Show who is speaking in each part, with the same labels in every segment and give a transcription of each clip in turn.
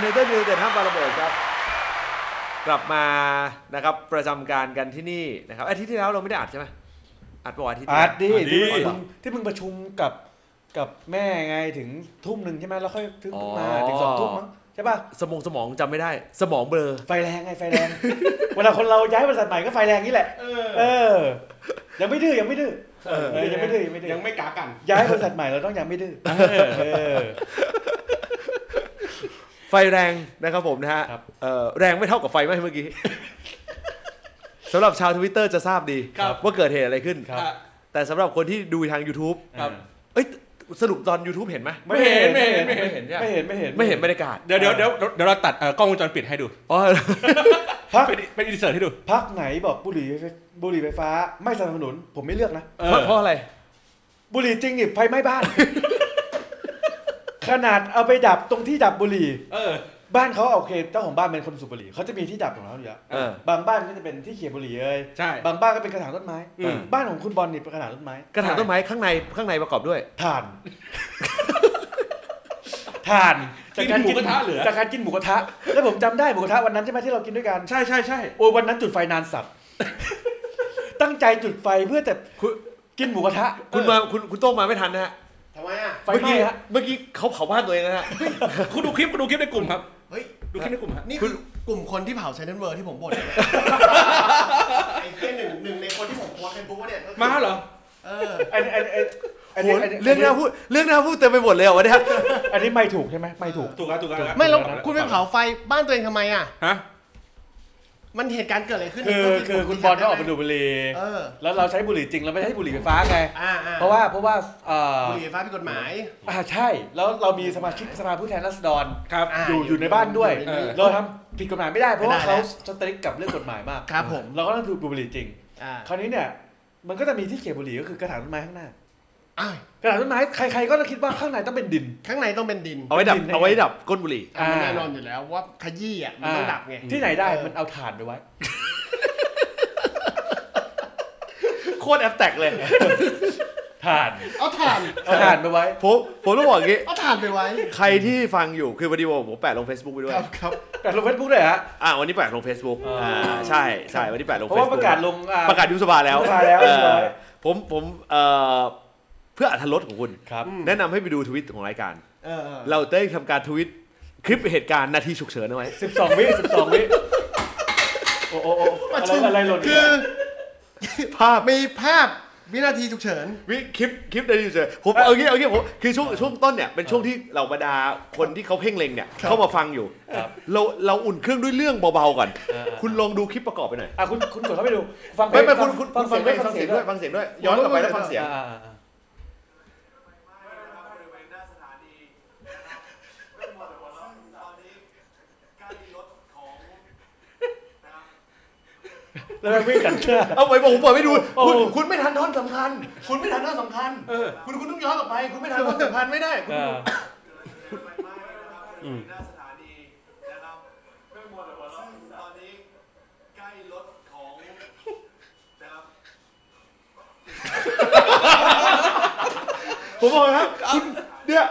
Speaker 1: เนเธอร์นิวแต่ห้ามปาระเบิดครับ กลับมานะครับประจำการกันที่นี่นะครับอาทิตย์ที่แล้วเราไม่ได้อัดใช่ไหมอัดปะวะอาทิตย์ที่
Speaker 2: อา
Speaker 1: แล้ว
Speaker 2: ร์ตดิ
Speaker 3: อัดดิ
Speaker 2: ที่มึงที่มึงประชุมกับกับแม่ไงถึงทุ่มหนึ่งใช่ไหมแล้วค่อยถึงมาถึงสองทุ่มมั้งใช่ป่ะ
Speaker 1: สมองสมองจำไม่ได้ สมองเบลอ
Speaker 2: ไฟแรงไงไฟแรง เวลาคนเราย้ายบริษัทใหม่ก็ไฟแรงนี่แหละ
Speaker 3: เอ
Speaker 2: เอ
Speaker 3: อ
Speaker 2: อ ยังไม่ดื้อยังไม่ดื้อ
Speaker 1: เออ
Speaker 2: เออยังไม่ดื้อยังไม่ดื้อ
Speaker 3: ยังไม่กากัน
Speaker 2: ย้ายบริษัทใหม่เราต้องยังไม่ดื้อเออ
Speaker 1: ไฟแรงนะครับผมนะฮะ
Speaker 2: ครับ
Speaker 1: เอ่อแรงไม่เท่ากับไฟไหม้เมื่อกี้ สำหรับชาวทวิตเตอร์จะทราบดี
Speaker 3: ครับ
Speaker 1: ว่าเกิดเหตุอะไรขึ้น
Speaker 2: ครับ
Speaker 3: อ่ะ
Speaker 1: แต่สำหรับคนที่ดูทาง YouTube
Speaker 3: ครับ
Speaker 1: เอ้ยสรุปตอน YouTube เห็นไหม
Speaker 3: ไม่เห็นไม่เห็นไม่เห็น
Speaker 1: เห็นใช่ไหม
Speaker 2: ไม่เห็นไม่เห็น
Speaker 1: ไม่เห็นบรรยากาศ
Speaker 3: เดี๋ยวเดี๋ยวเดี๋ยวเดี๋ยวเราตัดเอ่อกล้องวงจรปิดให้ดู
Speaker 1: อ๋อ
Speaker 2: พัก
Speaker 3: เป็นเป็นอินเสิร์ตให้ดู
Speaker 2: พักไหนบอกบุหรี่ไฟฟ้าบุหรี่ไฟฟ้า ไม่สนับสนุน ผมไม่เลือกนะ
Speaker 3: เอ
Speaker 1: เพ
Speaker 3: อ
Speaker 1: ราะเพราะอะไร
Speaker 2: บุหรี่จริงนี่ไฟไหม้บ้าน ขนาดเอาไปดับตรงที่ดับบุหรี่
Speaker 3: เออ
Speaker 2: บ้านเขาโอเคเจ้าของบ้านเป็นคนสูบบุหรี่เขาจะมีที่ดับของเขาอยู่แล้ว
Speaker 1: เออบ
Speaker 2: างบ้านก็จะเป็นที่เขี่ยบุหรี่เลย
Speaker 3: ใช่
Speaker 2: บางบ้านก็เป็นกระถางต้นไม้
Speaker 3: อืม
Speaker 2: บ้านของคุณบอลนี่เป็นกระถางต้นไม้
Speaker 1: กระถางต้นไม้ข้างในข้างในประกอบด้วย
Speaker 2: ถ่าน ถ่าน
Speaker 3: กินหมูกระทะเหลือ
Speaker 2: จากการกินหมูกระทะ แล้วผมจำได้หมูกระทะวันนั้นใช่ไหมที่เรากินด้วยกัน
Speaker 3: ใช่ใช่ใช่
Speaker 2: โอ้ยวันนั้นจุดไฟนานสับ ตั้งใจจุดไฟเพื่อแต่
Speaker 1: คุณ
Speaker 2: กินหมูกระทะ
Speaker 1: คุณมาคุณคุณโต้งมาไม่ทันนะฮะ
Speaker 4: ทำไมอ่ะ
Speaker 2: ไฟ
Speaker 1: เมื่อ
Speaker 2: ไหม้
Speaker 1: กี้
Speaker 2: ฮะ
Speaker 1: เมื่อกี้เขาเผาบ้านตัวเองนะฮะ
Speaker 3: คุณดูคลิปคุณดูคลิปในกลุ่มครับ
Speaker 4: เฮ้ย
Speaker 3: ดูคลิปในกลุ่มฮะ
Speaker 4: นี่คือกลุ่มคนที่เผาไซเดนเวิร์ที่ผมบ่นเนี่ยไอ้เพื่อนหนึ่งหนึ่งในคนที่ผมโพสเฟซบุ๊กว่าเนี่ยก็คือ
Speaker 3: มาเหรอ
Speaker 4: เออ
Speaker 2: ไอ้ไอ้ไอ้ไอ้
Speaker 1: โอ้โห
Speaker 2: ไไ
Speaker 1: เรื่องหน้าพูดเรื่องหน้าพูดเต็มไปหมดเลยเหรอวะเนี่ย
Speaker 2: อันนี้ไม่ถูกใช่ไหมไม่ถูก
Speaker 3: ถูกแล้วถูกแล้ว
Speaker 4: ไม่แล้วคุณไปเผาไฟบ้านตัวเองทำไมอ่ะ
Speaker 3: ฮะ
Speaker 4: มันเหตุการณ์เกิดอะไรขึ้น
Speaker 2: คือคือคุณบอลก็ออกมาดูดบุหรี่
Speaker 4: เออ
Speaker 2: แล้วเราใช้บุหรี่จริงเราไม่ใช้บุหรี่ไฟฟ้าไง
Speaker 4: อ่าอ่า
Speaker 2: เพราะว่าเพราะว่าเอ่อ
Speaker 4: บุหรี่ไฟฟ้าผิดกฎหมาย
Speaker 2: อ่าใช่ แล้วเรามีสมาชิกสภาผู้แทนราษฎร
Speaker 3: ครับ
Speaker 4: อ่า
Speaker 2: อยู่อยู่ในบ้านด้วย
Speaker 4: อในนี้
Speaker 2: เราทำผิดกฎหมายไม่ได้เพราะว่า
Speaker 4: ไม่ได้
Speaker 2: เขา
Speaker 4: แล้ว
Speaker 2: สตริกกับเรื่องกฎหมายมาก
Speaker 4: ครับผม
Speaker 2: เราก็ต้องดูดบุหรี่จริง
Speaker 4: อ่า
Speaker 2: คราวนี้เนี่ยมันก็จะมีที่เขียบุหรี่ก็คือกระถางต้นไม้ข้างหน้า
Speaker 4: อ้าว
Speaker 2: กระถางต้นไม้ใครๆก็คิดว่าข้างในต้องเป็นดิน
Speaker 4: ข้างในต้องเป็นดิน
Speaker 1: เอาไว้ดับ
Speaker 2: กินได้
Speaker 1: เอาไว้ดับก้นบุหรี่
Speaker 4: อ่ะมันแน่นอนอยู่แล้วว่าขยี้อ่ะมันต้องดับไง
Speaker 2: อ่าที่ไหนได้
Speaker 4: เออ
Speaker 2: มันเอาถ่านไปไว้
Speaker 1: โคตรแอฟแตกเลย
Speaker 2: ถ่าน
Speaker 4: เอาถ่าน
Speaker 2: เอาถ่านไปไว้
Speaker 1: ผมผมต้องบอกอย่างงี้
Speaker 4: เอาถ่านไปไว้
Speaker 1: ใครที่ฟังอยู่คือพอดีว่าผมแปะลง Facebook ไปด้วย
Speaker 4: ครับครับ
Speaker 2: แต่ลงเฟซบุ๊กเลยฮะ
Speaker 1: อ่าวันนี้แปะลง Facebook
Speaker 2: อ่า
Speaker 1: อ่าใช่ใช่วันนี้แปะลง
Speaker 2: เพราะว่า
Speaker 1: Facebook
Speaker 2: ประกาศลงอ่า
Speaker 1: ประกาศยุบสภาแล้ว
Speaker 2: ยุบสภาแล้ว
Speaker 1: เออ
Speaker 2: เรียบร้อย
Speaker 1: ผมผมเอ่อเพื่ออัธรสของคุณ
Speaker 2: ครับ
Speaker 4: อืม
Speaker 1: แนะนำให้ไปดูทวิตของรายการ
Speaker 4: เออเออ
Speaker 1: เราได้ทำการทวิตคลิปเหตุการณ์นาทีฉุกเฉินเอาไว้
Speaker 2: สิบสองวิสิบสองวิ โอ้โหโอ้โหอะไรอะไรหล่น
Speaker 4: คือ
Speaker 1: ภาพ
Speaker 4: มีภาพวินาทีฉุกเฉิน
Speaker 1: วิคลิปคลิปนาทีฉุกเฉินผมเอางี้เอางี้ผมคือช่วงช่วงต้นเนี่ยเป็นช่วงที่เหล่าบรรดาคนที่เขาเพ่งเล็งเนี่ย
Speaker 4: ครับ
Speaker 1: เข้ามาฟังอยู่
Speaker 2: ครับ
Speaker 1: เราเราอุ่นเครื่องด้วยเรื่องเบาๆก่อน
Speaker 2: อ่า
Speaker 1: คุณลองดูคลิปประกอบไปหน่อย
Speaker 2: อ่ะคุณคุณกดเข้าไปดู ฟังเพล
Speaker 1: ไม่
Speaker 2: ง
Speaker 1: ไม่คุณคุณ
Speaker 2: ฟั
Speaker 1: ฟั
Speaker 2: ง
Speaker 1: ง
Speaker 2: ฟั
Speaker 1: เสี
Speaker 2: ง
Speaker 1: ยง
Speaker 2: ด้
Speaker 1: ด้
Speaker 2: ว
Speaker 1: วย ย
Speaker 2: ฟั
Speaker 1: ฟั
Speaker 2: ง
Speaker 1: ง
Speaker 2: เสี
Speaker 1: เสี
Speaker 2: ย
Speaker 1: ย
Speaker 2: ง
Speaker 1: ง
Speaker 2: ด้
Speaker 1: ด้วย ยฟังเสียงด้วย ย้อนก
Speaker 2: ว
Speaker 1: ลับไปแล้วฟังเสียง
Speaker 2: อ่าอ่าอ่า
Speaker 5: บริเวณหน้าสถานีเรื่องมอเตอร์วอลซึ่งตอนนี้ใกล้รถของนะครับ
Speaker 2: แล้วมันวิ่งกัน เชื่อ
Speaker 1: เอาไปบอกผมเปิดไม่ดู
Speaker 2: โอ้
Speaker 1: คุณ
Speaker 2: โห
Speaker 1: คุณไม่ทันท่อนสำคัญ คุณไม่ทันท่อนสำคัญ
Speaker 3: เออ
Speaker 1: คุณคุณต้องย้อนกลับไป คุณไม่ทันท่อนสำคัญไม่ได้คุณ
Speaker 2: อ่า
Speaker 5: เกิดไฟไหม้นะครับบริเวณหน้าสถานีนะครับเรื่องมอเตอร์วอลซึ่งตอนนี้ใกล้รถของนะครับ
Speaker 1: ผมบอกนะครับคุณเนี่ย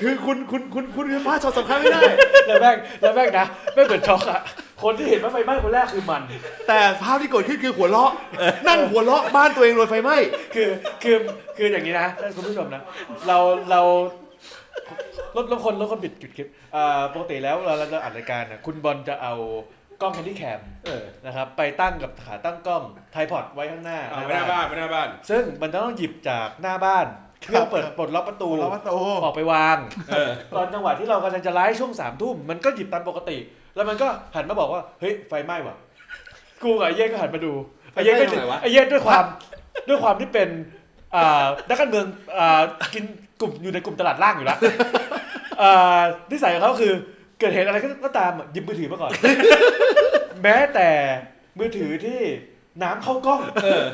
Speaker 1: คือคุณคุณคุณคุณพลาดช็อตสำคัญไม่ได้
Speaker 2: แล้วแม่งแล้วแม่งนะแม่งเกิดช็อกอ่ะ คนที่เห็นว่าไฟไหม้คนแรกคือมัน
Speaker 1: แต่ภาพที่เกิดขึ้นคือหัวเราะ นั่งหัวเราะบ้านตัวเองโดนไฟไหม้
Speaker 2: คือคือคืออย่างนี้นะคุณผู้ชมนะ เราเราลดลดคนลดคนปิดจุดคลิปอ่าปกติแล้วเราเราจะอัดรายการนะคุณบอลจะเอากล้องแคนดี้แคม
Speaker 3: เออ
Speaker 2: นะครับไปตั้งกับขาตั้งกล้องไทพอดไว้ข้างหน้า
Speaker 3: เอาไปหน้าบ้านไปหน้าบ้าน
Speaker 2: ซึ่งมันจะต้องหยิบจากหน้าบ้านเพื่อเปิดปลดล็อกประตู
Speaker 4: เราว่าโต
Speaker 2: ออกไปวาง
Speaker 3: เออ
Speaker 2: ตอนจังหวะที่เรากำลังจะไลฟ์ช่วงสามทุ่มมันก็หยิบตามปกติ แล้วมันก็หันมาบอกว่า เฮ้ย ไฟไหม้ว่ะ กูกับไอเย้ก็หันมาดูไอเย้ก็
Speaker 3: ไฟไหม้ตรงไหนวะ
Speaker 2: ไอเย้ด้วยความ ด้วยความที่เป็นอ่านักการเมืองอ่ากินกลุ่มอยู่ในกลุ่มตลาดล่างอยู่แล้ว อ่านิสัยของเขาคือเกิดเหตุอะไรก็ตามอ่ะหยิบมือถือมาก่อน แม้แต่มือถือที่น้ำเข้ากล้อง
Speaker 3: เออ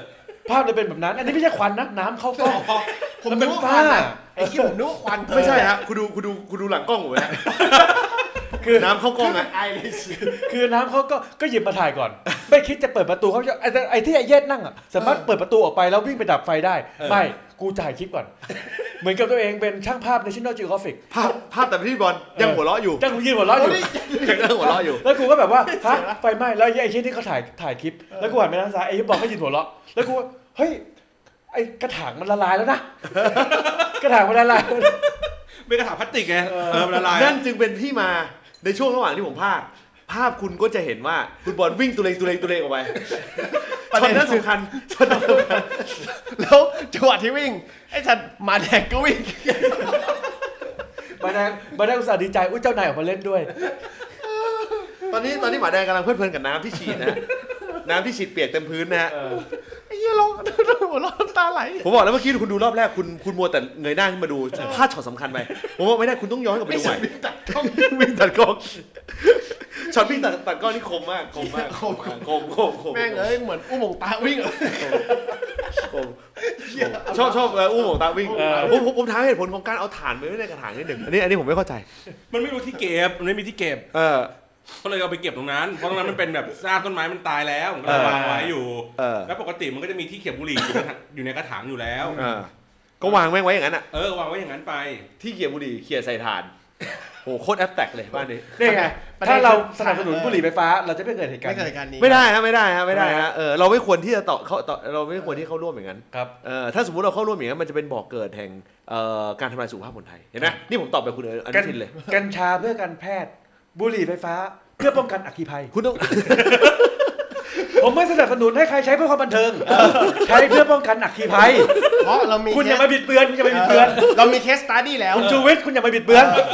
Speaker 2: ภาพเลยเป็นแบบนั้น อันนี้ไม่ใช่ควันนะน้ำเข้ากล้อง
Speaker 4: ผม
Speaker 2: แล้วเป็
Speaker 4: นึ
Speaker 2: น
Speaker 4: กว่าควัน
Speaker 2: ฝ้า
Speaker 4: อะไอ้ที่ผมนึกว่าควัน
Speaker 1: ไม่ใช่ฮะ คุณดูคุณดูคุณดูหลังกล้องผมนะ
Speaker 2: คือ
Speaker 1: น้ำเข้ากล้องอะ
Speaker 4: ไอเลยสิ
Speaker 2: คือน้ำเขาก็ก็หยิบมาถ่ายก่อน ไม่คิดจะเปิดประตูเขาจะไอ้ไอ้ที่ไอ้เย็ดนั่งอ่ะสามารถเปิดประตูออกไปแล้ววิ่งไปดับไฟได้
Speaker 3: เออ
Speaker 2: ไม่ กูถ่ายคลิปก่อน เหมือนกับตัวเองเป็นช่างภาพ National Geographic
Speaker 1: ภาพภาพแต่พี่บอลยังหัวเราะอยู่
Speaker 2: จ้างกูยืนหัวเราะอยู่
Speaker 1: ยังนั่งหัวเราะอยู่
Speaker 2: แล้วกูก็แบบว่าฮะไฟไหม้แล้วไอ้เย็ดนี่เขาถ่ายถ่ายคลิป แล้วกูหันไปทางซ้ายไอ้เย็ดบอกให้ยืนหัวเราะแล้วกูว่าเฮ้ยไอ้กระถางมันละลายแล้วนะ กระถางมันละลาย
Speaker 3: ไม่กระถางพลาสติกไงเออมันละลาย
Speaker 1: นั่นจึงเป็นที่มาในช่วงระหว่างที่ผมพากย์ภาพคุณก็จะเห็นว่าคุณบอลวิ่งตุเรงตุเรงตุเรงออกไป
Speaker 4: ประ
Speaker 1: ช็อ
Speaker 4: เด็
Speaker 1: ต
Speaker 4: น
Speaker 1: นั้น
Speaker 4: สำคัญ
Speaker 1: สำคัญช็อตนั้นสำคัญ
Speaker 4: แล้วจังหวะที่วิ่ง ไอ้สัตว์หมาแดกก็วิ่ง
Speaker 2: บานาบานาอุตส่าห์ดีใจอุ้ยเจ้านายออกมาเล่นด้วย
Speaker 1: ตอนนี้ตอนนี้หมาแดงกำลังเพลิดเพลินกับน้ำที่ฉีดนะ น้ำที่ฉีดเปียกเต็มพื้นนะฮะ
Speaker 4: ไอ้เหี้ยร้องหัวเร้องน้ำตาไหล
Speaker 1: ผมบอกแล้วเมื่อกี้คุณดูรอบแรกคุณคุณมัวแต่เงยหน้าขึ้นมาดูพลาดช็อตสำคัญไปผมว่าไม่ได้คุณต้องย้อนกลับไปดูใหม่
Speaker 4: วิ่งตัดกล้อง
Speaker 1: วิ่งตัดกล้องช็อตวิ่งตัดตัดกล้องนี่คมมากคมมาก
Speaker 4: คม
Speaker 1: คมคมคม
Speaker 4: แม่งเอ้ยเหมือนอุ้มหมงตาวิ่งอะ
Speaker 1: ผมชอบชอบเอ่ออู้หมงตาวิ่ง
Speaker 2: เออ
Speaker 1: ผมผมผมถามเหตุผลของการเอาฐานไปไว้ในกระถางนิดหนึ่งอันนี้อันนี้ผมไม่เข้าใจ
Speaker 3: มันไม่รู้ที่เก็บมันไม่มีที่เก็บ
Speaker 1: เออ
Speaker 3: ก็เลยเอาไปเก็บตรงนั้นเพราะตรงนั้นมันเป็นแบบซากต้นไม้มันตายแล้วมันก็เลย
Speaker 1: เออ
Speaker 3: วางไว้อยู่
Speaker 1: เออ
Speaker 3: แล้วปกติมันก็จะมีที่เก็บบุหรี่อยู่ในกระถางอยู่ในกระถางอยู่แล้ว
Speaker 1: เออก็วางแม่งไว้อย่างนั้นอ่ะ
Speaker 3: เออวางไว้อย่างนั้นไป
Speaker 1: ที่เขี่ยบุหรี่เขี่ยใส่ฐานโหโคตรแอปแตกเลยบ้านนี้
Speaker 2: นี่ไง
Speaker 4: ประเด็น
Speaker 2: ถ้าเรา
Speaker 4: คือ
Speaker 2: สนับสนุนบุหรี่ไฟฟ้าเราจะไม่เกิดเหตุการ
Speaker 4: ไม่
Speaker 2: ณ์
Speaker 4: เกิดเหตุการณ์นี้
Speaker 1: ไม่ได้ฮะไม่ได้ฮะไม่ได้ฮะเออเราไม่ควรที่จะต่อเขาต่อเราไม่ควรที่เข้าร่วมอย่างนั้น
Speaker 2: ครับ
Speaker 1: เออถ้าสมมติเราเข้าร่วมอย่างนั้นมันจะเป็นบ่อเกิดแห่งเอ่อการทำลายสุขภาพคนไทยเห็นไหมนี่ผมตอบไปคุณอนุทินเลย
Speaker 2: กัญชาเพื่อการแพทย์ บุหรี่ไฟฟ้า เพื่อป้องกันอัคคีภัย
Speaker 1: คุณต้อง
Speaker 2: ผมไม่สนับสนุนให้ใครใช้เพื่อความบันเทิง ใช้เพื่อป้องกันอัคคีภัย
Speaker 4: เพราะเรามี
Speaker 2: คุณอย่า
Speaker 4: เค
Speaker 2: มา
Speaker 4: ส
Speaker 2: บิดเบือนคุณอย่ามาบิดเบือน
Speaker 4: เรามีเคสตัดดี้แล้ว
Speaker 2: คุณชูวิทย์คุณอย่ามาบิดเบือน
Speaker 4: เออ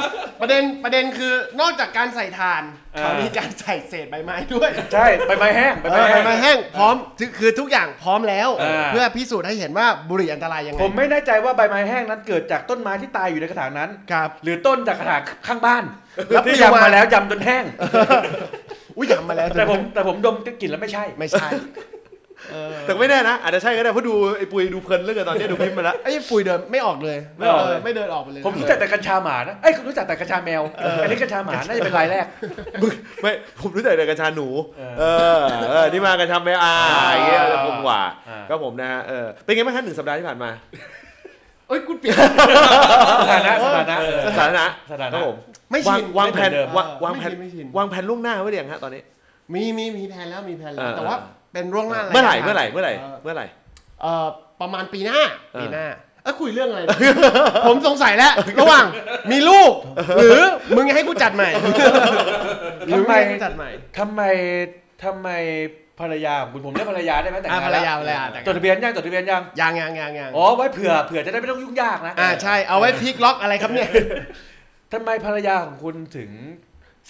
Speaker 4: ประเด็นประเด็นคือนอกจากการใส่ถ่าน
Speaker 2: เออ
Speaker 4: เขามีการใส่เศษใบไม้ด้วย
Speaker 2: ใช่ใบไม้แห้งใบ
Speaker 4: เอ
Speaker 2: ไม้
Speaker 4: อใบ
Speaker 2: แห้ง
Speaker 4: ไม้แห้งพร้อมคือคือทุกอย่างพร้อมแล้ว
Speaker 2: เออ
Speaker 4: เพื่อพิสูจน์ให้เห็นว่าบุหรี่อันตรายยังไง
Speaker 2: ผมไม่แน่ใจว่าใบไม้แห้งนั้นเกิดจากต้นไม้ที่ตายอยู่ในกระถางนั้น
Speaker 4: ครับ
Speaker 2: หรือต้นจากกระถางข้างบ้าน
Speaker 4: แล้ว
Speaker 2: ที่
Speaker 4: ปลิวมา
Speaker 2: ยำมาแล้วยำจนแห้ง
Speaker 4: อุ้ยหยำมาแล้ว
Speaker 2: แต่ผมแต่ผมดมกลิ่นแล้วไม่ใช่
Speaker 4: ไม่ใช่เออ
Speaker 1: แต่ไม่แน่นะอาจจะใช่ก็ได้เพราะดูไอ้ปุยดูเพลินเรื่องกันตอนนี้ดูพิมพ์มาแล้ว
Speaker 4: ไอ้ปุ๋ยเดินไม่ออกเลย
Speaker 2: ไม่ออกเลย
Speaker 4: เไม่เดินออกไปเลย
Speaker 2: ผมรู้จักแต่กัญชาหมานะไอ้ยรู้จักแต่กัญชาแมวอันนี้กัญชาหมาน่าจะเป็นรายแรก
Speaker 1: ไม่ผมรู้จักแต่กัญชาหนู
Speaker 2: เอ
Speaker 1: เออเออนี่มากันทำไปอ่าอย่างเงี้ยจะคมกว่า
Speaker 2: อ่า
Speaker 1: ก็ผมนะฮะเออเป็นไงบ้างฮะหนึ่งสัปดาห์ที่ผ่านมา
Speaker 4: เอ้ยคุณเปลี่ยน
Speaker 2: สถานะสถานะ
Speaker 1: สถานะ
Speaker 2: สถานะ
Speaker 1: ครับผม
Speaker 4: ไม่
Speaker 1: วาง
Speaker 4: ชิน
Speaker 1: วางแผน
Speaker 2: ไม่เหมือนเดิม
Speaker 1: วางวางแผน
Speaker 4: ไม่ชิน
Speaker 1: วางแผนล่วงหน้าไว้หรือยังฮะตอนนี้
Speaker 4: มีมีมีแผนแล้วมีแผนแล้
Speaker 1: เอ
Speaker 4: ว
Speaker 1: อ
Speaker 4: แต่ว่า
Speaker 1: เออ
Speaker 4: เป็นร่วงหน้าะ
Speaker 1: เมื่อไหร่
Speaker 4: ย
Speaker 1: เมื่อไหร่เมื่อไหร่
Speaker 4: เออ
Speaker 1: เมื่อไหร่
Speaker 4: เอ่อประมาณปีหน้า
Speaker 1: เออ
Speaker 4: ปีหน้าเอ้ยคุยเรื่องอะไรนะ ผมสงสัยแล้ว ระหว่างมีลูก หรือมึงให้กูจัดใหม่หรือ
Speaker 2: ทำไม
Speaker 4: ไม่ให้กูจัดใหม่
Speaker 2: ทำไมทำไมภรรยาของคุณผมเรียกภรรยาได้ไหมแต่ง
Speaker 4: อ่ะ
Speaker 2: งาน
Speaker 4: ภรร
Speaker 2: แล้ว
Speaker 4: ยาภรรยาแต่ง
Speaker 2: จดทะเบียนยังจดทะเบียนยัง
Speaker 4: ยังยังยังยัง
Speaker 2: อ๋อไว้เผื่อเผื่อจะได้ไม่ต้องยุ่งยากนะ
Speaker 4: อ่าใช่เอาไว้พลิกล็อกอะไรครับเนี่ย
Speaker 2: ทำไมภรรยาของคุณถึง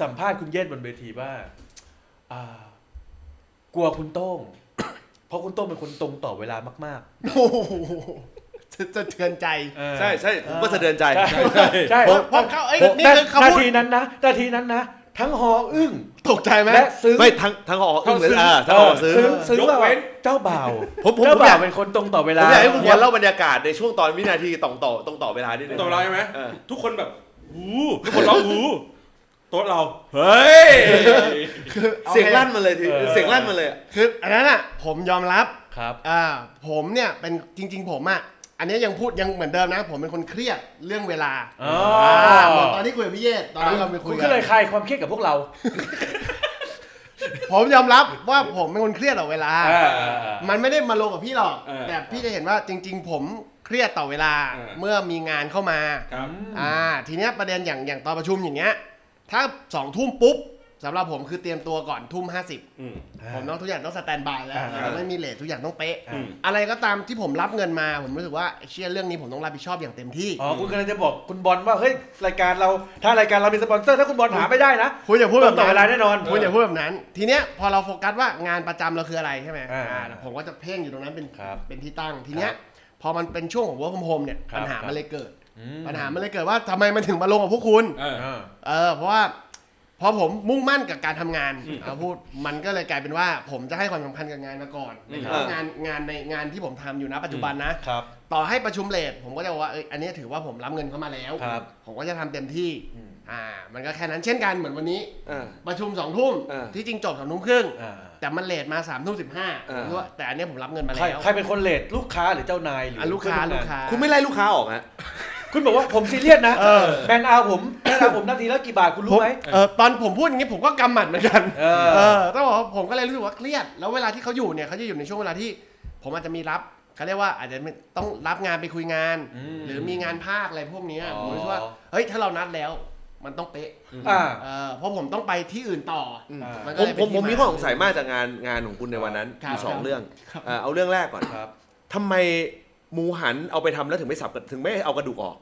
Speaker 2: สัมภาษณ์คุณเย็นบนเวทีว่าอ่ากลัวคุณโต้ง เพราะคุณโต้งเป็นคนตรงต่อเวลามาก
Speaker 4: โอ้โหจะจะเทือนใจ
Speaker 2: ๆเออ
Speaker 1: ใช่ใช่ผมก็สะเทือนใจ
Speaker 2: ใช่ใช่
Speaker 4: เพราะเพราะเขาเอ้ย
Speaker 2: ผม
Speaker 4: นี่คือเขา
Speaker 2: นา
Speaker 4: พูด
Speaker 2: ทีนั้นนะนาทีนั้นนะทั้งหออึ้ง
Speaker 4: ตกใจไหม
Speaker 2: และซึ้ง
Speaker 1: ไม่ทั้งทั้งออกอึ้งเลย
Speaker 3: ทั้งซึ้ง
Speaker 1: อ่าทั้งออกซื้อ
Speaker 2: เซึ้งซึ้ง
Speaker 3: ยก
Speaker 2: ว่า
Speaker 3: เว้น
Speaker 2: เจ้าบ่าว
Speaker 1: ผมผม
Speaker 2: เจ้า
Speaker 1: ผมอ
Speaker 2: บ่า
Speaker 1: ยว ก
Speaker 2: เป็นคนตรงต่อเว
Speaker 1: ผม
Speaker 2: ลา
Speaker 1: อยากให้คุณบอลเล่าบรรยากาศในช่วงตอนวินาทีต่อต่อตรงต่อเวลานิดนึง
Speaker 3: ตรงเราใช่ไหม
Speaker 1: เออ
Speaker 3: ทุกคนแบบหูทุกคนร้องหูโต๊ะเราเฮ้ย
Speaker 1: เสียงลั่นมาเลยที
Speaker 2: เออ
Speaker 1: เสียงลั่นมาเลยอะ
Speaker 4: คืออันนั้นอ่ะผมยอมรับ
Speaker 2: ครับ
Speaker 4: อ่าผมเนี่ยเป็นจริง ๆ ผมอ่ะอันเนี้ยยังพูดยังเหมือนเดิมนะ ผมเป็นคนเครียดเรื่องเวลา
Speaker 2: อ๋ออ่
Speaker 4: าเหมือนตอนที่คุยกับพี่เยศตอนนั้นเราไปคุ
Speaker 2: คุ
Speaker 4: ย
Speaker 2: ณ
Speaker 4: กั
Speaker 2: ก็
Speaker 4: น
Speaker 2: เลยคลายความเครียดกับพวกเรา
Speaker 4: ผมยอมรับว่าผมเป็นคนเครียดต่อเวลา
Speaker 2: เออ
Speaker 4: มันไม่ได้มาลงกับพี่หรอก
Speaker 3: เออ
Speaker 4: แต่พี่จะเห็นว่าจริง ๆ ผมเครียดต่อเวลา
Speaker 3: เออ
Speaker 4: เมื่อมีงานเข้ามา
Speaker 3: ครับ
Speaker 4: อ่าทีเนี้ยประเด็นอย่างอย่างตอนประชุมอย่างเงี้ยถ้าสองทุ่มปุ๊บสำหรับผมคือเตรียมตัวก่อนทุ่มห้าสิบ
Speaker 3: อืม
Speaker 4: ผมต้องทุกอย่างต้องสแตนบายแล้ว
Speaker 2: อ่า
Speaker 4: ไม่มีเลททุกอย่างต้องเป๊ะ
Speaker 3: อืม
Speaker 4: อะไรก็ตามที่ผมรับเงินมาผมรู้สึกว่าไอ้เชื่อเรื่องนี้ผมต้องรับผิดชอบอย่างเต็มที่
Speaker 2: อ๋อคุณกำลังจะบอกคุณบอลว่าเฮ้ยรายการเราถ้ารายการเรามีสปอนเซอร์ถ้าคุณบอลหาไม่ได้นะ
Speaker 4: คุณอย่าพูดแบบ
Speaker 2: ต่อ
Speaker 4: นั้
Speaker 2: เวลาน แน่นอน
Speaker 4: คุณอย่าพูดแบบนั้น ทีเนี้ยพอเราโฟกัสว่างานประจำเราคืออะไรใช่ไหม
Speaker 2: อ่า
Speaker 4: อ่าแล้วผมก็จะเพ่งอยู่ตรงนั้นเป็น
Speaker 2: ครับ
Speaker 4: เป็นที่ตั้งทีเนี้ยพอมันเป็นช่วงของ work from home เนี่ย
Speaker 2: ครับ
Speaker 4: ปัญหา
Speaker 2: ครับ
Speaker 4: มันเลยเกิด
Speaker 2: อืม
Speaker 4: ปัญหามันเลยเกิดว่าทำไมมันถึงมาลงกับพวกคุณ
Speaker 3: เออ
Speaker 2: อ่า
Speaker 4: เออเพราะว่าพอผมมุ่งมั่นกับการทำงานเอาพูดมันก็เลยกลายเป็นว่า ผมจะให้ความสำคัญกับงานมาก่อน
Speaker 3: อืม
Speaker 4: แล้วงานงานในงานที่ผมทำอยู่นะปัจจุบันนะ
Speaker 2: ครับ
Speaker 4: ต่อให้ประชุมเลทผมก็จะบอกว่าเอยอันเนี้ยถือว่าผมรับเงินเข้ามาแล้ว
Speaker 2: ครับ
Speaker 4: ผมก็จะทำเต็มที่
Speaker 2: อืม
Speaker 4: อ่า มันก็แค่นั้นเช่นกันเหมือนวันนี้
Speaker 1: อ่า
Speaker 4: ประชุมสองทุ่ม
Speaker 1: อ่า
Speaker 4: ที่จริงจบสามทุ่มครึ่ง
Speaker 2: อ่า
Speaker 4: แต่มันเลทมาสามทุ่มสิบห้า
Speaker 1: อ่า
Speaker 4: แต่อันเนี้ยผมรับเงินมา
Speaker 2: ใคร
Speaker 4: แล้ว
Speaker 2: ใครเป็นคนเลทลูกค้าหรือเจ้านายหรือ
Speaker 4: อ่ะ
Speaker 2: อ
Speaker 4: ลูกค้าลูกค้า
Speaker 1: คุณไม่ไล่ลูกค้าออกฮะ
Speaker 2: คุณบอกว่าผมซีเรียสนะ
Speaker 4: เออ
Speaker 2: แมนอาผมแมนอาผมนาทีละกี่บาทคุณรู้ไหม
Speaker 4: ผเออตอนผมพูดอย่างนี้ผมก็กำหมัดเหมือนกัน
Speaker 2: เอ
Speaker 4: เอ
Speaker 2: อ
Speaker 4: อต้องบอกว่าผมก็เลยรู้สึกว่าเครียด แล้วเวลาที่เขาอยู่เนี่ยเขาจะอยู่ในช่วงเวลาที่ ผมอาจจะมีรับเขาเรียกว่าอาจจะไม่ต้องรับงานไปคุยงาน
Speaker 2: อืม
Speaker 4: หรือมีงานภาคอะไรพวกเนี้ย
Speaker 2: อ๋อ
Speaker 4: ผมรู้สึกว่าเฮ้ยถ้าเรานัดแล้ว มันต้องเป๊ะ
Speaker 2: อ่า
Speaker 4: เออเพราะผมต้องไปที่อื่นต่ออ
Speaker 1: ม
Speaker 4: นก็
Speaker 1: ผมผ
Speaker 4: เลย
Speaker 1: มผ
Speaker 4: เป็น
Speaker 1: ม
Speaker 4: ที่
Speaker 1: มีข้อสงสัยมากจากงานงานของคุณในวันนั้น
Speaker 4: ค
Speaker 1: อ
Speaker 4: รับ
Speaker 1: ยู่สอง
Speaker 4: ครับ
Speaker 1: เรื่องเอ่อเอาเรื่องแรกก่อน
Speaker 2: ครับ
Speaker 1: ทำไมหมูหันเอาไปทำแล้วถึงไม่สับกระถึงไม่เอากระดูกออก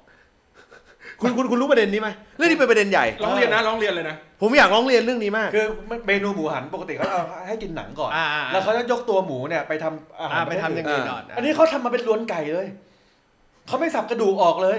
Speaker 1: คุณคุณคุณรู้ประเด็นนี้ไหมเรื่องนี้เป็นประเด็นใหญ่
Speaker 3: ร้องเรียนนะร้องเรียนเลยนะ
Speaker 1: ผมอยากร้องเรียนเรื่องนี้มาก
Speaker 2: คือเมนูหมูหันปกติเขาเอาให้กินหนังก่อน
Speaker 4: อ่าอ่าอ่า
Speaker 2: แล้วเขาจะยกตัวหมูเนี่ยไปทำอาหา
Speaker 4: อ่าร ไปทำอย่างอื่นก่อน
Speaker 2: อันนี้เขาทำมาเป็นล้วนไก่เลย เขาไม่สับกระดูกออกเลย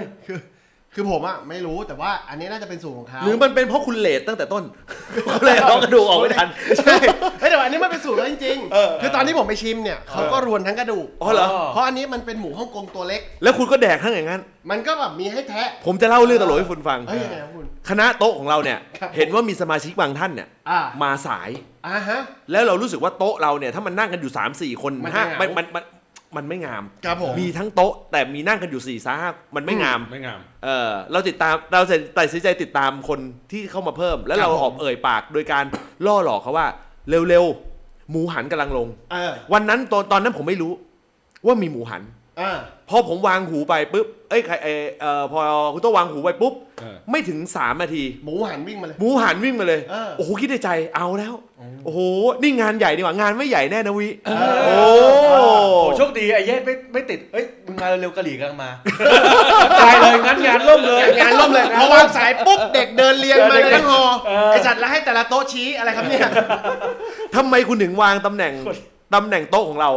Speaker 4: คือผมอ่ะไม่รู้แต่ว่าอันนี้น่าจะเป็นสูตรของเขา
Speaker 1: หรือมันเป็นเพราะคุณเลทตั้งแต่ต้น ก็เลยเอากระดูกออกไม่ทัน
Speaker 4: ใช่เฮ้ยแต่ว่าอันนี้มันเป็นสูตรแล้วจริง
Speaker 1: เออ
Speaker 4: ๆ คือตอนที่ผมไปชิมเนี่ยเขาก็รวนทั้งกระดูก
Speaker 1: อ๋อเหรอ
Speaker 4: เพราะอันนี้มันเป็นหมูฮ่องกงตัวเล็ก
Speaker 1: แล้วคุณก็แดกทั้งอย่างนั้น
Speaker 4: มันก็แบบมีให้แทะ
Speaker 1: ผมจะเล่าเรื่องตลกให้คุณฟัง
Speaker 4: เฮ้ยยังไงครับคุณ
Speaker 1: คณะโต๊ะของเราเนี่ย
Speaker 4: ครับ
Speaker 1: เห็นว่ามีสมาชิกบางท่านเนี่ย
Speaker 4: อ่า
Speaker 1: มาสาย
Speaker 4: อ่าฮะ
Speaker 1: แล้วเรารู้สึกว่าโต๊ะเราเนี่ย ถ้ามันนั่งกันอยู่ 3 4 คน
Speaker 4: มัน
Speaker 1: ห้า
Speaker 4: ไม่
Speaker 1: มัน
Speaker 4: เหงามั
Speaker 1: มันมันมันไม่งาม
Speaker 4: ครับผม
Speaker 1: มีทั้งโต๊ะ แต่มีนั่งกันอยู่4ี่สาห้ามันไม่งาม
Speaker 3: ไม่งาม
Speaker 1: เออเราติดตามเราตัดสินใจติดตามคนที่เข้ามาเพิ่ม แล้วเรา
Speaker 4: ครับผม
Speaker 1: ออกเอ่ยปากโดยการล่อหลอกเขาว่า เร็วๆหมูหันกำลังลง
Speaker 4: เออ
Speaker 1: วันนั้นตอนตอนนั้นผมไม่รู้ ว่ามีหมูหัน
Speaker 4: อ่า
Speaker 1: พอผมวางหูไปปุ๊บ เอ้ยใครเอ่อเอ่อพอคุณโต้องวางหูไปปุ๊บ
Speaker 3: เออ
Speaker 1: ไม่ถึง 3 นาที
Speaker 4: หมูหันวิ่งมาเลย
Speaker 1: หมูหันวิ่งมาเลย
Speaker 4: เออ
Speaker 1: โอ้โห คิดในใจ เอาแล้ว โอ้โห นี่งานใหญ่ดีกว่า งานไม่ใหญ่แน่นะวิ โอ้
Speaker 2: โอ้โชคดีไอ้เย็ดไม่ไม่ติด เอ้ยมึงมาเร็วๆกะหรี่กำลังมา ตายเลยงั้นงานล่มเลย
Speaker 4: งานล่มเลยพอวางสายปุ๊บ เด็กเดินเรียงมาเลยทั้งหอ
Speaker 2: เออ
Speaker 4: ไอสัตว์แล้วให้แต่ละโต๊ะชี้อะไรครับเนี่ย
Speaker 1: ทำไมคุณถึงวางตำแหน่งตำแหน่งโต๊ะของเรา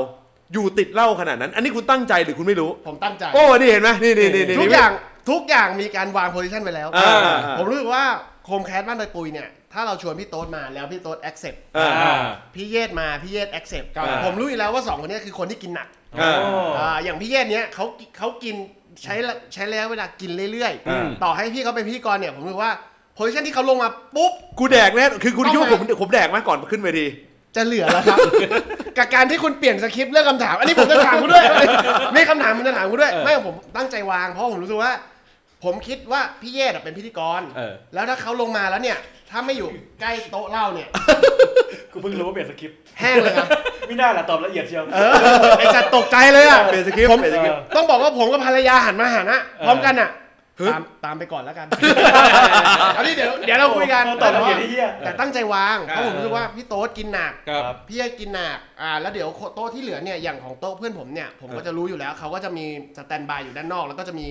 Speaker 1: อยู่ติดเหล้าขนาดนั้น อันนี้คุณตั้งใจหรือคุณไม่รู้
Speaker 4: ผมตั้งใจ
Speaker 1: โอ้ นี่เห็นไหมนี่นี่นี่นี่
Speaker 4: ทุกอย่างทุกอย่างมีการวางโพซิชันไปแล้ว
Speaker 1: อ่า
Speaker 4: ผมรู้สึกว่าโคมแคสบ้านตะปุยเนี่ย ถ้าเราชวนพี่โต๊ดมาแล้วพี่โต๊ดแอคเซป
Speaker 1: เออ
Speaker 3: อ่า
Speaker 4: พี่เยศมาพี่เยศแอคเซปต์
Speaker 1: ครับ
Speaker 4: ผมรู้อยู่แล้วว่าสองคนเนี้ยคือคนที่กินหนัก
Speaker 1: เออ
Speaker 4: าอย่างพี่เยศเนี้ยเขาเขากินใช้ละใช้แล้วเวลากินเรื่อย
Speaker 1: อืม
Speaker 4: ต่อให้พี่เขาเป็นพิธีกรเนี่ยผมรู้ว่าโพซิชันที่เขาลงมาปุ๊บ
Speaker 1: กูแดกแน่ คือคุณคิดว่า
Speaker 4: ต้
Speaker 1: ผ
Speaker 4: อง
Speaker 1: ม
Speaker 4: ไหม
Speaker 1: ผมแดกไหมก่อนขึ้นเวที
Speaker 4: จะเหลือแล้วครับ กับการที่คุณเปลี่ยนสคริปต์เรื่องคำถาม อันนี้ผมจะถามคุณด้วย มีคำถามผมจะถามคุณด้วย ไม่ผมตั้งใจวางเพราะผมรู้สึกว่า ผมคิดว่าพี่เยศอะเป็นพิธีกร
Speaker 3: เออ
Speaker 4: แล้วถ้าเขาลงมาแล้วเนี่ย ถ้าไม่อยู่ใกล้โต๊ะเหล่าเนี่ย
Speaker 2: กูเพิ่งรู้ว่าเปลี่ยนสคริปต์
Speaker 4: แห้งเลยครับ
Speaker 2: ไม่น่าละตอบละเอียดเชียว
Speaker 4: ไอสัตว์ตกใจเลยอะ
Speaker 1: เปลี่ยนสคริปต์
Speaker 4: ผม
Speaker 1: เปลี่ยนสคริปต์
Speaker 4: ต้องบอกว่าผมกับภรรยาหันมาหานะ
Speaker 2: เออ
Speaker 4: พร้อมกันอ่ะ
Speaker 1: ฮึบ
Speaker 4: ตามตามไปก่อนแล้วกัน เอาที่เดี๋ยวเดี๋ยวเราคุยกัน
Speaker 2: ตอบ
Speaker 4: แต่
Speaker 2: ละเอีย
Speaker 4: ว่า
Speaker 2: ดที่เหี้ย
Speaker 4: แต่ตั้งใจวางเพราะผมรู้สึกว่าพี่โต๊ดกินหนัก
Speaker 3: ครับ
Speaker 2: ครับ
Speaker 4: พี่ไอ้กินหนักอ่าแล้วเดี๋ยวโต๊ะที่เหลือเนี่ยอย่างของโต๊ะเพื่อนผมเนี่ยผมก็จะรู้อยู่แล้วเขาก็จะมีสแตนบายอยู่ด้านนอก แล้วก็จะมี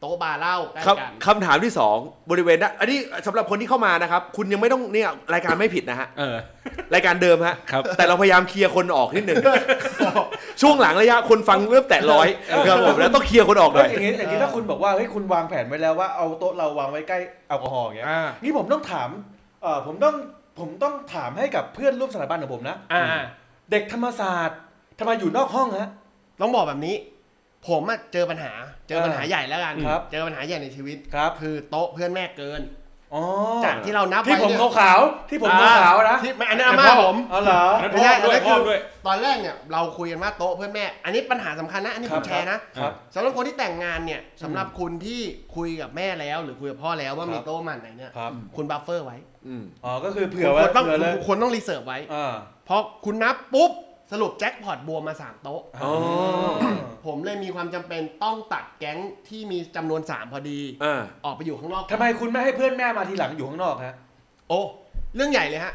Speaker 4: โต๊ะบาร์เหล้าใกล้
Speaker 1: ครับ
Speaker 4: กัน
Speaker 1: คำถามที่สองบริเวณด้านอันนี้สำหรับคนที่เข้ามานะครับ คุณยังไม่ต้องเนี่ยรายการไม่ผิดนะฮะ
Speaker 3: เออ
Speaker 1: รายการเดิมฮะ
Speaker 3: ครับ
Speaker 1: แต่เราพยายามเคลียร์คนออกนิดหนึ่ง ช่วงหลังระยะคนฟังเริ่มแตะร้อยครับผมแล้วต้องเคลียร์คนออกห
Speaker 2: แล้
Speaker 1: น่อ
Speaker 2: วย อย่างนี้อย่างนี้ถ้าคุณบอกว่าเฮ้ยคุณวางแผนไว้แล้วว่าเอาโต๊ะเราวางไว้ใกล้แอลกอฮอล์อย่างเงี้ย
Speaker 3: อ่า
Speaker 2: นี่ผมต้องถามเอ่อผมต้องผมต้องถามให้กับเพื่อนร่วมสถาบันของผมนะ
Speaker 4: อ่า
Speaker 2: เด็กธรรมศาสตร์ทำไมอยู่นอกห้องฮะ
Speaker 4: ต้องบอกแบบนี้ ผมอะเจอปัญหาเจอปัญหา
Speaker 2: เออ
Speaker 4: ใหญ่แล้วกัน
Speaker 2: ครับ
Speaker 4: เจอปัญหาใหญ่ในชีวิต
Speaker 2: ครับ
Speaker 4: คือโต๊ะเพื่อนแม่เกิน
Speaker 2: อ๋อ
Speaker 4: จากที่เรานับไว้
Speaker 2: ที่ผม
Speaker 4: เนี่ย
Speaker 2: ขาวๆที่ผม
Speaker 4: อ่
Speaker 2: ขาวๆนะ
Speaker 4: ที่ไม่อันนั้นอาม่าผม
Speaker 2: อ๋อเหรอ
Speaker 3: นั้น
Speaker 4: ไม่
Speaker 3: พ่
Speaker 4: ใช่
Speaker 3: อด้วย
Speaker 4: อันนั้นคือ
Speaker 3: พ่อด้วย
Speaker 4: ตอนแรกเนี่ยเราคุยกันว่าโต๊ะเพื่อนแม่ อันนี้ปัญหาสำคัญนะอันนี้
Speaker 2: ค
Speaker 4: ผ
Speaker 2: รับ
Speaker 4: มแชร์นะครับ สำหรับคนที่แต่งงานเนี่ยสำหรับคุณที่คุยกับแม่แล้ว หรือคุยกับพ่อแล้วว่ามีโต๊ะมันไหนเนี่ย
Speaker 2: ครับ
Speaker 4: คุณบัฟเฟอร์ไว้
Speaker 1: อืม
Speaker 2: อ๋อก็คือ
Speaker 4: คุ
Speaker 2: เผื่อ
Speaker 4: ณ
Speaker 2: ไว้
Speaker 4: ควรต้อง
Speaker 2: เผื่อเลย
Speaker 4: คุณควรต้องรีเซิร์ฟไว้
Speaker 2: อ่า
Speaker 4: เพราะคุณนับปุ๊บสรุปแจ็คพอตบวมมาสามโต๊ะ
Speaker 1: อ๋อ
Speaker 4: ผมเลยมีความจำเป็นต้องตัดแก๊งที่มีจำนวนสามพอดี
Speaker 1: อ่า
Speaker 4: ออกไปอยู่ข้างนอก
Speaker 2: ทำไมคุณไม่ให้เพื่อนแม่มาทีหลังอยู่ข้างนอกฮะ
Speaker 4: โอ้เรื่องใหญ่เลยฮะ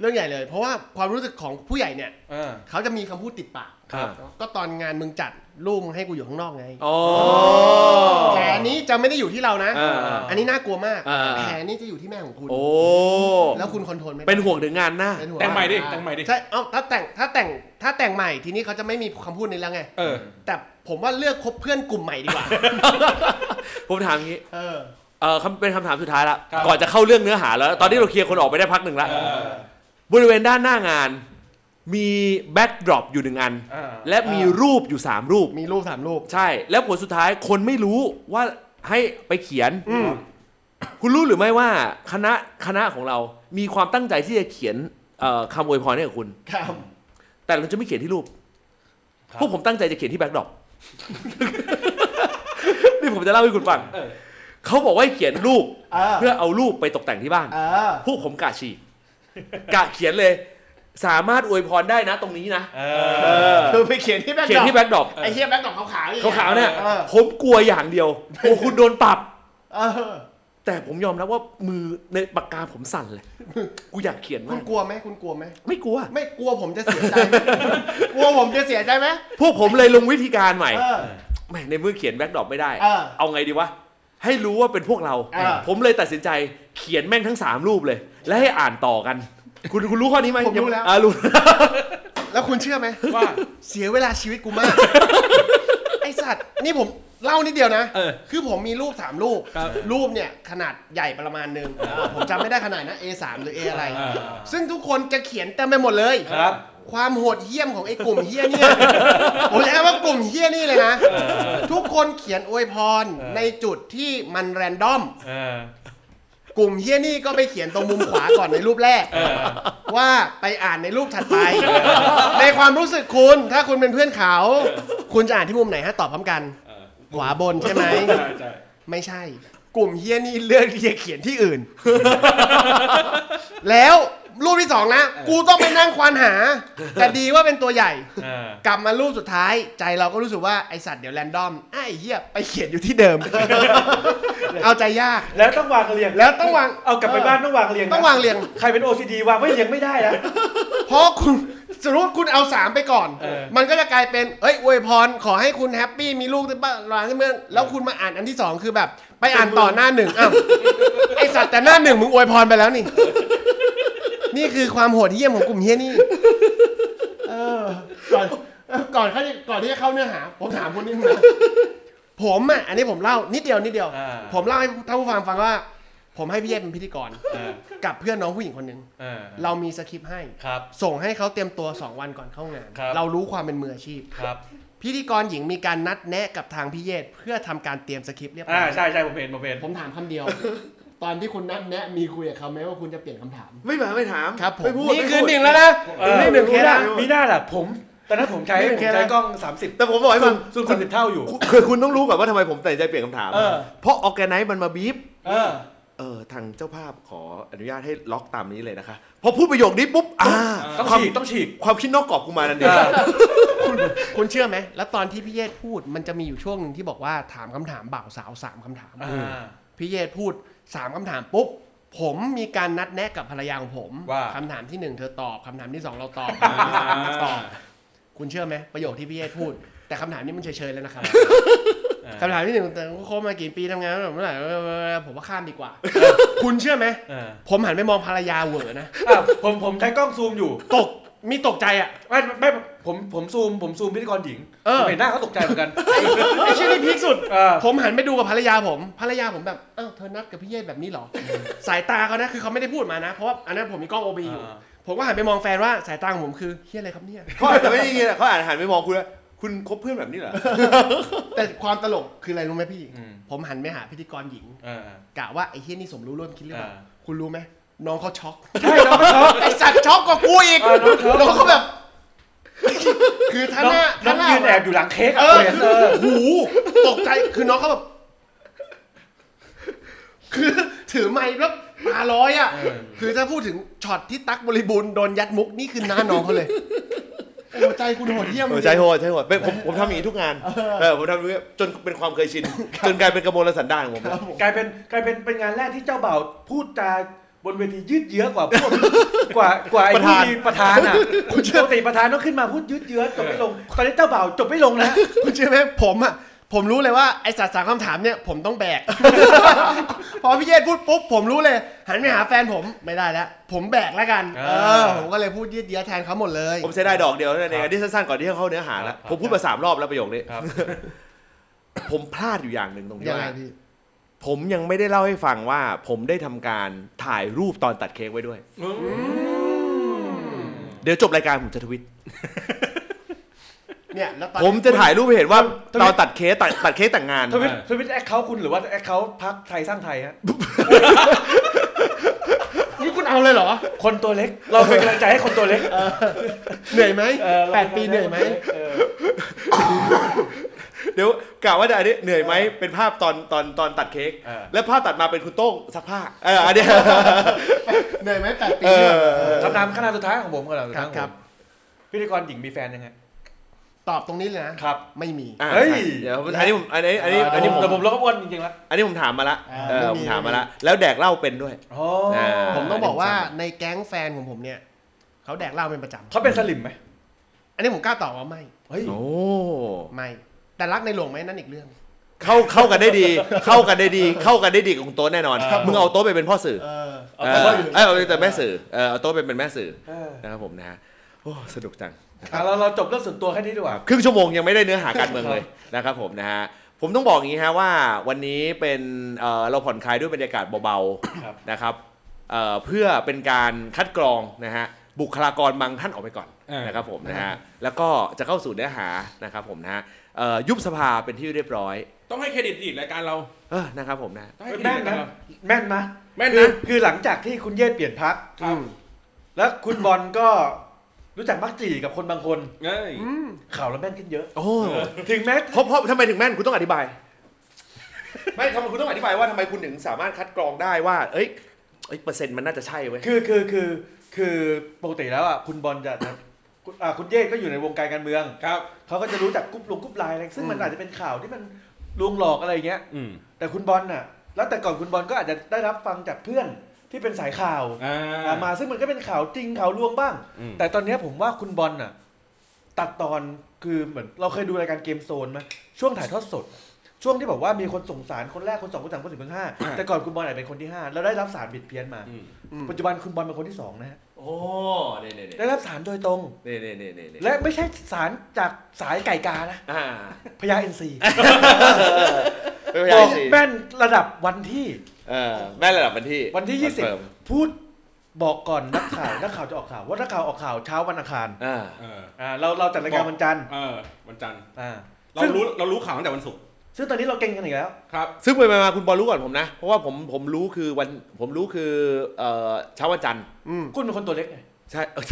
Speaker 4: เรื่องใหญ่เลย เพราะว่าความรู้สึกของผู้ใหญ่เนี่ย
Speaker 2: อ่า
Speaker 4: เขาจะมีคำพูดติดปาก
Speaker 1: ครับ
Speaker 4: ก็ตอนงานมึงจัดลูกมึงให้กูอยู่ข้างนอกไง
Speaker 1: อ๋อ
Speaker 4: แผลนี้จะไม่ได้อยู่ที่เรานะ
Speaker 1: อ่า
Speaker 4: อันนี้น่ากลัวมาก
Speaker 1: อ่าอ่า
Speaker 4: แผลนี้จะอยู่ที่แม่ของคุณ
Speaker 1: โอ้
Speaker 4: แล้วคุณคอนโทรลไม่ได้
Speaker 1: เป็นห่วงถึงงานหน้า
Speaker 4: เป็นห่ว
Speaker 3: แต่งใหม่ดิแต่งใหม่ดิ
Speaker 4: ใช่เอ้าถ้าแต่งถ้าแต่งถ้าแต่งใหม่ทีนี้เขาจะไม่มีคำพูดนี้แล้วไง
Speaker 3: เออ
Speaker 4: แต่ผมว่าเลือกคบเพื่อนกลุ่มใหม่ดีกว่า
Speaker 1: ผมถามงี้
Speaker 4: เออ
Speaker 1: เออคำเป็นคำถามสุดท้ายละ
Speaker 3: ครับ
Speaker 1: ก่อนจะเข้าเรื่องเนื้อหาแล้ว ตอนนี้เราเคลียร์คนออกไปได้พักหนึ่งละ
Speaker 3: เออบ
Speaker 1: ริเวณด้านหน้างาน มีแบ็กดรอปอยู่หนึ่งอัน
Speaker 2: อ่า
Speaker 1: และมี
Speaker 4: อ่ารู
Speaker 1: รูปอยู่สามรูป
Speaker 4: มีรูปสามรูป
Speaker 1: ใช่ แล้วผลสุดท้ายคนไม่รู้ว่าให้ไปเขียน คุณรู้หรือไม่ว่าคณะคณะของเรามีความตั้งใจที่จะเขียนเอ่อคำอวยพรให้กับคุณ
Speaker 4: ครับ
Speaker 1: แต่เราจะไม่เขียนที่รูป
Speaker 2: ครับ
Speaker 1: พวกผมตั้งใจจะเขียนที่แบ็กดรอป นี่ผมจะเล่าให้คุณฟัง
Speaker 2: เออ
Speaker 1: เขาบอกว่าให้เขียนรูป
Speaker 4: เออ
Speaker 1: เพื่อเอารูปไปตกแต่งที่บ้าน
Speaker 4: เออ
Speaker 1: พวกผมกะฉีกกะเขียนเลย สามารถอวยพรได้นะตรงนี้นะ
Speaker 2: เอ
Speaker 1: เอ
Speaker 2: อ
Speaker 1: อ
Speaker 4: คือไปเขียนที่แบ็ค
Speaker 1: เขีย
Speaker 4: ด
Speaker 1: น
Speaker 4: อก
Speaker 1: ที่แบ็กดรอป
Speaker 4: ไอ้เหี้ยแบ็คดอกขาวๆอย่งงี้ย
Speaker 1: ขาวๆเนี่ย
Speaker 4: ออ
Speaker 1: ผมกลัวอย่างเดียวกลัวคุณโดนปรับ
Speaker 4: เออ
Speaker 1: แต่ผมยอมรับว่ามือในปากกาผมสั่น เลย กูอยากเขียน
Speaker 4: คุ
Speaker 1: มา
Speaker 4: ณ
Speaker 1: ก
Speaker 4: กลัวไหมคุณกลัวไหม
Speaker 1: ไม่กลัว
Speaker 4: ไม่กลัวผมจะเสียใจไหมกลัวผมจะเสียใจไหม
Speaker 1: พวกผมเลยลงวิธีการใหม่
Speaker 4: เออ
Speaker 1: แหม่ในเมื่อเขียนแบ็กดรอปไม่ได้
Speaker 4: เออ
Speaker 1: เอาไงดีวะ ให้รู้ว่าเป็นพวกเรา
Speaker 4: เออ
Speaker 1: ผมเลยตัดสินใจเขียนแม่งทั้ง 3 รูปเลย และให้อ่านต่อกัน คุณคุณรู้ข้อนี้ไหม
Speaker 4: ผมรู้แล้ว
Speaker 1: อ่ารู้
Speaker 4: แล้วคุณเชื่อไหม
Speaker 2: ว่า
Speaker 4: เสียเวลาชีวิตกู มาก ไอสัตว์นี่ผมเล่านิดเดียวนะ
Speaker 3: เออ
Speaker 4: คือผมมีรูปสามรูป
Speaker 3: ครับ
Speaker 4: รูปเนี่ยขนาดใหญ่ประมาณหนึงผมจำไม่ได้ขนาดนะ A3 หรือ A อะไร
Speaker 3: อ่า
Speaker 4: ซึ่งทุกคนจะเขียนเต็มไปหมดเลย
Speaker 2: ครับ
Speaker 4: ความโหดเหี้ยมของไอ้กลุ่มเหี้ยเนี่ย ผมใช้คำว่ากลุ่มเหี้ยนี่เลยนะ ทุกคนเขียนอวยพรในจุดที่มันแรนดอม
Speaker 2: เออก
Speaker 4: ลุ่มเฮี้ยนี่ก็ไปเขียนตรงมุมขวาก่อนในรูปแรก
Speaker 2: เออ
Speaker 4: ว่าไปอ่านในรูปถัดไป ในความรู้สึกคุณถ้าคุณเป็นเพื่อนเขา คุณจะอ่านที่มุมไหนฮะตอบพร้อมกัน
Speaker 3: เออ
Speaker 4: ขวาบนใช่ไหม
Speaker 3: ใช่ใช่
Speaker 4: ไม่ใช่ กลุ่มเฮี้ยนี่เลือกที่จะเขียนที่อื่น แล้วรูปที่สองนะ กูต้องไปนั่งควานหา แต่ดีว่าเป็นตัวใหญ่
Speaker 2: เออ
Speaker 4: กลับมารูปสุดท้ายใจเราก็รู้สึกว่าไอสัตว์เดี๋ยวแรนดอมไอ้เหี้ยไปเขียนอยู่ที่เดิม เอาใจยาก
Speaker 2: แล้วต้องวางเรียง
Speaker 4: แล้วต้องวาง
Speaker 2: เอากลับไปบ้านต้องวางเรียงนะ
Speaker 4: ต้องวางเรียง
Speaker 2: ใครเป็น OCD วางไม่เรียงไม่ได้นะ
Speaker 4: เพราะคุณ สมมติคุณเอาสามไปก่อน
Speaker 2: เออ
Speaker 4: มันก็จะกลายเป็น เอ้ยอวยพร ขอให้คุณแฮปปี้มีลูกได้บ้างร้านได้เมื่อแล้วคุณมาอ่านอันที่สองคือแบบ ไปอ่านต่อหน้าหนึ่ง อ้าวไอสัตว์แต่หน้าหนึ่งมึงอวยพรไปแล้วนี่ นี่คือความโหดเหี้ยมของกลุ่มเฮี้ยนี่เออก่อนเออก่อนเขาจะก่อนที่จะเข้าเนื้อหา ผมถามคุณนิดนึงนะผมอ่ะอันนี้ผมเล่านิดเดียวนิดเดียว
Speaker 2: อ่า
Speaker 4: ผมเล่าให้ท่านผู้ฟังฟังว่า ผมให้พี่เย่เป็นพิธีกร
Speaker 2: เออ
Speaker 4: กับเพื่อนน้องผู้หญิงคนหนึ่ง
Speaker 2: เออ
Speaker 4: เรามีสคริปต์ให้
Speaker 2: ครับ
Speaker 4: ส่งให้เขาเตรียมตัว 2 วันก่อนเข้างาน
Speaker 2: ครับ
Speaker 4: เรารู้ความเป็นมืออาชีพ
Speaker 2: ครับ
Speaker 4: พิธีกรหญิงมีการนัดแนะกับทางพี่เยศเพื่อทำการเตรียมสคริปต์เรียบร้
Speaker 2: อ่า
Speaker 4: อย
Speaker 2: ใช่ใช่ผมเห็นผมเห็น
Speaker 4: ผมถามคำเดี ยว ตอนที่คุณนัดแนะมีคุยกับเขาไหมว่าคุณจะเปลี่ยนคำถาม
Speaker 1: ไม่มาไม่ถาม
Speaker 4: ครับผม
Speaker 1: ไม่พูด
Speaker 4: นี่
Speaker 1: ไม่พูด
Speaker 4: คือหนึ่งแล้วนะ
Speaker 2: เออ
Speaker 4: นี่หนึ่งเคสละ
Speaker 2: มีหน้าล่ะผมตอนนั้นผมใช้
Speaker 4: ไม่
Speaker 2: ผ
Speaker 4: เป็น
Speaker 2: ม
Speaker 4: แค่นั้น
Speaker 2: ใช้กล้อง 30
Speaker 1: แต่ผมบอกให้ฟัง
Speaker 2: ซูมสามสิบเท่าอยู่
Speaker 1: คุณคือคุณต้องรู้ก่อนว่าทำไมผมตัดสินใจเปลี่ยนคำถาม
Speaker 2: เออ
Speaker 1: เพราะออแกไนซ์มันมาบีบ
Speaker 2: เออ
Speaker 1: เออทางเจ้าภาพขออนุญาตให้ล็อกตามนี้เลยนะคะ พอพูดประโยคนี้ปุ๊บอ่า
Speaker 2: ต้อง
Speaker 1: ความ
Speaker 2: ฉีกต้องฉีก
Speaker 1: ความคิดนอกกรอบกูมานั่นเอ
Speaker 2: เอง อ
Speaker 4: คุณเชื่อไหม แล้วตอนที่พี่เยศพูดมันจะมีอยู่ช่วงหนึ่งที่บอกว่าถามคำถามบ่าวสาวสามคำถาม
Speaker 2: อ่า
Speaker 4: พี่เยศพูด 3คำถามปุ๊บ ผมมีการนัดแนะกับภรรยาของผม
Speaker 2: ว่า
Speaker 4: คำถามที่หนึ่งเธอตอบคำถามที่สองเราตอบ
Speaker 3: อ่า
Speaker 4: คุณเชื่อไหมประโยคที่พี่เอพูด แต่คำถามนี้มันเฉยๆแล้วนะครับ
Speaker 2: เออ
Speaker 4: คำถามที่หนึ่งแต่โคบมากี่ปีทำงานแบบเมื่อไหร่ผมว่าข้ามดีกว่า คุณเชื่อไหม
Speaker 2: เออ
Speaker 4: ผมหันไปมองภรรยาเหวอนะ
Speaker 2: อ่ะผมผมใช้กล้องซูมอยู่
Speaker 4: ตกมีตกใจอ่ะ
Speaker 2: ไม่ไม่ผมผมซูมผมซูมพิธีกรหญิง
Speaker 4: เออ
Speaker 2: ผมเห็นหน้าเขาตกใจเหมือนกัน
Speaker 4: ไอ้เชื่อนี่พีคสุด
Speaker 2: เออ
Speaker 4: ผมหันไปดูกับภรรยาผมภรรยาผมแบบอ้าวเธอนัดกับพี่เยศแบบนี้เหรอ สายตาเขานะคือเขาไม่ได้พูดมานะ เพราะว่าอันนั้นผมมีกล้องโอบีอยู่ ผมก็หันไปมองแฟนว่าสายตาของผมคือเฮียอะไรครับเนี่ย
Speaker 1: เขาอาจจะไม่ได้ยินอะเขาอาจจะหันไปมองคุณว่าคุณคบเพื่อนแบบนี้เหรอ
Speaker 4: แต่ความตลกคืออะไรรู้ไหมพี่
Speaker 2: อืม
Speaker 4: ผมหันไปหาพิธีกรหญิง
Speaker 2: เออ
Speaker 4: กะว่าไอ้เฮี้ยนี่สมรู้ร่วมคิดหรือเปล่า
Speaker 2: อ่า
Speaker 4: คุณรู้ไหมน้องเขาช็อก
Speaker 2: ใช่น้องเขา
Speaker 4: ไอสัตว์ช็อกกว่ากูอีก
Speaker 2: เออน้องช็อก
Speaker 4: น้องเขาแบบ คือท่า
Speaker 2: น้อง
Speaker 4: หน้า
Speaker 2: น้
Speaker 4: ท่า
Speaker 2: อง
Speaker 4: หน้า
Speaker 2: ยืนแอบอยู่หลังเค้ก
Speaker 4: เอ
Speaker 2: อ่ะ
Speaker 4: อ
Speaker 2: เห็น
Speaker 4: คือ
Speaker 2: เออ
Speaker 4: หูตกใจคือน้องเขาแบบ คือถือไม้แล้วตาร้อยอ่ะ
Speaker 2: เออ
Speaker 4: คือถ้าพูดถึงช็อตที่ตั๊กบริบูรณ์โดนยัดมุกนี่คือหน้าน้องเขาเลยโอ้ใจคุณโหดเยี่ยม
Speaker 1: เออใช่โหดใช่โหดเป็นผมผมทำอย่างนี้ทุกงานเออผมทำอย่างนี้จนเป็นความเคยชิน จนกลายเป็นกระมวลสันดานของผม
Speaker 4: ครับผม
Speaker 2: กลายเป็นกลายเป็นเป็นงานแรกที่เจ้าบ่าวพูดจาบนเวทียืดเยื้อกว่าพวก กว่ากว่าไอ้ผู้มีประธานอ่ะปกติประธานต้องขึ้นมาพูดยืดเยื้อจบไม่ลง ตอนนี้เจ้าบ่าวจบไม่ลงนะ
Speaker 4: คุณเชื่อไหมผมอ่ะผมรู้เลยว่าไอสัตว์สามคำถามเนี่ยผมต้องแบก พอพี่เยศพูดปุ๊บผมรู้เลย หันไปหาแฟนผมไม่ได้แล้วผมแบกแล้วกัน
Speaker 2: อ่า
Speaker 4: เออ ผมก็เลยพูดยืดเยื้อแทนเขาหมดเลย
Speaker 1: ผมใช้ได้ดอกเดียวเท่านั่นเองอันนี้สั้นๆก่อนที่จะเข้าเนื้อหาแล้ว
Speaker 2: ครับ
Speaker 1: ผมพูดมาสามรอบแล้วประโยคนี้
Speaker 2: ครับ
Speaker 1: ผมพลาดอยู่อย่างหนึ่งตรงที่
Speaker 4: ยังไง
Speaker 1: ว่า
Speaker 4: พี่
Speaker 1: ผมยังไม่ได้เล่าให้ฟังว่า ผมได้ทำการถ่ายรูปตอนตัดเค้กไว้ด้วย เดี๋ยวจบรายการผมจะทวิต
Speaker 4: เนี่ยแล้วตอน
Speaker 1: ผมจะถ่ายรูปให้เห็นว่า
Speaker 2: ทำไม
Speaker 1: เราตัดเค้กตัดตัดเค้กแต่งงาน
Speaker 2: ทวิตทวิตแอคเคาท์คุณหรือว่าแอคเคาท์พักไทยสร้างไทยฮะ
Speaker 4: นี่คุณเอาเลยเหรอ
Speaker 2: คนตัว เล็ก เราเป็นกำลังใจให้คนตัวเล็ก
Speaker 4: เหนื่อยไหม
Speaker 2: เออ
Speaker 4: แปดปีเหนื่อยไหม
Speaker 2: เออ
Speaker 1: เดี๋ยวกะว่าจะอันนี้เหนื่อยไหมเป็นภาพตอนตอนตอนตัดเค้ก
Speaker 2: เออ
Speaker 1: แล้วภาพตัดมาเป็นคุณโต้งซักผ้าเอออันเนี้ย
Speaker 4: เหนื่อยไหมแปดปี
Speaker 1: เออ
Speaker 2: คำถามขนาดสุดท้ายของผมขนาดสุด
Speaker 4: ครั
Speaker 2: ท้า
Speaker 4: บ
Speaker 2: ยของ
Speaker 4: ค
Speaker 2: ผ
Speaker 4: รับ
Speaker 2: มพิธีกรหญิงมีแฟนยังไง
Speaker 4: ตอบตรงนี้เลยนะครับ ไม่มี
Speaker 1: อ่ะ
Speaker 2: เฮ้ย
Speaker 1: เดี๋ยวอันนี้ผมอันนี้อันนี้อันนี้ผม
Speaker 2: แต่ผมเราก็อ้วนจริงๆแล้ว
Speaker 1: อันนี้ผมถามมาละ
Speaker 4: อ่า
Speaker 1: เออ
Speaker 4: ไม่
Speaker 1: ผ
Speaker 4: มี
Speaker 1: มถามมาละแล้วแดกเหล้าเป็นด้วย
Speaker 2: โอ้
Speaker 1: อ่า
Speaker 4: ผมต้องบอกว่า
Speaker 1: อันนี้ผมทราบ
Speaker 4: ในแก๊งแฟนของผมเนี่ยเขาแดกเหล้าเป็นประจำ
Speaker 2: เขาเป็นสลิมไหม
Speaker 4: อันนี้ผมกล้าตอบว่าไม่
Speaker 2: เฮ้ย
Speaker 1: โอ้
Speaker 4: ไม่ แต่รักในหลวงไหมนั่นอีกเรื่อง
Speaker 1: เข้าเข้ากันได้ดี เข้ากันได้ดี เข้ากันได้ดีกับคุณโต๊ะแน่นอน
Speaker 2: ครับ
Speaker 1: มึงเอาโต๊ะไปเป็นพ่อสื่อ
Speaker 4: เออ
Speaker 2: เอา
Speaker 1: เอ
Speaker 2: แต่
Speaker 1: อ
Speaker 2: ว่า
Speaker 1: เออเอาแต่แม่สื่อเออเอาโต๊ะไปเป็นแม่สื่อ
Speaker 2: เออ
Speaker 1: นะครับผมนะฮะโอ้สนุกจัง
Speaker 2: อ่ะเราเราจบเรื่องส่วนตัวแค่นี้ดีกว่า
Speaker 1: ครึ่งชั่วโมงยังไม่ได้เนื้อหาการเมืองเลยนะครับผมนะฮะผมต้องบอกอย่างนี้ฮะว่าวันนี้เป็นเอ่อเราผ่อนคลายด้วยบรรยากาศเบา
Speaker 2: ครับ
Speaker 1: ๆนะครับเอ่อเพื่อเป็นการคัดกรองนะฮะบุคลากรบางท่านออกไปก่อน
Speaker 3: เออ
Speaker 1: นะครับผมนะฮะแล้วก็จะเข้าสู่เนื้อหานะครับผมนะฮะเอ่อยุบสภาเป็นที่เรียบร้อย
Speaker 3: ต้องให้เครดิตอีกรายการเรา
Speaker 1: เออนะครับผมนะ
Speaker 3: ต้องให้เครดิ
Speaker 2: แม่
Speaker 3: ต
Speaker 2: น
Speaker 3: รายกา
Speaker 2: นะ
Speaker 3: รเรา
Speaker 2: แม่นนะ
Speaker 3: แม่น
Speaker 2: คือ
Speaker 3: นะ
Speaker 2: คือหลังจากที่คุณเยศเปลี่ยนพัก
Speaker 3: ครับ
Speaker 2: แล้วคุณบอลก็รู้จักมักจีกับคนบางคน
Speaker 3: เอ้ย
Speaker 2: ข่าวแล้วแม่นขึ้นเยอะ
Speaker 1: โอ้
Speaker 2: ถึงแม้
Speaker 1: เพราะเพราะทำไมถึงแม่นคุณต้องอธิบาย ไม่ทำไมคุณต้องอธิบายว่าทำไมคุณถึงสามารถคัดกรองได้ว่า เอ้ยเอ้ยเปอร์เซ็นต์มันน่าจะใช่เว้ย
Speaker 2: คือคือคือคือปกติแล้วอ่ะคุณบอลจะจะคุณอ่าคุณเยศก็อยู่ในวงการการเมือง
Speaker 3: ครับ
Speaker 2: เขาก็จะรู้จักกรุ๊ปลงกรุ๊ปไลน์อะไรซึ่งมันอาจจะเป็นข่าวที่มันลวงหลอกอะไรอย่างเงี้ย
Speaker 3: อืม
Speaker 2: แต่คุณบอลน่ะ แล้วแต่ก่อนคุณบอลก็อาจจะได้รับฟังจากเพื่อนที่เป็นสายข่าว
Speaker 3: อ่า
Speaker 2: อ่ามาซึ่งมันก็เป็นข่าวจริงข่าวลวงบ้าง
Speaker 3: อืม
Speaker 2: แต่ตอนเนี้ยผมว่าคุณบอลน่ะ ตัดตอนคือเหมือนเราเคยดูรายการเกมโซนไหมช่วงถ่ายทอดสด ช่วงที่บอกว่ามีคนส่งสารคนแรกคนสองคนสามคนสี่คนห้าแต่ก่อนคุณบอลอาจเป็นคนที่ห้าแล้วได้รับสารบิดเพี้ยนมา
Speaker 3: อืม
Speaker 2: ปัจจุบันคุณบอลเป็นคนที่สองนะฮะ
Speaker 1: โอ้เนี่ยเนี่ย
Speaker 2: ได้รับสารโดยตรง
Speaker 1: เนี่ยเนี่ยเนี่ยเนี่ยเนี่ย
Speaker 2: และไม่ใช่สารจากสายไก่กานะ
Speaker 1: อ่า
Speaker 2: พญาเอ็นซี
Speaker 1: ไม่
Speaker 2: บ
Speaker 1: ใช่
Speaker 2: อก
Speaker 1: สิ
Speaker 2: แม่นระดับวันที่
Speaker 1: เออแม่นระดับวันที่
Speaker 2: วันที่
Speaker 1: คอเฟิร์ม
Speaker 2: 20 พูดบอกก่อนนักข่าว นักข่าวจะออกข่าวว่านักข่าวออกข่าวเช้าวันอังคาร
Speaker 1: อ่า
Speaker 3: เออ
Speaker 2: อ่าเราเราจัดรายการ
Speaker 3: บอก
Speaker 2: วันจันทร์
Speaker 3: เออ วันจันทร์
Speaker 2: อ่า
Speaker 3: เรารู้เรารู้ข่าวตั้งแต่วันศุกร์
Speaker 2: ซึ่งตอนนี้เราเก่งกันอีกแล้ว
Speaker 3: ครับ
Speaker 1: ซึ่งไปมาคุณบอลรู้ก่อนผมนะ เพราะว่าผมผมรู้คือวันผมรู้คือเอ่อเช้าวันจันทร์
Speaker 4: อืม
Speaker 2: คุณเป็นคนตัวเล็กไง
Speaker 1: ใช่เอ อ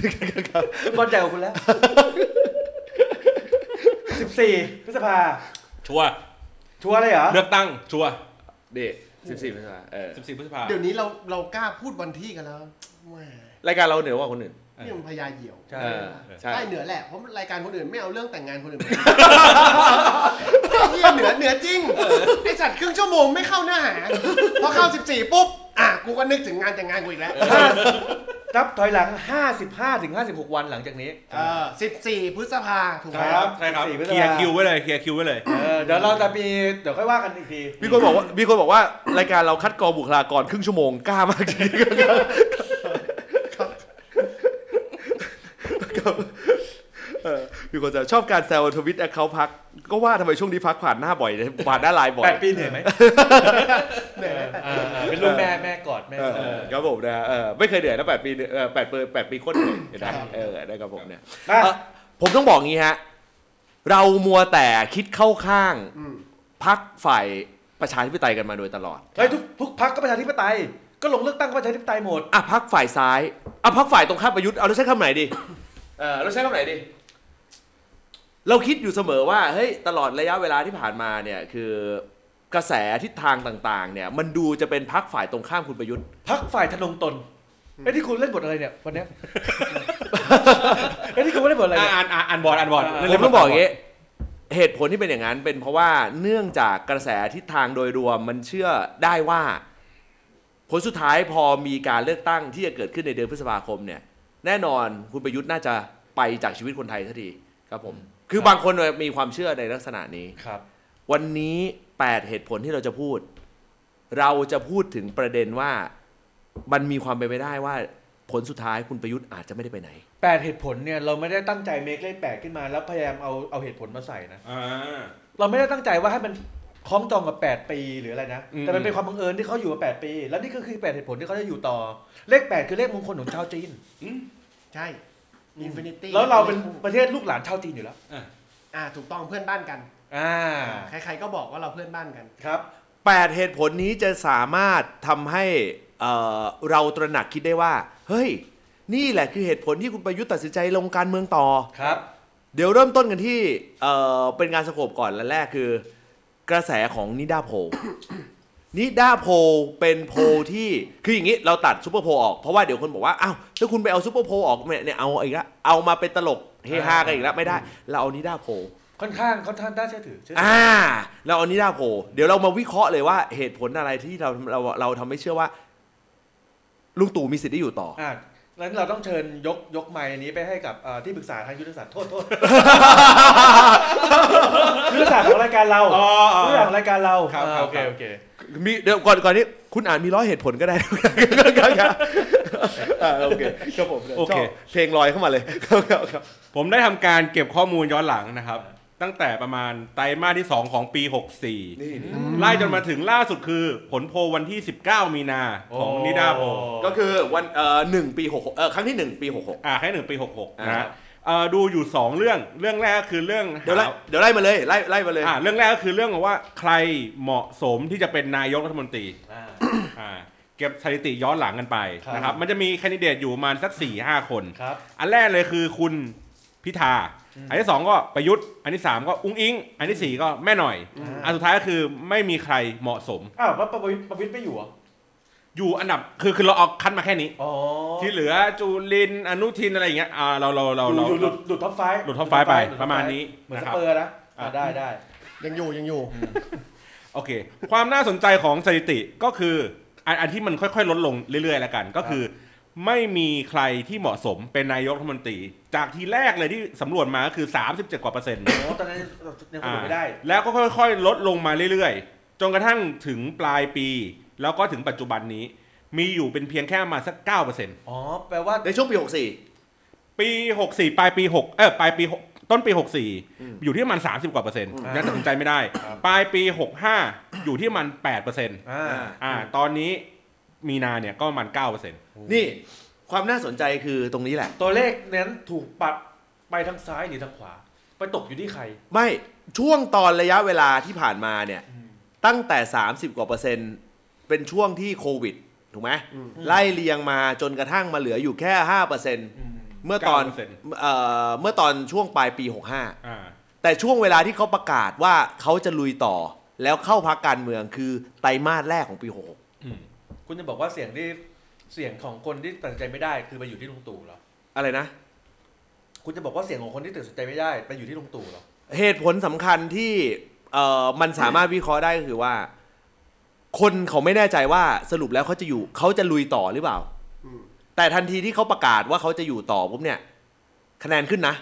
Speaker 1: ครับ
Speaker 2: คุณบอลใหญ่กว่า คุณแล้ว 14 พฤษภา
Speaker 3: ชัวร์
Speaker 2: ชัวร์เลยเหรอ
Speaker 3: เลือกตั้งชัวร์
Speaker 1: เด็กสิบสี่พฤษภาเออ
Speaker 3: 14พฤษภา
Speaker 4: เดี๋ยวนี้เราเรากล้าพูดวันที่กันแล้วแหม่
Speaker 1: รายการเราเหนือกว่าคนอื่น
Speaker 4: นี่มันพยาเหยี่ยว
Speaker 2: ใช่
Speaker 1: เออใช่
Speaker 4: ได้เหนือแหละเพราะรายการคนอื่นไม่เอาเรื่องแต่งงานคนอื่นมาเหี้ยเหนือเหนือจริงไอสัตว์ครึ่งชั่วโมงไม่เข้าหน้าหาพอเข้า 14 ปุ๊บ อ่ะ กูก็นึกถึงงานแต่งงานกูอีกแล้ว
Speaker 2: นับถอยหลัง 55ถึง56 วันหลังจากนี้
Speaker 4: เออ14 พฤษภาถูกไหม
Speaker 2: ครับ
Speaker 3: ใช่ครับ
Speaker 2: 14พฤษภา
Speaker 3: เคลียร์คิวไว้เลย เคลียร์คิวไว้เลย
Speaker 2: เออเดี๋ยวเราจะมีเดี๋ยวค่อยว่ากันอีกที
Speaker 1: มีคนบอกว่ามีคนบอกว่ารายการเราคัดกรองบุคลากรครึ่งชั่วโมงกล้ามากจริงๆ ครับเออมีคนจะชอบการแซวทวิตแอคเคาท์พัก ก็ว่าทำไมช่วงนี้พักผ่านหน้าบ่อยเลยผ่านหน้าไลน์บ่อย
Speaker 2: แปดปีเหนื่อยไหม
Speaker 4: เหนื่อยไหม
Speaker 2: เออเออเป็นลูกแม่แม่กอดแม่
Speaker 1: เออก
Speaker 2: อด
Speaker 1: ครับผมนะฮะเออไม่เคยเหนื่อยนะแปดปีเออแปดปีแปดปีโคตรเหนื่อยเห็นะเออนะครับผมเนี่ย
Speaker 2: นะ
Speaker 1: เอ่อผมต้องบอกงี้ฮะ เรามัวแต่คิดเข้าข้าง
Speaker 4: อืม
Speaker 1: พักฝ่ายประชาธิปไตยกันมาโดยตลอด
Speaker 2: เฮ้ยทุกทุกพักก็ประชาธิปไตย ก็ลงเลือกตั้งก็ประชาธิปไตยหมด
Speaker 1: อ่ะพักฝ่ายซ้ายอ่ะพักฝ่ายตรงข้ามประยุทธ์เอาเราใช้คำไหนดีเออเราใช้คำไหนดี เราคิดอยู่เสมอว่าเฮ้ยตลอดระยะเวลาที่ผ่านมาเนี่ยคือกระแสทิศทางต่าง ๆ เนี่ย มันดูจะเป็นพักฝ่ายตรงข้ามคุณประยุทธ์
Speaker 2: พักฝ่ายทนงตนไอ้ยที่คุณเล่นบทอะไรเนี่ยวันเนี้ยไอ้ยที่คุณเล่นบทอะไร
Speaker 3: อ่า
Speaker 2: เนี่ย
Speaker 3: อ่านอ่านอ่านบอร์ดอ่านบอร์ด
Speaker 2: อ่า
Speaker 3: เรื่
Speaker 1: ผมต้อง
Speaker 3: บ
Speaker 1: บอก อ
Speaker 3: อก ร์
Speaker 1: อย่า
Speaker 3: ด
Speaker 1: งงี้เหตุผลที่เป็นอย่างนั้นเป็นเพราะว่าเนื่องจากกระแสทิศทางโดยรวมมันเชื่อได้ว่า ผลสุดท้ายพอมีการเลือกตั้งที่จะเกิดขึ้นในเดือนพฤษภาคมเนี่ย แน่นอนคุณประยุทธ์น่าจะไปจากชีวิตคนไทยทันทีครับผม คือบางคนมีความเชื่อในลักษณะนี้
Speaker 2: ครับ
Speaker 1: วันนี้ 8 เหตุผลที่เราจะพูด เราจะพูดถึงประเด็นว่ามันมีความเป็นไปได้ว่าผลสุดท้ายคุณประยุทธ์อาจจะไม่ได้ไปไหน
Speaker 2: แปดเหตุผลเนี่ยเราไม่ได้ตั้งใจเมคเลขแปดขึ้นมาแล้วพยายามเอาเอาเหตุผลมาใส่นะ
Speaker 3: อ่า
Speaker 2: เราไม่ได้ตั้งใจว่าให้มันคล้องจองกับ 8 ปีหรืออะไรนะ
Speaker 3: อืม
Speaker 2: แต่มันเป็นความบังเอิญที่เขาอยู่มา 8 ปี แล้วนี่ก็คือ 8 เหตุผลที่เขาจะอยู่ต่อ เลข 8 คือเลขมงคลของชาวจีน
Speaker 4: ใช่ Infinity
Speaker 2: แล้วเราเป็นประเทศลูกหลานชาวจีนอยู่แล้ว
Speaker 3: อ่ะ
Speaker 4: อ่าถูกต้องเพื่อนบ้านกัน
Speaker 2: อ่า
Speaker 4: ใครๆก็บอกว่าเราเพื่อนบ้านกัน
Speaker 2: ครับ
Speaker 1: แปดเหตุผลนี้จะสามารถทำให้เอ่อเราตระหนักคิดได้ว่า เฮ้ย นี่แหละคือเหตุผลที่คุณประยุทธ์ตัดสินใจลงการเมืองต่อ
Speaker 2: ครับ
Speaker 1: เดี๋ยวเริ่มต้นกันที่เอ่อเป็นการสโคบก่อนและแรกคือ กระแสของนิดาโพล นิดาโพลเป็นโพลที่คืออย่างนี้เราตัดซูเปอร์โพลออกเพราะว่าเดี๋ยวคนบอกว่าอ้าวถ้าคุณไปเอาซูเปอร์โพลออกเนี่ยเนี่ยเอาอีกละเอามาเป็นตลกเฮฮากันอีกแล้วไม่ได้ เราเอานิดาโพล
Speaker 2: ค่อนข้างค่อนข้างน่าเชื่อถือเชื่อถือ
Speaker 1: อ่าเราเอานิดาโผล่เดี๋ยวเรามาวิเคราะห์เลยว่าเหตุผลอะไรที่เราเราเราทำให้เชื่อว่า ลุงตู่มีสิทธิ์ได้อยู่ต่อ
Speaker 2: อ่างั้นเราต้องเชิญยกยกไมค์อันนี้ไปให้กับเอ่อที่ปรึกษาทางยุทธศาสตร์โทษโท ษ ยุทธศาสตร์ของรายการเรา
Speaker 3: อ๋ออ๋อ
Speaker 2: ยุทธศาสตร์ของรายการเรา
Speaker 3: ครับครับ
Speaker 2: า
Speaker 3: โอเคโอเค
Speaker 1: มีเดี๋ยวก่อนก่อนนี้คุณอ่านมีร้อยเหตุผลก็ได้ ครับ อ่าโอเคครับผม
Speaker 3: โอเค
Speaker 1: ชบเพลงลอยเข้ามาเลย ครับครับครับ
Speaker 3: ผมได้ทำการเก็บข้อมูลย้อนหลังนะครับ ตั้งแต่ประมาณไตรมาสที่ 2 ของปี 64
Speaker 1: นี่นี่
Speaker 3: ไล่จนมาถึงล่าสุดคือ ผลโพลวันที่ 19 มีนาของนิดาโพล
Speaker 1: ก็คือวันเอ่อหนึ่งปีหกหกเอ่อครั้งที่หนึ่งปีหกหก
Speaker 3: อ่าแค่หนึ่งปีหกหกนะ
Speaker 1: อ่า
Speaker 3: ฮะเอ่อดูอยู่สองเรื่องเรื่องแรกก็คือเรื่อง
Speaker 1: เดี๋ยวไล่
Speaker 3: หา
Speaker 1: เดี๋ยวไล่มาเลยไล่ไล่มาเลย
Speaker 3: อ่าเรื่องแรกก็คือเรื่องว่าใครเหมาะสมที่จะเป็นนายกรัฐมนตรี
Speaker 2: อ่า
Speaker 3: อ่าเก็บสถิติย้อนหลังกันไป
Speaker 2: ครับ
Speaker 3: นะครับมันจะมีแคนดิเดตอยู่ประมาณสัก4ี่ห้าคน
Speaker 2: ครับ
Speaker 3: อันแรกเลยคือคุณพิธา อันที่สองก็ประยุทธ์ อันที่สามก็อุ้งอิง อันที่สี่ก็แม่หน่อย
Speaker 2: อืม
Speaker 3: อันสุดท้ายก็คือไม่มีใครเหมาะสม
Speaker 2: อ้าวแล้วประวิตรประวิตรไม่อยู่เหรอ
Speaker 3: อยู่อันดับคือคือเราเอาคัดมาแค่นี้
Speaker 2: อ๋อ
Speaker 3: ที่เหลือจูลินอนุทินอะไรอย่างเงี้ยอ่าเราเราเราเรา
Speaker 2: หลุดหลุดหลุดท็อปไฟว์
Speaker 3: หลุด top five ไป
Speaker 2: หลุด top
Speaker 3: ประมาณ
Speaker 2: five
Speaker 3: นี้
Speaker 2: เหมือน
Speaker 3: นะ
Speaker 2: ส
Speaker 3: ครับ
Speaker 2: เปอร์นะอ่า
Speaker 3: อ่ะ
Speaker 2: ได้ได้
Speaker 4: ยังอยู่ยังอยู่
Speaker 3: โอเค ความน่าสนใจของสถิติก็คืออันอันที่มันค่อยๆ ลดลงเรื่อยๆ แล้วกัน ก็คือ ไม่มีใครที่เหมาะสมเป็นนายกรัฐมนตรี จากทีแรกเลยที่สำรวจมาก็คือ 37 กว่าเปอร์เซ็นต์
Speaker 2: โอ้ตอนนั้นยังคุยไม่ได้
Speaker 3: อ่าแล้วก็ค่อยๆ ลดลงมาเรื่อยๆ จนกระทั่งถึงปลายปี แล้วก็ถึงปัจจุบันนี้ มีอยู่เป็นเพียงแค่ประมาณสัก9เปอร์เซ็นต์
Speaker 2: อ๋อ แปลว่า
Speaker 1: ในช่วงปีหกสี่
Speaker 3: ปี 64 ปลายปี6เออปลายปีหกต้นปี
Speaker 1: อืม
Speaker 3: 64 อยู่ที่ประมาณ30 กว่าเปอร์เซ็นต์
Speaker 2: อ่ายั
Speaker 3: ยังตัดสินใจไม่ได้ ปลายปี 65 อยู่ที่ประมัน8เปอร์เซ็นต์
Speaker 2: อ่า
Speaker 3: อ่าตอนนี้มีนาเนี่ยก็ประมันเก้าเปอร์เซ็นต์
Speaker 1: นี่ ความน่าสนใจคือตรงนี้แหละ
Speaker 2: ตัวเลขนั้นถูกปรับไปทางซ้ายหรือทางขวา ไปตกอยู่ที่ใคร
Speaker 1: ไม่ช่วงตอนระยะเวลาที่ผ่านมาเนี่ยตั้งแต่ 30 กว่าเปอร์เซ็นต์ เป็นช่วงที่โควิด ถูกไหมไล่เลียงมาจนกระทั่งมาเหลืออยู่แค่5เปอร์เซ็นต์เมื่อตอนเอ่อเมื่อตอนช่วงปลายปี
Speaker 3: อ่า
Speaker 1: 65 แต่ช่วงเวลาที่เขาประกาศว่าเขาจะลุยต่อ แล้วเข้าพักการเมืองคือไตรมาสแรกของปี 66
Speaker 3: อืม
Speaker 2: คุณจะบอกว่าเสียงที่เสียงของคนที่ตัดสินใจไม่ได้ คือไปอยู่ที่ลุงตู่เหรอ
Speaker 1: อะไรนะ
Speaker 2: คุณจะบอกว่าเสียงของคนที่ตัดสินใจไม่ได้ ไปอยู่ที่ลุงตู่เหรอ
Speaker 1: เหตุผลสำคัญที่เอ่อมันสามารถวิเคราะห์ได้ก็คือว่า คนเขาไม่แน่ใจว่าสรุปแล้วเขาจะอยู่เขาจะลุยต่อหรือเปล่า
Speaker 4: อืม
Speaker 1: แต่ทันทีที่เขาประกาศว่าเขาจะอยู่ต่อปุ๊บเนี่ย คะแนนขึ้นนะ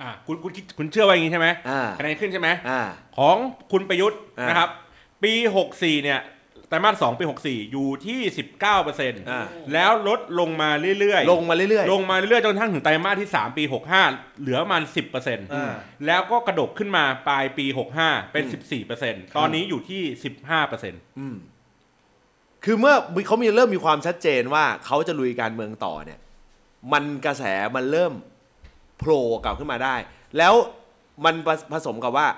Speaker 3: อ่าคุณคุณคิดคุณเชื่อว่าอย่างนี้ใช่ไหม
Speaker 1: อ่า
Speaker 3: คะแนนขึ้นใช่ไหม
Speaker 1: อ่า
Speaker 3: ของคุณประยุทธ์
Speaker 1: อ่าน
Speaker 3: นะครับ ปี 64 เนี่ยไตรมาสสองปี 64 อยู่ที่ 19เปอร์เซ็นต์
Speaker 1: อ่า
Speaker 3: แล้วลดลงมาเรื่อยๆ
Speaker 1: ลงมาเรื่อย
Speaker 3: ลงมาเรื่อยๆจนกระทั่งถึงไตรมาสที่ 3 ปี 65 เหลือประมัน 10เปอร์เซ็นต์
Speaker 2: อ่า
Speaker 3: แล้วก็กระดกขึ้นมาปลายปี 65 เป็น 14เปอร์เซ็นต์ตอนนี้อยู่ที่ 15เปอร์เซ็นต์
Speaker 1: ๆอืมคือเมื่อเขามีเริ่มมีความชัดเจนว่าเขาจะลุยการเมืองต่อเนี่ย มันกระแสมันเริ่มโผล่กลับขึ้นมาได้ แล้วมันผผสมกับว่า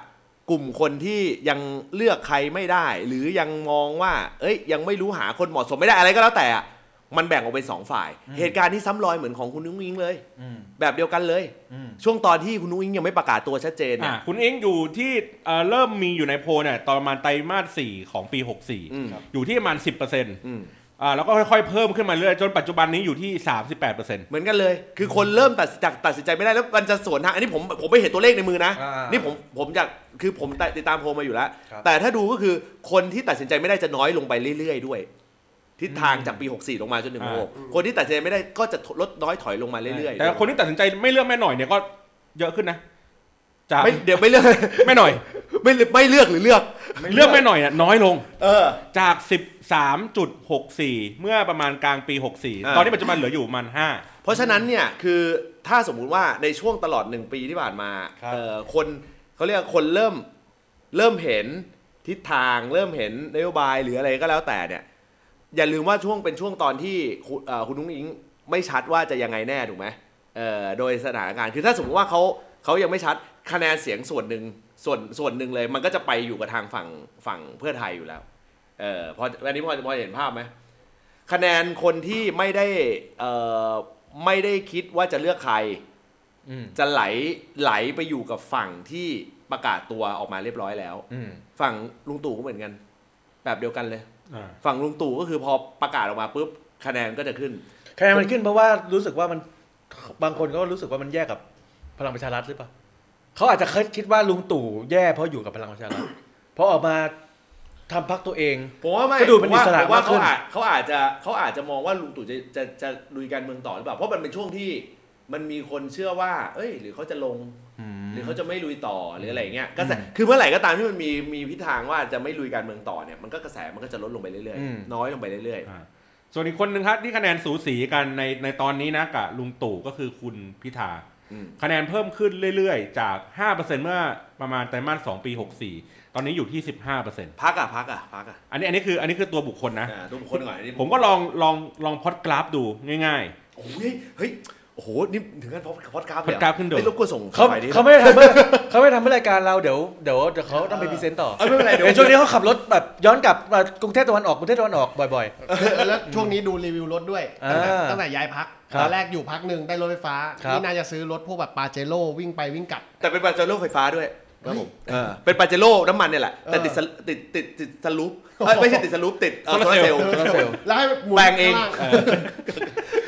Speaker 1: กลุ่มคนที่ยังเลือกใครไม่ได้ หรือยังมองว่า เอ้ย ยังไม่รู้หาคนเหมาะสมไม่ได้อะไรก็แล้วแต่อะมันแบ่งออกเป็นสองฝ่าย เหตุการณ์ที่ซ้ำรอยเหมือนของคุณนุ้งอิงเลย
Speaker 2: อืม
Speaker 1: แบบเดียวกันเลย
Speaker 2: อืม
Speaker 1: ช่วงตอนที่คุณนุ้งอิงยังไม่ประกาศตัวชัดเจนเนี่ย
Speaker 3: คุณเองอยู่ที่เอ่อเริ่มมีอยู่ในโพลเนี่ยตอนประมาณไตรมาส 4 ของปี 64
Speaker 1: อืม
Speaker 3: อยู่ที่ประมาณ 10%อ
Speaker 1: อืม
Speaker 3: ่าแล้วก็ค่อยๆ เพิ่มขึ้นมาเรื่อยจนปัจจุบันนี้อยู่ที่ 38%
Speaker 1: เหมือนกันเลย คือคนเริ่มตัดสินจากตัดสินใจไม่ได้แล้วมันจะสวนทาง อันนี้ผมผมไม่เห็นตัวเลขในมือนะ
Speaker 2: อ่านี่
Speaker 1: นี่ผมผมอยากคือผมติดตามโพลมาอยู่แล้ว
Speaker 2: ครับ
Speaker 1: แต่ถ้าดูก็คือคนที่ตัดสินใจไม่ได้จะน้อยลงไปเรื่อย ๆ ด้วย ทิศทางจากปี 64 ลงมาจนถึง
Speaker 3: อ่า
Speaker 1: 66คนที่ตัดสินใจไม่ได้ก็จะลดน้อยถอยลงมาเรื่อยๆ
Speaker 3: แต่คนที่ตัดสินใจไม่เลือกแม่หน่อยเนี่ยก็เยอะขึ้นนะจาก
Speaker 1: ไม่เดี๋ยวไม่เลือก
Speaker 3: แม่หน่อย
Speaker 1: ไม่ไม่เลือกหรือเลือก
Speaker 3: เลือกแม่หน่อยเนี่ยน้อยลง
Speaker 1: เออ
Speaker 3: จาก 13.64 เมื่อประมาณกลางปี 64
Speaker 1: อ่า
Speaker 3: ตอนนี้ปัจจุบันเหลืออยู่ประมัน
Speaker 1: เพราะฉะนั้นเนี่ยคือถ้าสมมุติว่าในช่วงตลอดหนึ่งปีที่ผ่านมา
Speaker 2: ครับ
Speaker 1: เอ่อคนเขาเรียกว่าคนเริ่มเริ่มเห็นทิศทาง เริ่มเห็นนโยบายหรืออะไรก็แล้วแต่เนี่ยอย่าลืมว่าช่วงเป็นช่วงตอนที่คุณเอ่อคุณนุ้งอิงไม่ชัดว่าจะยังไงแน่ถูกไหมเอ่อโดยสถานการณ์คือถ้าสมมติว่าเขาเขายังไม่ชัด คะแนนเสียงส่วนหนึ่งส่วนส่วนหนึ่งเลย มันก็จะไปอยู่กับทางฝั่งฝั่งเพื่อไทยอยู่แล้ว เออพออันนี้พอพอเห็นภาพไหมคะแนนคนที่ไม่ได้เอ่อไม่ได้คิดว่าจะเลือกใคร
Speaker 2: อืม
Speaker 1: จะไหลไหลไปอยู่กับฝั่งที่ประกาศตัวออกมาเรียบร้อยแล้ว
Speaker 2: อืม
Speaker 1: ฝั่งลุงตู่ก็เหมือนกัน แบบเดียวกันเลย
Speaker 3: อ่า
Speaker 1: ฝั่งลุงตู่ก็คือพอประกาศออกมาปุ๊บคะแนนก็จะขึ้น
Speaker 2: คะแนนมันขึ้นเพราะว่ารู้สึกว่ามันบางคนก็รู้สึกว่ามันแย่กับพลังประชารัฐหรือเปล่าเขาอาจจะคิดคิดว่าลุงตู่แย่เพราะอยู่กับพลังประชารัฐ เพราะออกมาทำพักตัวเอง
Speaker 1: ผมว่าไม่
Speaker 2: ก็ดูเป็น
Speaker 1: ผว่า
Speaker 2: อิสระ
Speaker 1: ผมว่า
Speaker 2: ากขึ้
Speaker 1: เขา
Speaker 2: น
Speaker 1: อาจเขาอาจจะเขาอาจจะมองว่าลุงตู่จะจะจะลุยการเมืองต่อหรือเปล่า เพราะมันเป็นช่วงที่มันมีคนเชื่อว่า เอ้ย หรือเขาจะลง หรือเขาจะไม่ลุยต่อหรืออะไรอย่างเงี้ยกระแสคือเมื่อไหร่ก็ตามที่มันมีมีพิธางว่าจะไม่ลุยการเมืองต่อเนี่ยมันก็กระแสมันก็จะลดลงไปเรื่อย
Speaker 2: อืม
Speaker 1: ๆน้อยลงไปเรื่อย
Speaker 3: อ่าส่วนอีกคนหนึ่งครับที่คะแนนสูสีกันในในตอนนี้นะกับลุงตู่ก็คือคุณพิธา
Speaker 1: ๆอืม
Speaker 3: คะแนนเพิ่มขึ้นเรื่อยๆ จาก 5%เมื่อประมาณไตรมาส2ปี 64 ตอนนี้อยู่ที่ 15%
Speaker 1: พักอ่ะพักอ่ะพักอ่ะ
Speaker 3: อันนี้อันนี้คืออันนี้คือตัวบุคคลนะ
Speaker 1: อ่าดูคนก่อนอันนี้
Speaker 3: ผมก็ลองลองลองพอดกราฟดูง่าย
Speaker 1: โอ้ยเฮ้ยโอ้โหนี่ถึงขั้นพอดกราฟเลย
Speaker 3: พอดกราฟขึ้นโดด
Speaker 1: ไม่รบกวนส่ง
Speaker 2: เขา
Speaker 1: ไปดิ
Speaker 2: เขาไม่ได้ทำเพื่อเขาไม่ได้ทำเพื่อรายการเราเดี๋ยวเดี๋ยวเดี๋ยวเขาต้องไปพรีเซนต์ต่อ
Speaker 1: เอ้ยไม่เป็นไรเดี๋ยว
Speaker 2: อ้ช่วงนี้เขาขับรถแบบย้อนกลับมากรุงเทพตะวันออกกรุงเทพตะวันออกบ่อย
Speaker 4: แล้วช่วงนี้ดูรีวิวรถด้วย
Speaker 2: อ่า
Speaker 4: ตั้งแต่ตั้งแต่ย้ายพัก
Speaker 2: ครับ
Speaker 4: ตอนแรกอยู่พักหนึ่งได้รถไฟฟ้า
Speaker 2: ครับ
Speaker 4: นี่น่าจะซื้อรถพวกแบบปาเจโร่วิ่งไปวิ่งกลับ
Speaker 1: แต่เป็นปาเจโร่ไฟฟ้าด้วยครับผมเออเป็นปาเจโร่น้ำมันเนี่ยแหละ แต่ติดสะติดติดติดสลูปเอ้ยไม่ใช่ติดสลูปติดเอ่อโซลาร์เซลล์
Speaker 2: โซลาร์เซลล์
Speaker 4: แล้วให้หมุน
Speaker 1: แปลงเอง
Speaker 4: ข้าล่า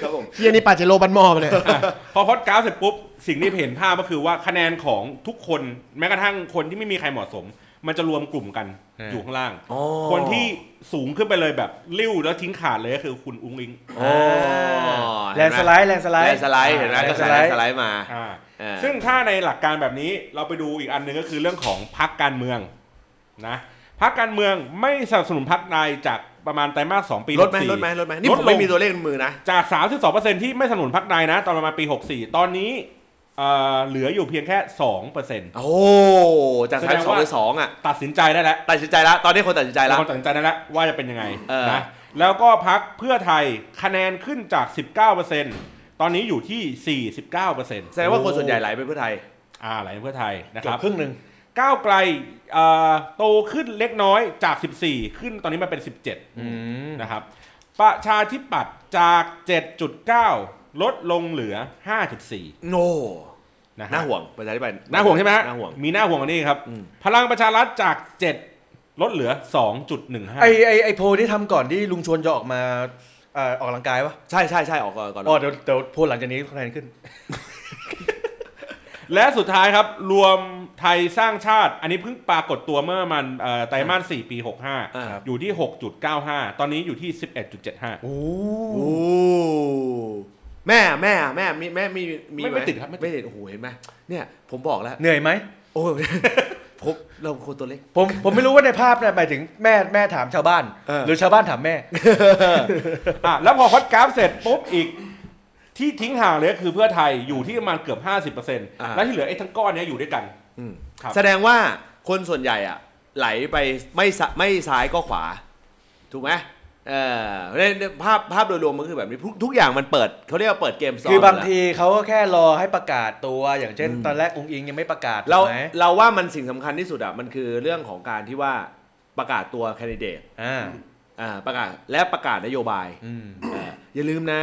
Speaker 1: ครับผม
Speaker 4: เฮียนี่ปาเจโร่บันหมอไปเลย
Speaker 3: ๆ พอพอดกราฟเสร็จปุ๊บ สิ่งที่เห็นภาพก็คือว่าคะแนนของทุกคนแม้กระทั่งคนที่ไม่มีใครเหมาะสม มันจะรวมกลุ่มกัน
Speaker 2: เออ
Speaker 3: อ
Speaker 2: อ
Speaker 3: ยู่ข้างล่าง
Speaker 1: อ๋อ
Speaker 3: คนที่สูงขึ้นไปเลยแบบริ้วแล้วทิ้งขาดเลยก็คือคุณอุ้งอิง
Speaker 1: อ๋อ
Speaker 2: แลนด์สไลด์แลนด์สไลด์
Speaker 1: แลนด์สไลด์เห็นไหม
Speaker 2: แล
Speaker 1: ก็
Speaker 2: นด์ส
Speaker 1: ใส่
Speaker 2: ไล
Speaker 1: แลน
Speaker 2: ด์
Speaker 1: ด์สไลด์มา
Speaker 3: อ่า
Speaker 1: อ่า
Speaker 3: ซึ่งถ้าในหลักการแบบนี้เราไปดูอีกอันหนึ่งก็คือเรื่องของพักการเมืองนะพักการเมืองไม่สนับสนุนพักใดจากประมาณไตรมาสสองปี
Speaker 1: ลดไหม
Speaker 3: 64
Speaker 1: ลดไหมลดไหมนี่
Speaker 3: ล
Speaker 1: ผ
Speaker 3: ด
Speaker 1: ม
Speaker 3: ล
Speaker 1: ไม่
Speaker 3: ง
Speaker 1: มีตัวเลขในมือนะ
Speaker 3: จาก 32 ที่ไม่สนับสนุนพักใดนะ ตอนประมาณปี 64 ตอนนี้เอ่อเหลืออยู่เพียงแค่ 2
Speaker 1: โอ้จาก
Speaker 3: แส
Speaker 1: สา
Speaker 3: ด
Speaker 1: ม
Speaker 3: ง
Speaker 1: สอง
Speaker 3: ว่า
Speaker 1: เลยสองอ่ะ
Speaker 3: ตัดสินใจได้แล้ว
Speaker 1: ตัดสินใจแล้ว ตอนนี้คนตัดสินใจแล้ว
Speaker 3: คนตัดสินใจได้แล้วว่าจะเป็นยังไง
Speaker 1: เออ
Speaker 3: นะแล้วก็พักเพื่อไทยคะแนนขึ้นจาก 19 ตอนนี้อยู่ที่ 49
Speaker 1: แสดงว่าคน
Speaker 2: โอ้
Speaker 1: ส่วนใหญ่ไหลไปเพื่อไทย
Speaker 3: อ่าไหลเพื่อไทยนะค
Speaker 2: เกือ
Speaker 3: รั
Speaker 2: บบ ครึ่งหนึ่ง
Speaker 3: ก้าวไกลเอ่อโตขึ้นเล็กน้อยจาก 14 ขึ้นตอนนี้มาเป็น 17 นะครับ ประชาธิปัตย์จาก 7.9 ลดลงเหลือ 5.4
Speaker 1: โน่
Speaker 3: นะ
Speaker 1: น่า
Speaker 3: ฮะ
Speaker 1: ห่วงประชาธิปัตย์
Speaker 3: น่าห่วงใช่ไหมฮะ
Speaker 1: น่าห่วง
Speaker 3: มีหน้าห่วงอันนี้ครับ
Speaker 1: อืม
Speaker 3: พลังประชารัฐจาก 7 ลดเหลือ
Speaker 2: ไอ
Speaker 3: 2.15
Speaker 2: ไอไอโพลที่ทำก่อนที่ลุงชวนจะออกมาเอ่อออกกำลังกายวะ
Speaker 1: ใช่ใช่ใช่ออกก่อนก่อน
Speaker 2: อ๋อเดี๋ยวเดี๋ยวโพลหลังจากนี้คะแนนขึ้น
Speaker 3: และสุดท้ายครับ รวมไทยสร้างชาติ อันนี้เพิ่งปรากฏตัวเมื่อมันเอ่อไตรมาส4ปี 65
Speaker 1: า
Speaker 3: อยู่ที่ 6.95 ตอนนี้อยู่ที่ 11.75
Speaker 2: โอ้
Speaker 1: โอ้แม่แม่แม่มีแม่มีมี
Speaker 3: ไม่
Speaker 1: ห
Speaker 3: ไม่ติดครับไม่ติด
Speaker 1: ไม่ติดโอ้โหเห็นไหมเนี่ยผมบอกแล้ว
Speaker 2: เหนื่อยไหม
Speaker 1: โอ้ย ผมเราคนตัวเล็ก
Speaker 2: ผมผมไม่รู้ว่าในภาพเนี่ยหมายถึงแม่แม่ถามชาวบ้าน
Speaker 1: เออ
Speaker 2: หรือชาวบ้านถามแม่
Speaker 3: อ่ะแล้วพอพัดกราฟเสร็จปุ๊บอีก ที่ทิ้งห่างเลยก็คือเพื่อไทยอยู่ที่ประมาณเกือบ 50%แล้วที่เหลือไอ้ทั้งก้อนเนี้ยอยู่ด้วยกัน
Speaker 1: อืม
Speaker 3: ครับ
Speaker 1: แสดงว่าคนส่วนใหญ่อ่ะ ไหลไปไม่ซะไม่ซ้ายก็ขวา ถูกไหมเออเพราะฉะนั้นภาพภาพโดยรวมมันคือแบบนี้ทุกทุกอย่างมันเปิดเขาเรียกว่าเปิดเกมซ้อม
Speaker 2: คือบาง
Speaker 1: แล้ว
Speaker 2: ทีเขาก็แค่รอให้ประกาศตัวอย่างเช่น
Speaker 1: อืม
Speaker 2: ตอนแรกองค์อิงยังไม่ประกาศ
Speaker 1: เรา
Speaker 2: ถูกไหม
Speaker 1: เราว่ามันสิ่งสำคัญที่สุดอ่ะมันคือเรื่องของการที่ว่าประกาศตัวแคนดิเดต
Speaker 2: อ่า
Speaker 1: อ่าประกาศและประกาศนโยบาย
Speaker 2: อืม
Speaker 1: เอออย่าลืมนะ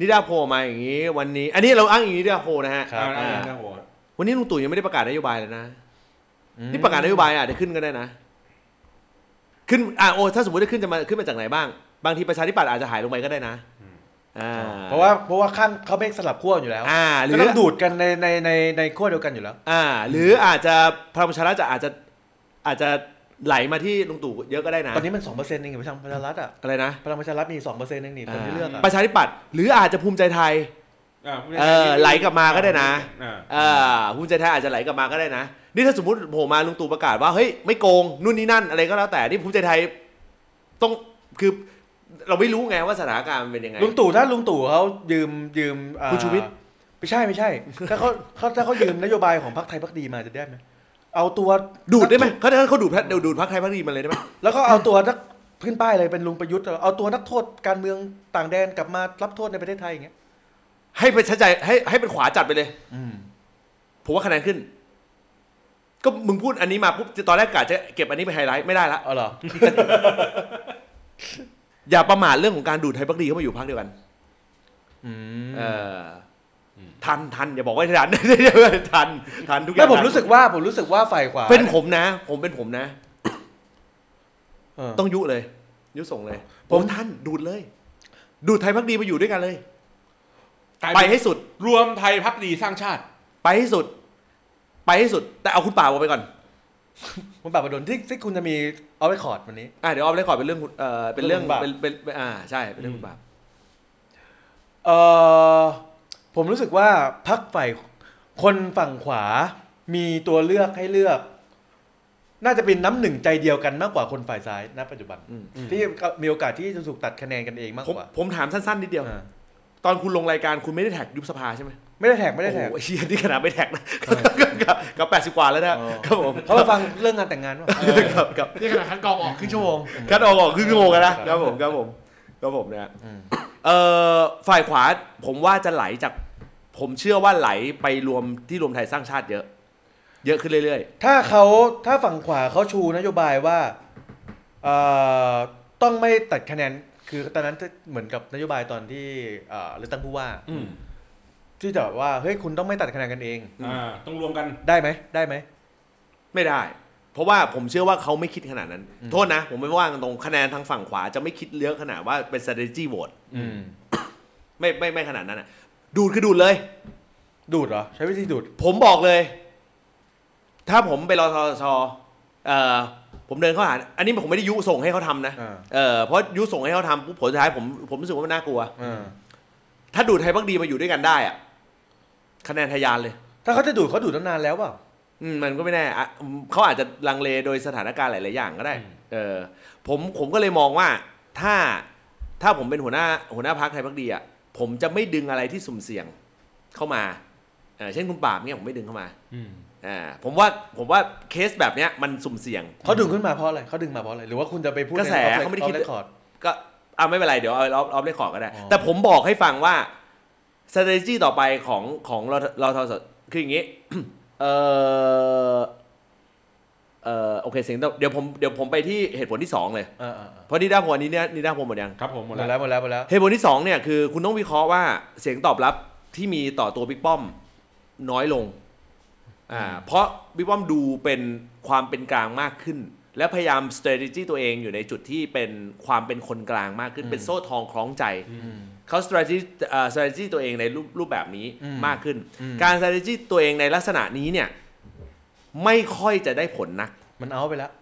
Speaker 1: นิดาโพลมาอย่างนี้ วันนี้ อันนี้เราอ้างอิงนิดาโพลนะฮะ
Speaker 3: อ่า
Speaker 1: อ่า
Speaker 3: อ่าอ่า
Speaker 1: วันนี้ลุงตู่ยังไม่ได้ประกาศนโยบายเลยนะ นี่ประกาศนโยบายอาจจะขึ้นก็ได้นะ ขึ้นอ่ะโอ้ถ้าสมมติได้ขึ้นจะมาขึ้นมาจากไหนบ้าง บางทีประชาธิปัตย์อาจจะหายลงไปก็ได้นะอ่า
Speaker 2: เพราะว่าเพราะว่าข้างเขาไม่สลับขั้วอยู่แล้ว
Speaker 1: อ่าหรื
Speaker 2: ก็
Speaker 1: อ
Speaker 2: ต้องดูดกันในในในในขั้วเดียวกันอยู่แล้ว
Speaker 1: อ่า หรืออาจจะพลังประชารัฐจะอาจจะอาจจะไหลมาที่ลุงตู่เยอะก็ได้นะ
Speaker 2: ตอนนี้มันสองเปอร์เซ็นต์เองพลังประชารัฐอ่ะ
Speaker 1: อะไรนะ
Speaker 2: พลังประชารัฐมีสองเปอร์เซ็นต์เองนี่คนที่เลือกอ่ะ
Speaker 1: ประชาธิปัตย์หรืออาจจะภูมิใจไทย เออไหลกลับมาก็ได้นะ
Speaker 3: อ่า
Speaker 1: อ่าภูมิใจไทยอาจจะไหลกลับมาก็ได้นะนี่ถ้าสมมติโผล่มาลุงตู่ประกาศว่าเฮ้ยไม่โกงนู่นนี่นั่นอะไรก็แล้วแต่นี่ภูมิใจไทยต้องคือเราไม่รู้ไงว่าสถานการณ์มันเป็นยังไง
Speaker 2: ลุงตู่ถ้าลุงตู่เขายืมยืมอ่า
Speaker 1: คุณชูวิทย์
Speaker 2: ไม่ใช่ไม่ใช่ ถ้าเขาเขาถ้าเขายืมนโยบายของพรรคไทยพักดีมาจะได้ไหมเอาตัว
Speaker 1: ดูดได้ไหมเขาเขาดูดพรรคเดี๋ยวดูดพักไทยพักดีมาเลยได้ไหม
Speaker 2: แล้วก็เอาตัวนักพื้นป้ายเลยเป็นลุงประยุทธ์เอาตัวนักโทษการเมืองต่างแดนกลับมารับโทษในประเทศไทยอย่างเงี้ย
Speaker 1: ให้ไปชัดใจให้ให้เป็นขวาจัดไปเลย ผมว่าคะแนนขึ้น ก็มึงพูดอันนี้มาปุ๊บตอนแรกกะจะเก็บอันนี้ไปไฮไลท์ไม่ได้ละ
Speaker 2: เอาเหรอ
Speaker 1: อย่าประมาทเรื่องของการดูดไทยพักดีเข้ามาอยู่พักเดียวกันเอออทันทันอย่าบอกว่า ทัน ทันทันทุกอย่าง
Speaker 2: ไม่ผม
Speaker 1: ทัน
Speaker 2: รู้สึกว่าผมรู้สึกว่าฝ่ายขวา
Speaker 1: เป็นผมนะ ผมเป็นผมนะ
Speaker 2: เออ
Speaker 1: ต้องยุเลย ยุส่งเลย ผมท่านดูดเลย ดูดไทยพักดีมาอยู่ด้วยกันเลย
Speaker 3: กลาย
Speaker 1: ไป
Speaker 3: เป็น
Speaker 1: ให้สุด
Speaker 3: รวมไทยพักดีสร้างชาติ
Speaker 1: ไปให้สุด ไปให้สุด แต่เอาคุณป่าวออกไปก่อน
Speaker 2: ผมปราบประดนที่ที่คุณจะมีเอาไว้คอร์ดวันนี้
Speaker 1: อ่ะเดี๋ยวเอาไปก่อนเป็นเรื่องคุณเออเป็นเรื่อง
Speaker 2: เรื่องคุณป่าว
Speaker 1: เป็นเป็นเป็นอ่าใช่เป็นเรื่องคุณป่าว
Speaker 2: เออผมรู้สึกว่าพักฝ่ายคนฝั่งขวา มีตัวเลือกให้เลือก น่าจะเป็นน้ำหนึ่งใจเดียวกันมากกว่าคนฝ่ายซ้ายณปัจจุบัน ที่มีโอกาสที่จะถูกตัดคะแนนกันเองมาก
Speaker 1: ผม
Speaker 2: กว่า
Speaker 1: ผมถามสั้นๆนิดเดียว
Speaker 2: อ่า
Speaker 1: ตอนคุณลงรายการคุณไม่ได้แท็กยุบสภาใช่ไหม
Speaker 2: ไม่ได้แท็กไม่ได้แท็ก
Speaker 1: โอ้โหเฮียนี่ขนาดไม่แท็กนะกับกับแปดสิบ80 กว่าแล้วนะ
Speaker 2: อ๋อ
Speaker 1: ครับผม
Speaker 2: เขามาฟังเรื่องงานแต่งงานว่ะ
Speaker 1: ครับครับ
Speaker 4: นี่ขนาดคัดกรองออกครึ่งชั่วโมง
Speaker 1: คัดออกออกคืองงกันนะครับผมครับผมครับผมนะ
Speaker 2: อืม
Speaker 1: เอ่อฝ่ายขวาผมว่าจะไหลจาก ผมเชื่อว่าไหลไปรวมที่รวมไทยสร้างชาติเยอะ เยอะขึ้นเรื่อย
Speaker 2: ถ้าเขาถ้าฝั่งขวาเขาชูนโยบายว่าเอ่อต้องไม่ตัดคะแนนคือตอนนั้นเหมือนกับนโยบายตอนที่เอ่อเลือกตั้งผู้ว่า
Speaker 3: อืม
Speaker 2: ที่จะแบบว่าเฮ้ยคุณต้องไม่ตัดคะแนนกันเอง
Speaker 3: อ่าต้องรวมกัน
Speaker 2: ได้ไหมได้ไหม
Speaker 1: ๆ ไม่ได้ เพราะว่าผมเชื่อว่าเขาไม่คิดขนาดนั้น โทษนะ ผมไม่ว่ากันตรงคะแนนทางฝั่งขวาจะไม่คิดเยอะขนาดว่าเป็น strategy vote
Speaker 2: อืม
Speaker 1: ไม่ไม่ไม่ขนาดนั้นอ่ะดูดคือดูดเลย
Speaker 2: ดูดเหรอ ใช้วิธีดูด
Speaker 1: ผมบอกเลย ถ้าผมไปรอทอชเอ่อผมเดินเข้าหา อันนี้ผมไม่ได้ยุส่งให้เขาทำนะ
Speaker 2: อ่า
Speaker 1: เออเพราะยุส่งให้เขาทำปุ๊บผลสุดท้ายผมผมรู้สึกว่ามันน่ากลัว
Speaker 2: อ่า
Speaker 1: ถ้าดูดไทยพักดีมาอยู่ด้วยกันได้อะคะแนนทะยานเลย
Speaker 2: ถ้าเขาจะดูดเขาดูดตั้งนานแล้วเปล่า
Speaker 1: อืมมันก็ไม่แน่อะอืมเขาอาจจะลังเลโดยสถานการณ์หลาย ๆ อย่างก็ได้
Speaker 3: อืม
Speaker 1: เออผมผมก็เลยมองว่าถ้าถ้าผมเป็นหัวหน้าหัวหน้าพักไทยพักดีอ่ะผมจะไม่ดึงอะไรที่สุ่มเสี่ยงเข้ามาเออเช่นคุณปราบเนี่ยผมไม่ดึงเข้ามา อ่าผมว่าผมว่าเคสแบบเนี้ยมันสุ่มเสี่ยง
Speaker 2: เขาดึงขึ้นมาเพราะอะไรเขาดึงมาเพราะอะไรหรือว่าคุณจะไปพูด
Speaker 1: กระแส
Speaker 2: ใน off-
Speaker 1: เขาไม่ได้คิด
Speaker 2: off record
Speaker 1: ก็อ่าไม่เป็นไรเดี๋ยวเอาเอาเอาเล่นขอก็ได้
Speaker 2: อ๋อ
Speaker 1: แต่ผมบอกให้ฟังว่า strategy ต่อไปของของเราเราทศคืออย่างนี้ เออเออโอเคเสียงต่อเดี๋ยวผมเดี๋ยวผมไปที่เหตุผลที่สองเลย
Speaker 2: อ่าอ่าอ่า
Speaker 1: เพราะนี่ด้าผมอันนี้เนี่ยนี่ด้าผมหมดยัง
Speaker 3: ครับผมห
Speaker 2: ห
Speaker 3: ม
Speaker 2: มด
Speaker 3: ดแล้ว
Speaker 2: แล้วหมดแล้วหมดแล้ว
Speaker 1: เหตุผลที่สองเนี่ยคือคุณต้องวิเคราะห์ว่าเสียงตอบรับที่มีต่อตัวบิ๊กป้อมน้อยลงอ่าเพราะบิ๊กป้อมดูเป็นความเป็นกลางมากขึ้น และพยายาม strategy ตัวเองอยู่ในจุดที่เป็นความเป็นคนกลางมากขึ้น เป็นโซ่ทองคล้องใจ เขา strategy เอ่อ strategy ตัวเองในรูปรูปแบบนี้มากขึ้น การ strategy ตัวเองในลักษณะนี้เนี่ยไม่ค่อยจะได้ผลนัก
Speaker 2: มันเอาไปแล้ว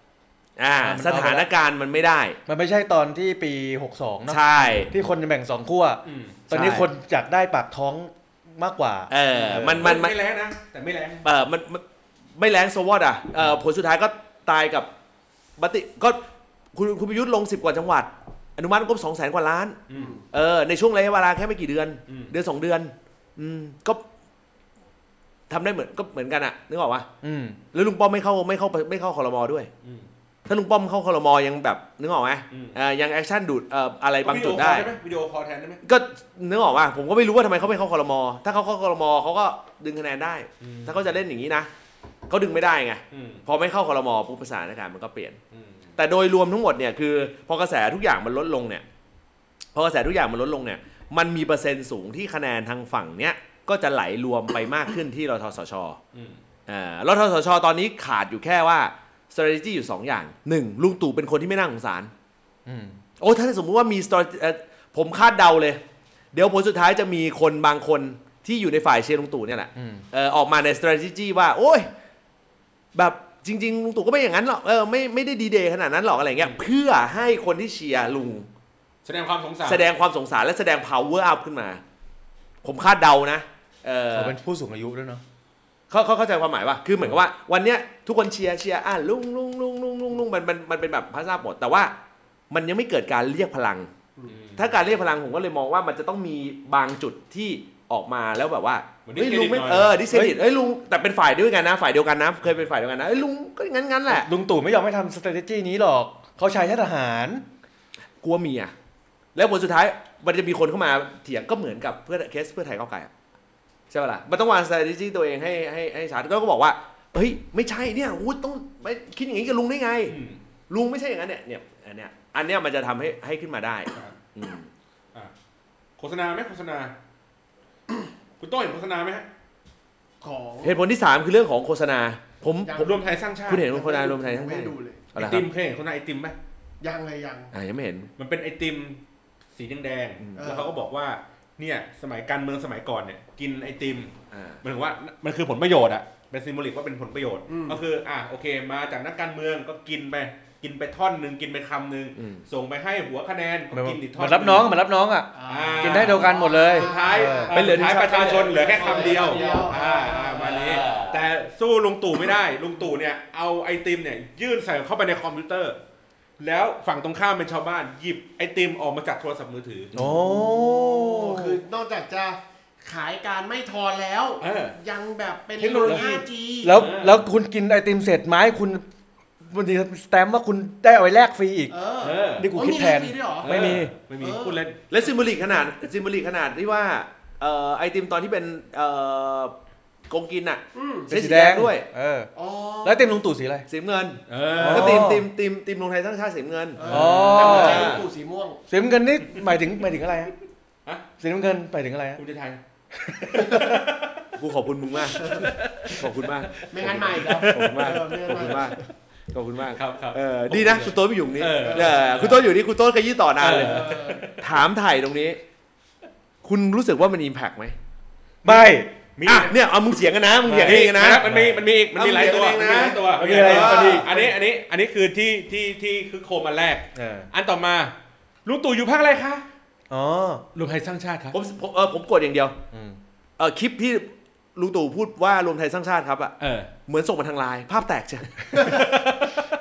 Speaker 1: อ่า
Speaker 2: อ่ามัน
Speaker 1: ส
Speaker 2: เอาไปแล้ว
Speaker 1: ถานการณ์มันไม่ได้
Speaker 2: มันไม่ใช่ตอนที่ปี 62เนาะ
Speaker 1: ใช่
Speaker 2: ที่คนจะแบ่งสองขั้ว
Speaker 3: อืม
Speaker 2: ตอนนี้
Speaker 1: ใช่
Speaker 2: คนอยากได้ปากท้องมากกว่า
Speaker 1: เออมันมันมัน
Speaker 3: ไม่แรงนะ แต่ไม่แรง
Speaker 1: เออมันมันไม่แรงโซวอดอ่ะเออผลสุดท้ายก็ตายกับบัติก็คุณคุณประยุทธ์ลง 10 กว่าจังหวัด อนุมัติงบสองแสนกว่าล้าน
Speaker 3: อืม
Speaker 1: เออในช่วงระยะเวลาแค่ไม่กี่เดือน
Speaker 3: อืม
Speaker 1: เดือนสองเดือน อืมก็ทำได้เหมือนก็เหมือนกันอ่ะนึกออกปะ
Speaker 2: อืม
Speaker 1: แล้วลุงป้อมไม่เข้าไม่เข้าไม่เข้าคอรมอด้วย
Speaker 3: อืม
Speaker 1: ถ้าลุงป้อมเข้าคอรมอยังแบบนึกออกไหม
Speaker 3: อืม
Speaker 1: เออยังแอคชั่นดูดเอ่ออะไรบางจุดได้
Speaker 3: ไหมวิดีโอคอลแทนได้ไหม
Speaker 1: ก็นึกออกว่าผมก็ไม่รู้ว่าทำไมเขาไม่เข้าคอรมอถ้าเขาเข้าคอรมอเขาก็ดึงคะแนนได้ ถ้าเขาจะเล่นอย่างนี้นะเขาดึงไม่ได้ไง
Speaker 3: อืม
Speaker 1: พอไม่เข้าคอรมอปุ๊บสถานการณ์มันก็เปลี่ยน
Speaker 3: อืม
Speaker 1: แต่โดยรวมทั้งหมดเนี่ยคือพอกระแสทุกอย่างมันลดลงเนี่ยพอกระแสทุกอย่างมันลดลงเนี่ยมันมีเปอร์เซ็นต์สูงที่คะแนนทางฝั่งเนี้ยก็จะไหลรวมไปมากขึ้นที่รทสช
Speaker 3: อืม
Speaker 1: อ่ารทสชตอนนี้ขาดอยู่แค่ว่า strategy อยู่ 2 อย่าง 1. ลุงตู่เป็นคนที่ไม่น่าสงสาร
Speaker 2: อืม
Speaker 1: โอ้ถ้าสมมุติว่ามี strategy เอ่อผมคาดเดาเลย เดี๋ยวผลสุดท้ายจะมีคนบางคนที่อยู่ในฝ่ายเชียร์ลุงตู่เนี่ยแหละ
Speaker 2: อืม
Speaker 1: เอ่อออกมาใน strategy ว่า โอ้ย แบบจริง ๆ ลุงตู่ก็ไม่อย่างนั้นหรอก เออไม่ไม่ได้ดีเดย์ขนาดนั้นหรอกอะไรเงี้ย เพื่อให้คนที่เชียร์ลุง
Speaker 3: แสดงความสงสาร
Speaker 1: แสดงความสงสารและแสดง power up ขึ้นมา ผมคาดเดานะ เออ
Speaker 2: เขาเป็นผู้สูงอายุด้วยเนาะ
Speaker 1: เขาเขาเข้าใจความหมายป่ะ คือเหมือนกับว่า วันเนี้ยทุกคนเชียร์เชียร์อ่ะลุงลุงลุงลุงลุงลุงมันมันมันเป็นแบบพาซาบหมด แต่ว่ามันยังไม่เกิดการเรียกพลัง
Speaker 3: อืม
Speaker 1: ถ้าการเรียกพลังผมก็เลยมองว่ามันจะต้องมีบางจุดที่ออกมาแล้วแบบว่า
Speaker 3: เหมือน
Speaker 1: เฮ้ย
Speaker 3: discredit
Speaker 1: ลุงไม่
Speaker 3: หน่อย
Speaker 1: เออดิเซดิตเอ้ยลุงแต่เป็นฝ่ายด้วยกันนะ ฝ่ายเดียวกันนะ เคยเป็นฝ่ายเดียวกันนะเอ้ยลุงก็งั้นงั้นๆแหละ
Speaker 2: ลุงตู่ไม่ยอมให้ทำ strategy นี้หรอก เขาใช้ทหาร
Speaker 1: กลัวเมียแล้วผลสุดท้ายมันจะมีคนเข้ามาเถียงก็เหมือนกับเพื่อเคสเพื่อไทยก้าวไกลอะใช่ปะล่ะมันต้องวาง strategy ตัวเองให้ให้ให้ชัดก็ก็บอกว่า เฮ้ยไม่ใช่เนี่ยอู้ต้องไปคิดอย่างนี้กับลุงได้ไง
Speaker 3: อืม
Speaker 1: ลุงไม่ใช่อย่างนั้นเนี่ยเนี่ยอันเนี้ยอันเนี้ยมันจะทำให้ให้ขึ้นมาได้
Speaker 3: ครับ
Speaker 1: อืม
Speaker 3: อ่ะโฆษณาไหมโฆษณา คุณโต้เห็นโฆษณาไหมฮะ
Speaker 4: ของ
Speaker 1: เหตุผลที่สามคือเรื่องของโฆษณา ผม
Speaker 4: ยัง
Speaker 1: ผม
Speaker 3: รวมไทยสร้างชาติ
Speaker 1: คุณเห็นโฆษณารวมไทยทั้ง
Speaker 4: ไม่
Speaker 1: ไทย
Speaker 4: ได้ดูเลย
Speaker 1: เอา
Speaker 3: ไอ
Speaker 1: ละค
Speaker 3: ติ
Speaker 1: รับ
Speaker 3: มเคยเห็นโฆษณาไอติมไหม
Speaker 4: ยังเลยยัง
Speaker 1: อ่ายังไม่เห็น
Speaker 3: มันเป็นไอติมสีแดง
Speaker 1: อืม
Speaker 3: ๆแล้วเขาก็บอกว่า เนี่ย สมัยการเมืองสมัยก่อนเนี่ย กินไอติม
Speaker 1: อ่า
Speaker 3: หมายถึงว่ามันคือผลประโยชน์อะเป็นซิมโบลิกว่าเป็นผลประโยชน์
Speaker 4: อืม
Speaker 3: ก็คืออ่ะโอเค มาจากนักการเมืองก็กินไป กินไปท่อนหนึ่งกินไปคำหนึ่ง
Speaker 1: อืม
Speaker 3: ส่งไปให้หัวคะแนนก็กินอีก
Speaker 2: เห
Speaker 3: ท่อ
Speaker 2: มื
Speaker 3: น
Speaker 2: อนรับน้องเหมือนรับน้องอ่ะ
Speaker 4: อ่า
Speaker 3: อ่า
Speaker 2: กินได้เดียวกันหมดเลย
Speaker 3: สุดท้าย
Speaker 2: เออ
Speaker 1: เป็นเหลือ
Speaker 3: สุดท้ายประชาชนเหลือแค่คำเดียว
Speaker 4: เหลือคำเดียว
Speaker 3: อ่าอ่ามานี้แต่สู้ลุงตู่ไม่ได้ลุงตู่เนี่ยเอาไอติมเนี่ยยื่นใส่เข้าไปในคอมพิวเตอร์ แล้วฝั่งตรงข้ามเป็นชาวบ้านหยิบไอติมออกมาจากโทรศัพท์มือถือ
Speaker 1: โอ้
Speaker 4: คือนอกจากจะขายการไม่ทอนแล้ว
Speaker 3: เออ
Speaker 4: ยังแบบเป็น
Speaker 3: เทคโนโลยี
Speaker 4: 5G
Speaker 2: แล้ว
Speaker 3: อ่า
Speaker 2: แล้วคุณกินไอติมเศษไม้คุณบางทีสแตมป์ว่าคุณได้เอาไปแลกฟรีอีก
Speaker 4: เออ
Speaker 3: เออ
Speaker 2: นี่กูคิดแทน
Speaker 4: โอ้มีเรื่องฟรีด้วยเหรอ
Speaker 2: ไม่มี
Speaker 3: ไม่มี
Speaker 4: เออ
Speaker 3: พูดเล่น
Speaker 1: และซิมโบลิกขนาดซิมโบลิกขนาดที่ว่าเอ่อไอติมตอนที่เป็นเอ่อกงกินอ่ะ
Speaker 4: อืม
Speaker 1: เป็นสีแดงด้วย
Speaker 2: เออ
Speaker 4: อ๋อ
Speaker 2: แล้วไอติมลุงตู่สีอะไร
Speaker 1: สีน้ำเงิน
Speaker 3: เอ
Speaker 2: อ๋อ
Speaker 3: อ
Speaker 1: ก็ตีมตีมตีมตีมลงไทยสร้างชาติสีน้ำเงิน
Speaker 4: เอ
Speaker 2: อ๋อ
Speaker 4: แต่หัวใจลูกตู่สีม่วง
Speaker 2: สีน้ำเงินนี่หมายถึงหมายถึงอะไรฮะ
Speaker 3: ฮะ
Speaker 2: สีน้ำเงินหมายถึงอะไรฮะ
Speaker 3: ภูมิใจไทย
Speaker 1: กูขอบคุณมึงมาก ขอบคุณมาก
Speaker 4: ไม่งั้นใหม่แล้ว
Speaker 1: ขอบคุณมาก
Speaker 4: เออไม่งั้
Speaker 1: ขอ
Speaker 4: น
Speaker 1: บคุ
Speaker 4: ไม่
Speaker 1: ณมาก ขอบคุณมาก
Speaker 3: ครับครับ
Speaker 1: เออดีนะ คุณโต้นไม่อยู่ตรงนี้
Speaker 3: เออ
Speaker 1: เออคุณโต้นอยู่นี่คุณโต้นขยี้ต่อนานเลย
Speaker 4: เออ
Speaker 1: ถามถ่ายตรงนี้ คุณรู้สึกว่ามันอิมแพกไหม
Speaker 2: ไม่
Speaker 3: มี
Speaker 1: อ่ะเนี่ยเอามึงเสียงกันนะ มึงเสียงกันเองกันนะ
Speaker 3: มันมีมันมีอีกมันมีหลายตัว
Speaker 1: เอา
Speaker 3: มัน
Speaker 1: เดี๋
Speaker 3: มี
Speaker 1: ยวเองนะ
Speaker 3: หลายตัว
Speaker 2: มันมีอะไรมั
Speaker 3: หลาย
Speaker 2: นมี
Speaker 3: ตัวอันนี้อันนี้อันนี้คือที่ที่ที่คือโคมอันแรก
Speaker 2: เออ
Speaker 3: อันต่อมาลุงตู่อยู่ภาคอะไรคะ
Speaker 2: อ๋อ
Speaker 3: รวมไทยสร้างชาติครับ
Speaker 1: ผมผมเออผมกดอย่างเดียว
Speaker 2: อืม
Speaker 1: เออคลิปที่ลุงตู่พูดว่ารวมไทยสร้างชาติครับอ่ะ
Speaker 3: เออ
Speaker 1: เหมือนส่งมาทางไลน์ภาพแตกใช่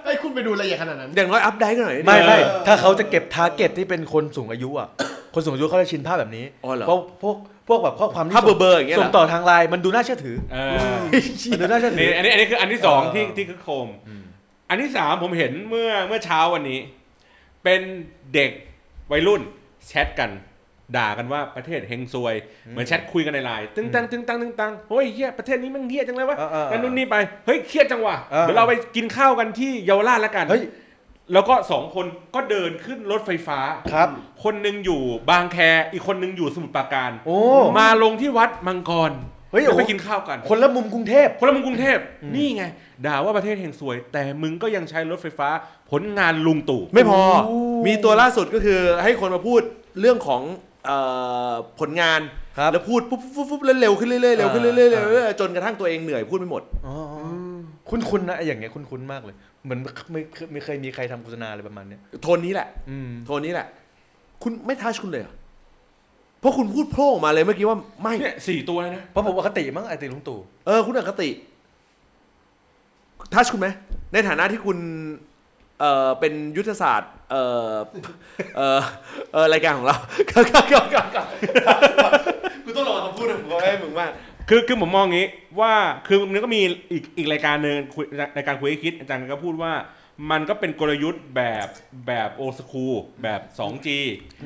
Speaker 4: ไอ้ยคุณไปดูละเอียดขนาดนั้น
Speaker 1: อย่างน้อยอัปเดตกันหน่อยดิ
Speaker 2: ไม่ไม่ถ้าเขาจะเก็บทาร์เก็ตที่เป็นคนสูงอายุอ่ะ คนสูงอายุเขาจะชินภาพแบบนี้
Speaker 1: อ๋อเหรอ
Speaker 2: เพราะพวกพวกแบบข้อความที่
Speaker 1: ภาพเบอร์เบอร์อย่างเงี้ย
Speaker 2: ส่
Speaker 1: เห
Speaker 2: ง
Speaker 1: รอ
Speaker 2: ต่อทางไลน์มันดูน่าเชื่อถือ
Speaker 3: เออ
Speaker 2: มันดูน่าเชื่อถื
Speaker 3: นี่
Speaker 2: อ
Speaker 3: อันนี้อันนี้คืออันที่สอง
Speaker 2: เออ
Speaker 3: ที่ที่คือโคม อันที่สามผมเห็นเมื่อเมื่อเช้าวันนี้ เป็นเด็กวัยรุ่นแชทกัน ด่ากันว่าประเทศเฮงซวย เหมือนแชทคุยกันในไลน์ตึ้งตังตึ้งตังตึ้งตังเฮ้ยเฮียประเทศนี้มันเฮียจังเลยวะ
Speaker 2: เออเออเออ
Speaker 3: นั่นนู่นนี่ไป เฮ้ยเครียดจังวะ
Speaker 2: เออ
Speaker 3: เดี๋ยวเราไปกินข้าวกันที่เยาวราชแล้วกัน
Speaker 2: เฮ้ย
Speaker 3: แล้วก็สองคนก็เดินขึ้นรถไฟฟ้า
Speaker 2: ครับ
Speaker 3: คนหนึ่งอยู่บางแค อีกคนหนึ่งอยู่สมุทรปราการ
Speaker 2: โอ้
Speaker 3: มาลงที่วัดมังกร
Speaker 2: เฮ้ย
Speaker 3: ดี๋วไป
Speaker 2: โอ้โห
Speaker 3: กินข้าวกัน
Speaker 2: คนละมุมกรุงเทพ
Speaker 3: คนละมึงกรุงเทพ นี่ไง ด่าว่าประเทศแห่งสวย แต่มึงก็ยังใช้รถไฟฟ้า ผลงานลุงตู่
Speaker 1: ไม่พอ
Speaker 2: โอ้
Speaker 1: มีตัวล่าสุดก็คือให้คนมาพูดเรื่องของเอ่อผลงาน
Speaker 2: ครับ
Speaker 1: แล้วพูดปุ๊บปุ๊บปุ๊บแล้วเร็วขึ้นเรื่อยๆเร็วขึ้นเรื่อยๆ
Speaker 2: อ่า
Speaker 1: เร็วขึ้นเรื่อยๆจนกระทั่งตัวเองเหนื่อยพูดไม่หมด
Speaker 2: อ๋อคุณคุณนะไอ้อย่างเงี้ยคุณคุณมากเลย เหมือนไม่เคยไม่เคยมีใครทำโฆษณาอะไรประมาณเนี้ย
Speaker 1: โทนนี้แหละ
Speaker 2: อืม
Speaker 1: โทนนี้แหละ คุณไม่ทัชคุณเลยเหรอเพราะคุณพูดโพล่งออกมาเลยเมื่อกี้ว่าไม่
Speaker 3: เนี่ยสี่ตัวเลยนะ
Speaker 2: เพราะผมอคติมั้งไอติลุงตู่
Speaker 1: เออ คุณอคติ ทัชคุณไหม ในฐานะที่คุณ เออเป็นยุทธศาสตร์ เออเออเออรายการของเรา ครับครับครับครับครับ
Speaker 4: กูต้องระวังคำพูดของกู
Speaker 1: ให้มึงมาก
Speaker 3: คือคือผมมองอย่างนี้ว่าคือมันก็มีอีกอีกรายการหนึ่งคุยรายการคุยให้คิดอาจารย์ก็พูดว่า มันก็เป็นกลยุทธ์แบบแบบโอสคูแบบ 2G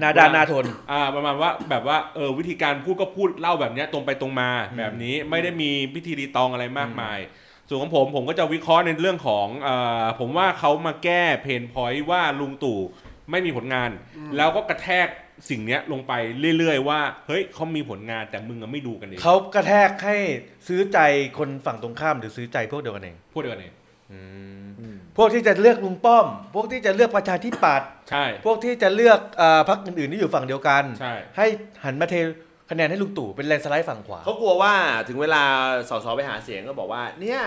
Speaker 2: นาดานาทน
Speaker 3: อ่าประมาณว่าแบบว่าเออวิธีการพูดก็พูดเล่าแบบเนี้ยตรงไปตรงมาแบบนี้ไม่ได้มีพิธีรีตองอะไรมากมาย ส่วนของผมผมก็จะวิเคราะห์ในเรื่องของเออผมว่าเขามาแก้เพนพอยต์ว่าลุงตู่ไม่มีผลงาน แล้วก็กระแทกสิ่งเนี้ยลงไปเรื่อยๆว่าเฮ้ยเขามีผลงานแต่มึงอะไม่ดูกันเอง
Speaker 2: เขากระแทกให้ซื้อใจคนฝั่งตรงข้ามหรือซื้อใจพวกเดียวกันเอง
Speaker 3: พูดเดียวกันเอง
Speaker 2: พวกที่จะเลือกลุงป้อม พวกที่จะเลือกประชาธิปัตย์
Speaker 3: ใช่
Speaker 2: พวกที่จะเลือกเอ่อพรรคอื่นๆที่อยู่ฝั่งเดียวกัน
Speaker 3: ใช่
Speaker 2: ให้หันมาเทคะแนนให้ลุงตู่เป็นแลนด์สไลด์ฝั่งขวา
Speaker 1: เขากลัวว่าถึงเวลาสสไปหาเสียงก็บอกว่า เนี่ย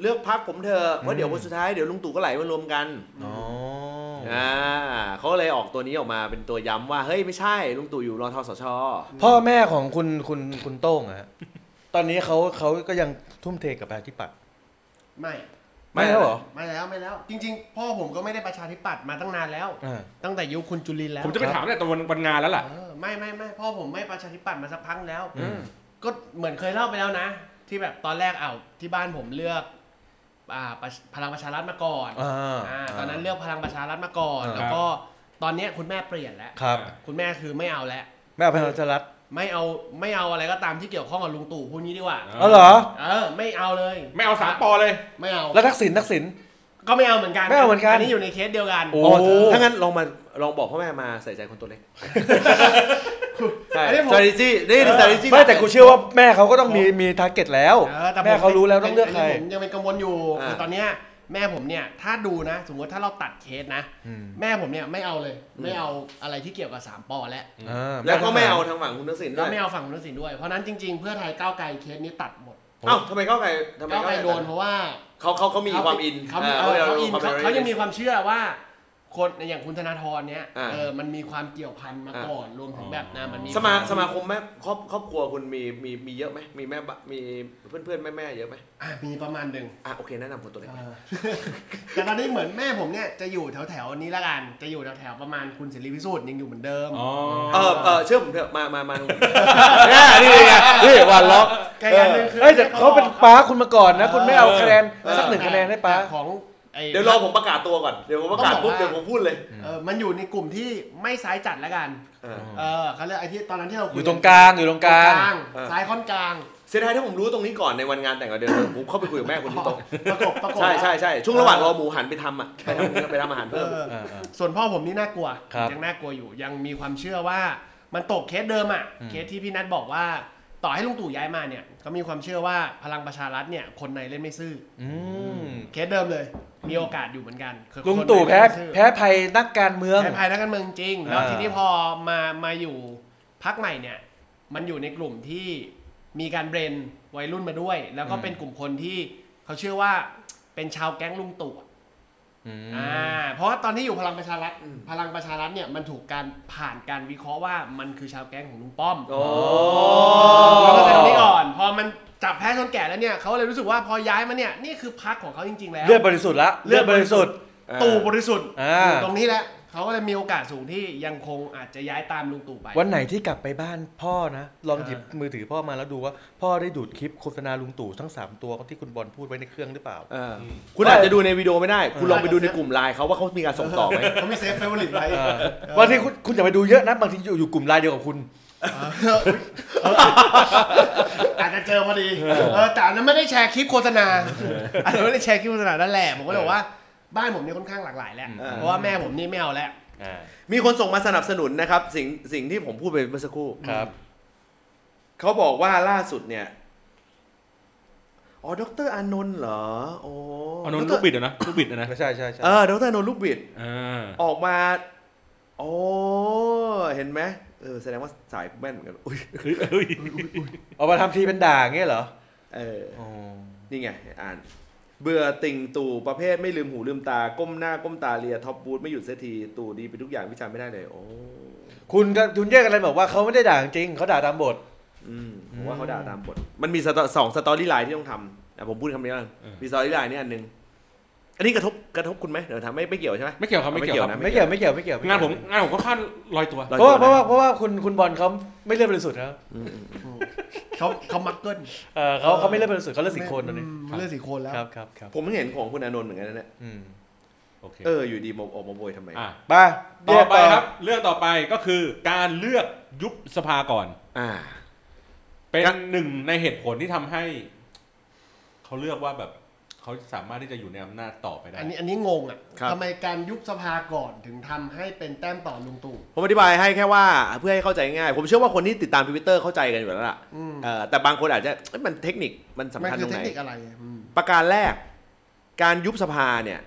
Speaker 1: เลือกพักผมเธอะเพราะเดี๋ยววันสุดท้ายเดี๋ยวลุงตู่ก็ไหลมารวมกัน
Speaker 2: อ๋อ
Speaker 1: อ่าเขาเลยออกตัวนี้ออกมาเป็นตัวย้ำว่า เฮ้ยไม่ใช่ลุงตู่อยู่รอทสช
Speaker 2: พ่อแม่ของคุณคุณคุณโต้งอะฮะตอนนี้เขาเขาก็ยังทุ่มเทกับประชาธิปัตย์
Speaker 4: ไม่
Speaker 2: ไม่แล้วเหรอ
Speaker 4: ไม่แล้วไม่แล้ว จริง ๆ พ่อผมก็ไม่ได้ประชาธิปัตย์มาตั้งนานแล้ว
Speaker 2: อ่า
Speaker 4: ตั้งแต่ยุคคุณจุลินทร์แล้ว
Speaker 3: ผมจะไปถามแต่วันวันงานแล้วล่ะ
Speaker 4: เออไม่ไม่ไม่พ่อผมไม่ประชาธิปัตย์มาสักพักแล้ว
Speaker 2: อืม
Speaker 4: ก็เหมือนเคยเล่าไปแล้วนะ ที่แบบตอนแรกเอาวที่บ้านผมเลือกอ่าประชพลังประชารัฐมาก่อน
Speaker 2: อ่า
Speaker 4: อ่าตอนนั้นเลือกพลังประชารัฐมาก่อน
Speaker 2: อ่า
Speaker 4: แล้วก็ตอนเนี้ยคุณแม่เปลี่ยนแล้ว
Speaker 2: ครับ
Speaker 4: คุณแม่คือไม่เอาแล้ว
Speaker 2: แม่เอาพลังประชารัฐ
Speaker 4: ไม่เอาไม่เอาอะไรก็ตามที่เกี่ยวข้องกับลุงตู่พูดนี้ดีกว่า
Speaker 2: เอาเหรอ
Speaker 4: เออ ไม่เอาเลย
Speaker 3: ไม่เอาสามปอเลย
Speaker 4: ไม่เอา
Speaker 2: แล้วทักษิณทักษิณ
Speaker 4: ก็ไม่เอาเหมือนกัน
Speaker 2: ไม่เอาเหมือนกัน
Speaker 4: นี้อยู่ในเคสเดียวกัน
Speaker 2: โอ้
Speaker 1: โอ้ถ้างั้นลองมาลองบอกพ่อแม่มาใส่ใจคนตัวเล็กใช่
Speaker 4: อันนี้ผม
Speaker 1: strategy นี่คือ strategy
Speaker 2: ไม่แต่กูเชื่อว่าแม่เขาก็ต้องมีมีทาร์เก็ตแล้ว
Speaker 4: เออแต่ผ
Speaker 2: แม่เขารู้แล้วต้องเลือกใคร
Speaker 4: นนี้ผมยังเป็นกังวลอยู่
Speaker 1: อ่า
Speaker 4: คือตอนเนี้ยแม่ผมเนี่ยถ้าดูนะ สมมติถ้าเราตัดเคสนะ แม่ผมเนี่ยไม่เอาเลย ไม่เอาอะไรที่เกี่ยวกับสามปอและ
Speaker 2: อ่า
Speaker 1: แล้วก็ไม่เอาทางฝั่งคุณทักษิณ
Speaker 4: แล้
Speaker 1: ด้
Speaker 4: ว
Speaker 1: วย
Speaker 4: ไม่เอาฝั่งคุณทักษิณด้วยเพราะนั้นจริงๆเพื่อไทยก้าวไกลเคสนี้ตัดหมด
Speaker 1: เอ้าทำไมก้าวไกลทำไม
Speaker 4: ก้าวไกลโดนเพราะว่า
Speaker 1: เขาเขาเขามีความอิน
Speaker 4: เขามี
Speaker 1: อ่
Speaker 4: เออเขาอิน
Speaker 1: ควม
Speaker 4: เขาเขายังมีความเชื่อว่า คนอย่างคุณธนาธรเนี้ย
Speaker 1: อ่า
Speaker 4: เออมันมีความเกี่ยวพันมาก่อนรวมถึงแบบนะมันมี
Speaker 1: สมาสมาคมแม่ครอบครอบครัวคุณมีมีมีเยอะไหมมีแม่บะมีเพื่อนเพื่อนแม่แม่ๆเยอะไหม
Speaker 4: อ่ะมีประมาณหนึ่ง
Speaker 1: อ่ะโอเคแนะนำคนตัวเล็ก
Speaker 4: เออ แต่ตอนนี้เหมือนแม่ผมเนี่ยจะอยู่แถวแถวๆนี้ละกันจะอยู่แถวแถวๆประมาณคุณเสรีพิสูจน์ยังอยู่เหมือนเดิม
Speaker 3: อ๋อ
Speaker 1: เออเออเชื่อผมเถอะมามามา เนี่ยนี่ไงนี่วันล็อก
Speaker 4: ใกล้กันนึงคือ
Speaker 2: เอ้ยแต่เขาเป็นป้าคุณมาก่อนนะ คุณไม่เอาคะแนน
Speaker 1: เออ
Speaker 2: สักหนึ่งคะแนนได้ป้า
Speaker 4: แต่ของไอ้
Speaker 1: เดี๋ยวรอผมประกาศตัวก่อนเดี๋ยวผมประกาศปุ๊บ
Speaker 4: ต้
Speaker 1: เดี๋
Speaker 4: อย ง
Speaker 1: ว
Speaker 4: บอก
Speaker 1: ผม
Speaker 4: ว่า
Speaker 1: พูดเลย
Speaker 4: เออมันอยู่ในกลุ่มที่ไม่ซ้ายจัดละกัน
Speaker 1: เออ
Speaker 4: เออเขาเรียกไอ้ที่ตอนนั้นที่เราคุ
Speaker 2: อยู่ตรงกลางอยู่ตรงกลาง
Speaker 4: ตรงกลางซ้ายค่อนกลาง
Speaker 1: เสียดายถ้าผมรู้ตรงนี้ก่อนในวันงานแต่งกับเดือนผมเข้าไปคุยกับแม่คุณที่โต๊ะ
Speaker 4: ประกบประกบ
Speaker 1: ใช่ใช่ใช่ช่วงระหว่างรอหมูหันไปทำอ่ะไปทำไปทำอาหาร
Speaker 4: เอ
Speaker 1: เพิ่ม
Speaker 4: อ
Speaker 2: เออเออ
Speaker 4: ส่วนพ่อผมนี่น่ากลัว
Speaker 2: ครับ
Speaker 4: ยังน่ากลัวอยู่ ยังมีความเชื่อว่ามันตกเคสเดิมอ่ะ
Speaker 2: อืม
Speaker 4: เคสที่พี่นัทบอกว่า ต่อให้ลุงตู่ย้ายมาเนี่ย ก็มีความเชื่อว่าพลังประชารัฐเนี่ย คนในเล่นไม่ซื่อ
Speaker 2: อืม
Speaker 4: เคสเดิมเลย มีโอกาสอยู่เหมือนกันคือ
Speaker 2: ลุง
Speaker 4: คน
Speaker 2: ตู่
Speaker 4: ใน
Speaker 2: แพ้
Speaker 4: ไม่ซื่อ
Speaker 2: แพ้ภัยนักการเมือง
Speaker 4: แพ้ภัยนักการเมืองจริง แล้ว
Speaker 2: อ่า
Speaker 4: ทีนี้พอมามาอยู่พักใหม่เนี่ย มันอยู่ในกลุ่มที่มีการเบรนวัยรุ่นมาด้วย แล้วก็เป็นกลุ่มคนที่เขาเชื่อว่าเป็นชาวแก๊งลุงตู่อะ
Speaker 2: อืม
Speaker 4: อ่าเพราะว่าตอนที่อยู่พลังประชารัฐ
Speaker 1: อืม
Speaker 4: พลังประชารัฐเนี่ยมันถูกการผ่านการวิเคราะห์ว่ามันคือชาวแก๊งของลุงป้อม
Speaker 1: โอ้
Speaker 4: เราก็จะตรงนี้ก่อน พอมันจับแพ้ชนแก่แล้วเนี่ยเขาเลยรู้สึกว่าพอย้ายมาเนี่ยนี่คือพักของเขาจริง ๆ แล้ว
Speaker 2: เลือดบริสุทธิ์ละ
Speaker 4: เลื
Speaker 2: เลื
Speaker 4: อ
Speaker 2: อ
Speaker 4: ด
Speaker 2: ด
Speaker 4: บบริ
Speaker 2: ริ
Speaker 4: สุ
Speaker 2: สุ
Speaker 4: ท
Speaker 2: ท
Speaker 4: ธิ์
Speaker 2: ธิ์
Speaker 4: ตู่บริสุทธิ์
Speaker 2: อ่า
Speaker 4: อยู่ตรงนี้แหละเขาก็เลยมีโอกาสสูงที่ยังคงอาจจะย้ายตามลุงตู่ไป
Speaker 2: วันไหนที่กลับไปบ้านพ่อนะ ลอง
Speaker 4: อ่า
Speaker 2: หยิบมือถือพ่อมาแล้วดูว่า พ่อได้ดูดคลิปโฆษณาลุงตู่ทั้ง 3 ตัวที่คุณบอลพูดไว้ในเครื่องหรือเปล่า
Speaker 1: เออคุณอาจจะดูในวิดีโอไม่ได้ คุณลองไปดูในกลุ่มไลน์เขาว่าเขามีการส่งต่อไหม
Speaker 4: เขามีเซฟเฟเวอร์ลิตไว้
Speaker 2: เออวันที่คุณคุณอย่าไปดูเยอะนะ บางทีอยู่อยู่กลุ่มไลน์เดียวกับคุณ
Speaker 4: เอออุ๊ยเอออาจจะเจอพอดีเออแต่อันนั้นไม่ได้แชร์คลิปโฆษณาอันนั้นไม่ได้แชร์คลิปโฆษณานั่นแหละผมก็เลยบอกว่าบ้านผมเนี่ยค่อนข้างหลากหลายแล้ว
Speaker 1: เออ
Speaker 4: เพราะว่าแม่ผมนี่ไม่เอาแล้ว
Speaker 1: มีคนส่งมาสนับสนุนนะครับ สิ่งสิ่งที่ผมพูดไปเมื่อสักครู่
Speaker 2: ครับ
Speaker 1: เขาบอกว่าล่าสุดเนี่ย อ๋อ ดรอานนท์เหรอ โอ้
Speaker 3: เอานนท์ลูกบิดอะนะลูกบิดอะนะ
Speaker 2: ไม่ใช่ใช่ใช่
Speaker 1: เออ ดรอานนท์ลูกบิด
Speaker 3: อ่า
Speaker 1: ออกมา โอ้ เห็นไหมเออ แสดงว่าสายแม่นเหมือนกัน อุ้ย
Speaker 3: เฮ้ย
Speaker 2: เอามาทำทีเป็นด่าอย่างเงี้ยเหรอ
Speaker 1: เออ
Speaker 2: อ๋อ
Speaker 1: นี่ไง อ่าน เบื่อติ่งตู่ประเภทไม่ลืมหูลืมตา ก้มหน้าก้มตาเลียท็อปบูธไม่หยุดเสียที ตู่ดีไปทุกอย่างวิจารณ์ไม่ได้เลย โอ้
Speaker 2: คุณกับคุณเยกอะไรบอกว่าเขาไม่ได้ด่าจริงเขาด่าตามบท
Speaker 1: อืมผมว่าเขาด่าตามบท มันมีสตอสองสตอรี่ไลน์ที่ต้องทำอ่ะผมพูดคำนี้แล้วกันมีสตอรี่ไลน์นี่อันหนึง อันนี้กระทบกระทบคุณไหมเดี๋ยวถามไม่ไม่เกี่ยวใช่ไหม
Speaker 3: ไม่เกี่ยวครับไม่เกี่ยวครับ
Speaker 1: ไม่
Speaker 2: ไม่
Speaker 1: เกี่
Speaker 2: เกี่
Speaker 1: ย
Speaker 2: ยว
Speaker 1: นะ
Speaker 2: วไม่เกี่ยวไม่เกี่ยว
Speaker 3: งานผมงานผมก็ค่อนลอยตัว
Speaker 1: ลอย
Speaker 2: เพราะ
Speaker 1: ตั
Speaker 2: ว่าเพราะ
Speaker 1: น
Speaker 2: ว่าเพราะว่าคุณคุณบอลเขาไม่เลือดบริสุทธิ์นะ
Speaker 4: เขาเขามักเกิล
Speaker 2: เออเขาเขาไม่เลือดบริสุทธิ์เขาเลือดสีโคนตอนนี้
Speaker 4: มเลือดสีโคนแล้ว
Speaker 2: ครับครับครับ
Speaker 1: ผมเห็นของคุณอานนท์เหมือนกันนะเนี่ย
Speaker 2: อืม
Speaker 3: โอเค
Speaker 1: เออ อยู่ดีมาออกมาโวยทำไม
Speaker 3: อ่ะ
Speaker 2: ไป้า
Speaker 3: ต่อไปครับ เรื่องต่อไปก็คือการเลือกยุบสภาก่อน
Speaker 1: อ่า
Speaker 3: เป็น
Speaker 1: ครับ
Speaker 3: หนึ่งในเหตุผลที่ทำให้ เขาเลือกว่าแบบเขาสามารถที่จะอยู่ในอำนาจต่อไปได้
Speaker 4: อันนี้อันนี้งงอ่ะ
Speaker 1: ครับ
Speaker 4: ทำไมการยุบสภาก่อนถึงทำให้เป็นแต้มต่อลุงตู่
Speaker 1: ผมอธิบายให้แค่ว่าเพื่อให้เข้าใจง่าย ผมเชื่อว่าคนที่ติดตามทวิตเตอร์เข้าใจกันอยู่แล้วล่ะ
Speaker 4: อืม
Speaker 1: เออแต่บางคนอาจจะเอ้ยมันเทคนิคมันสำ
Speaker 4: มัน
Speaker 1: คัญ
Speaker 4: คื
Speaker 1: ต
Speaker 4: อ
Speaker 1: รง
Speaker 4: เท
Speaker 1: ไห
Speaker 4: คน นิคอะไรอืม
Speaker 1: ประการแรก การยุบสภาเนี่ย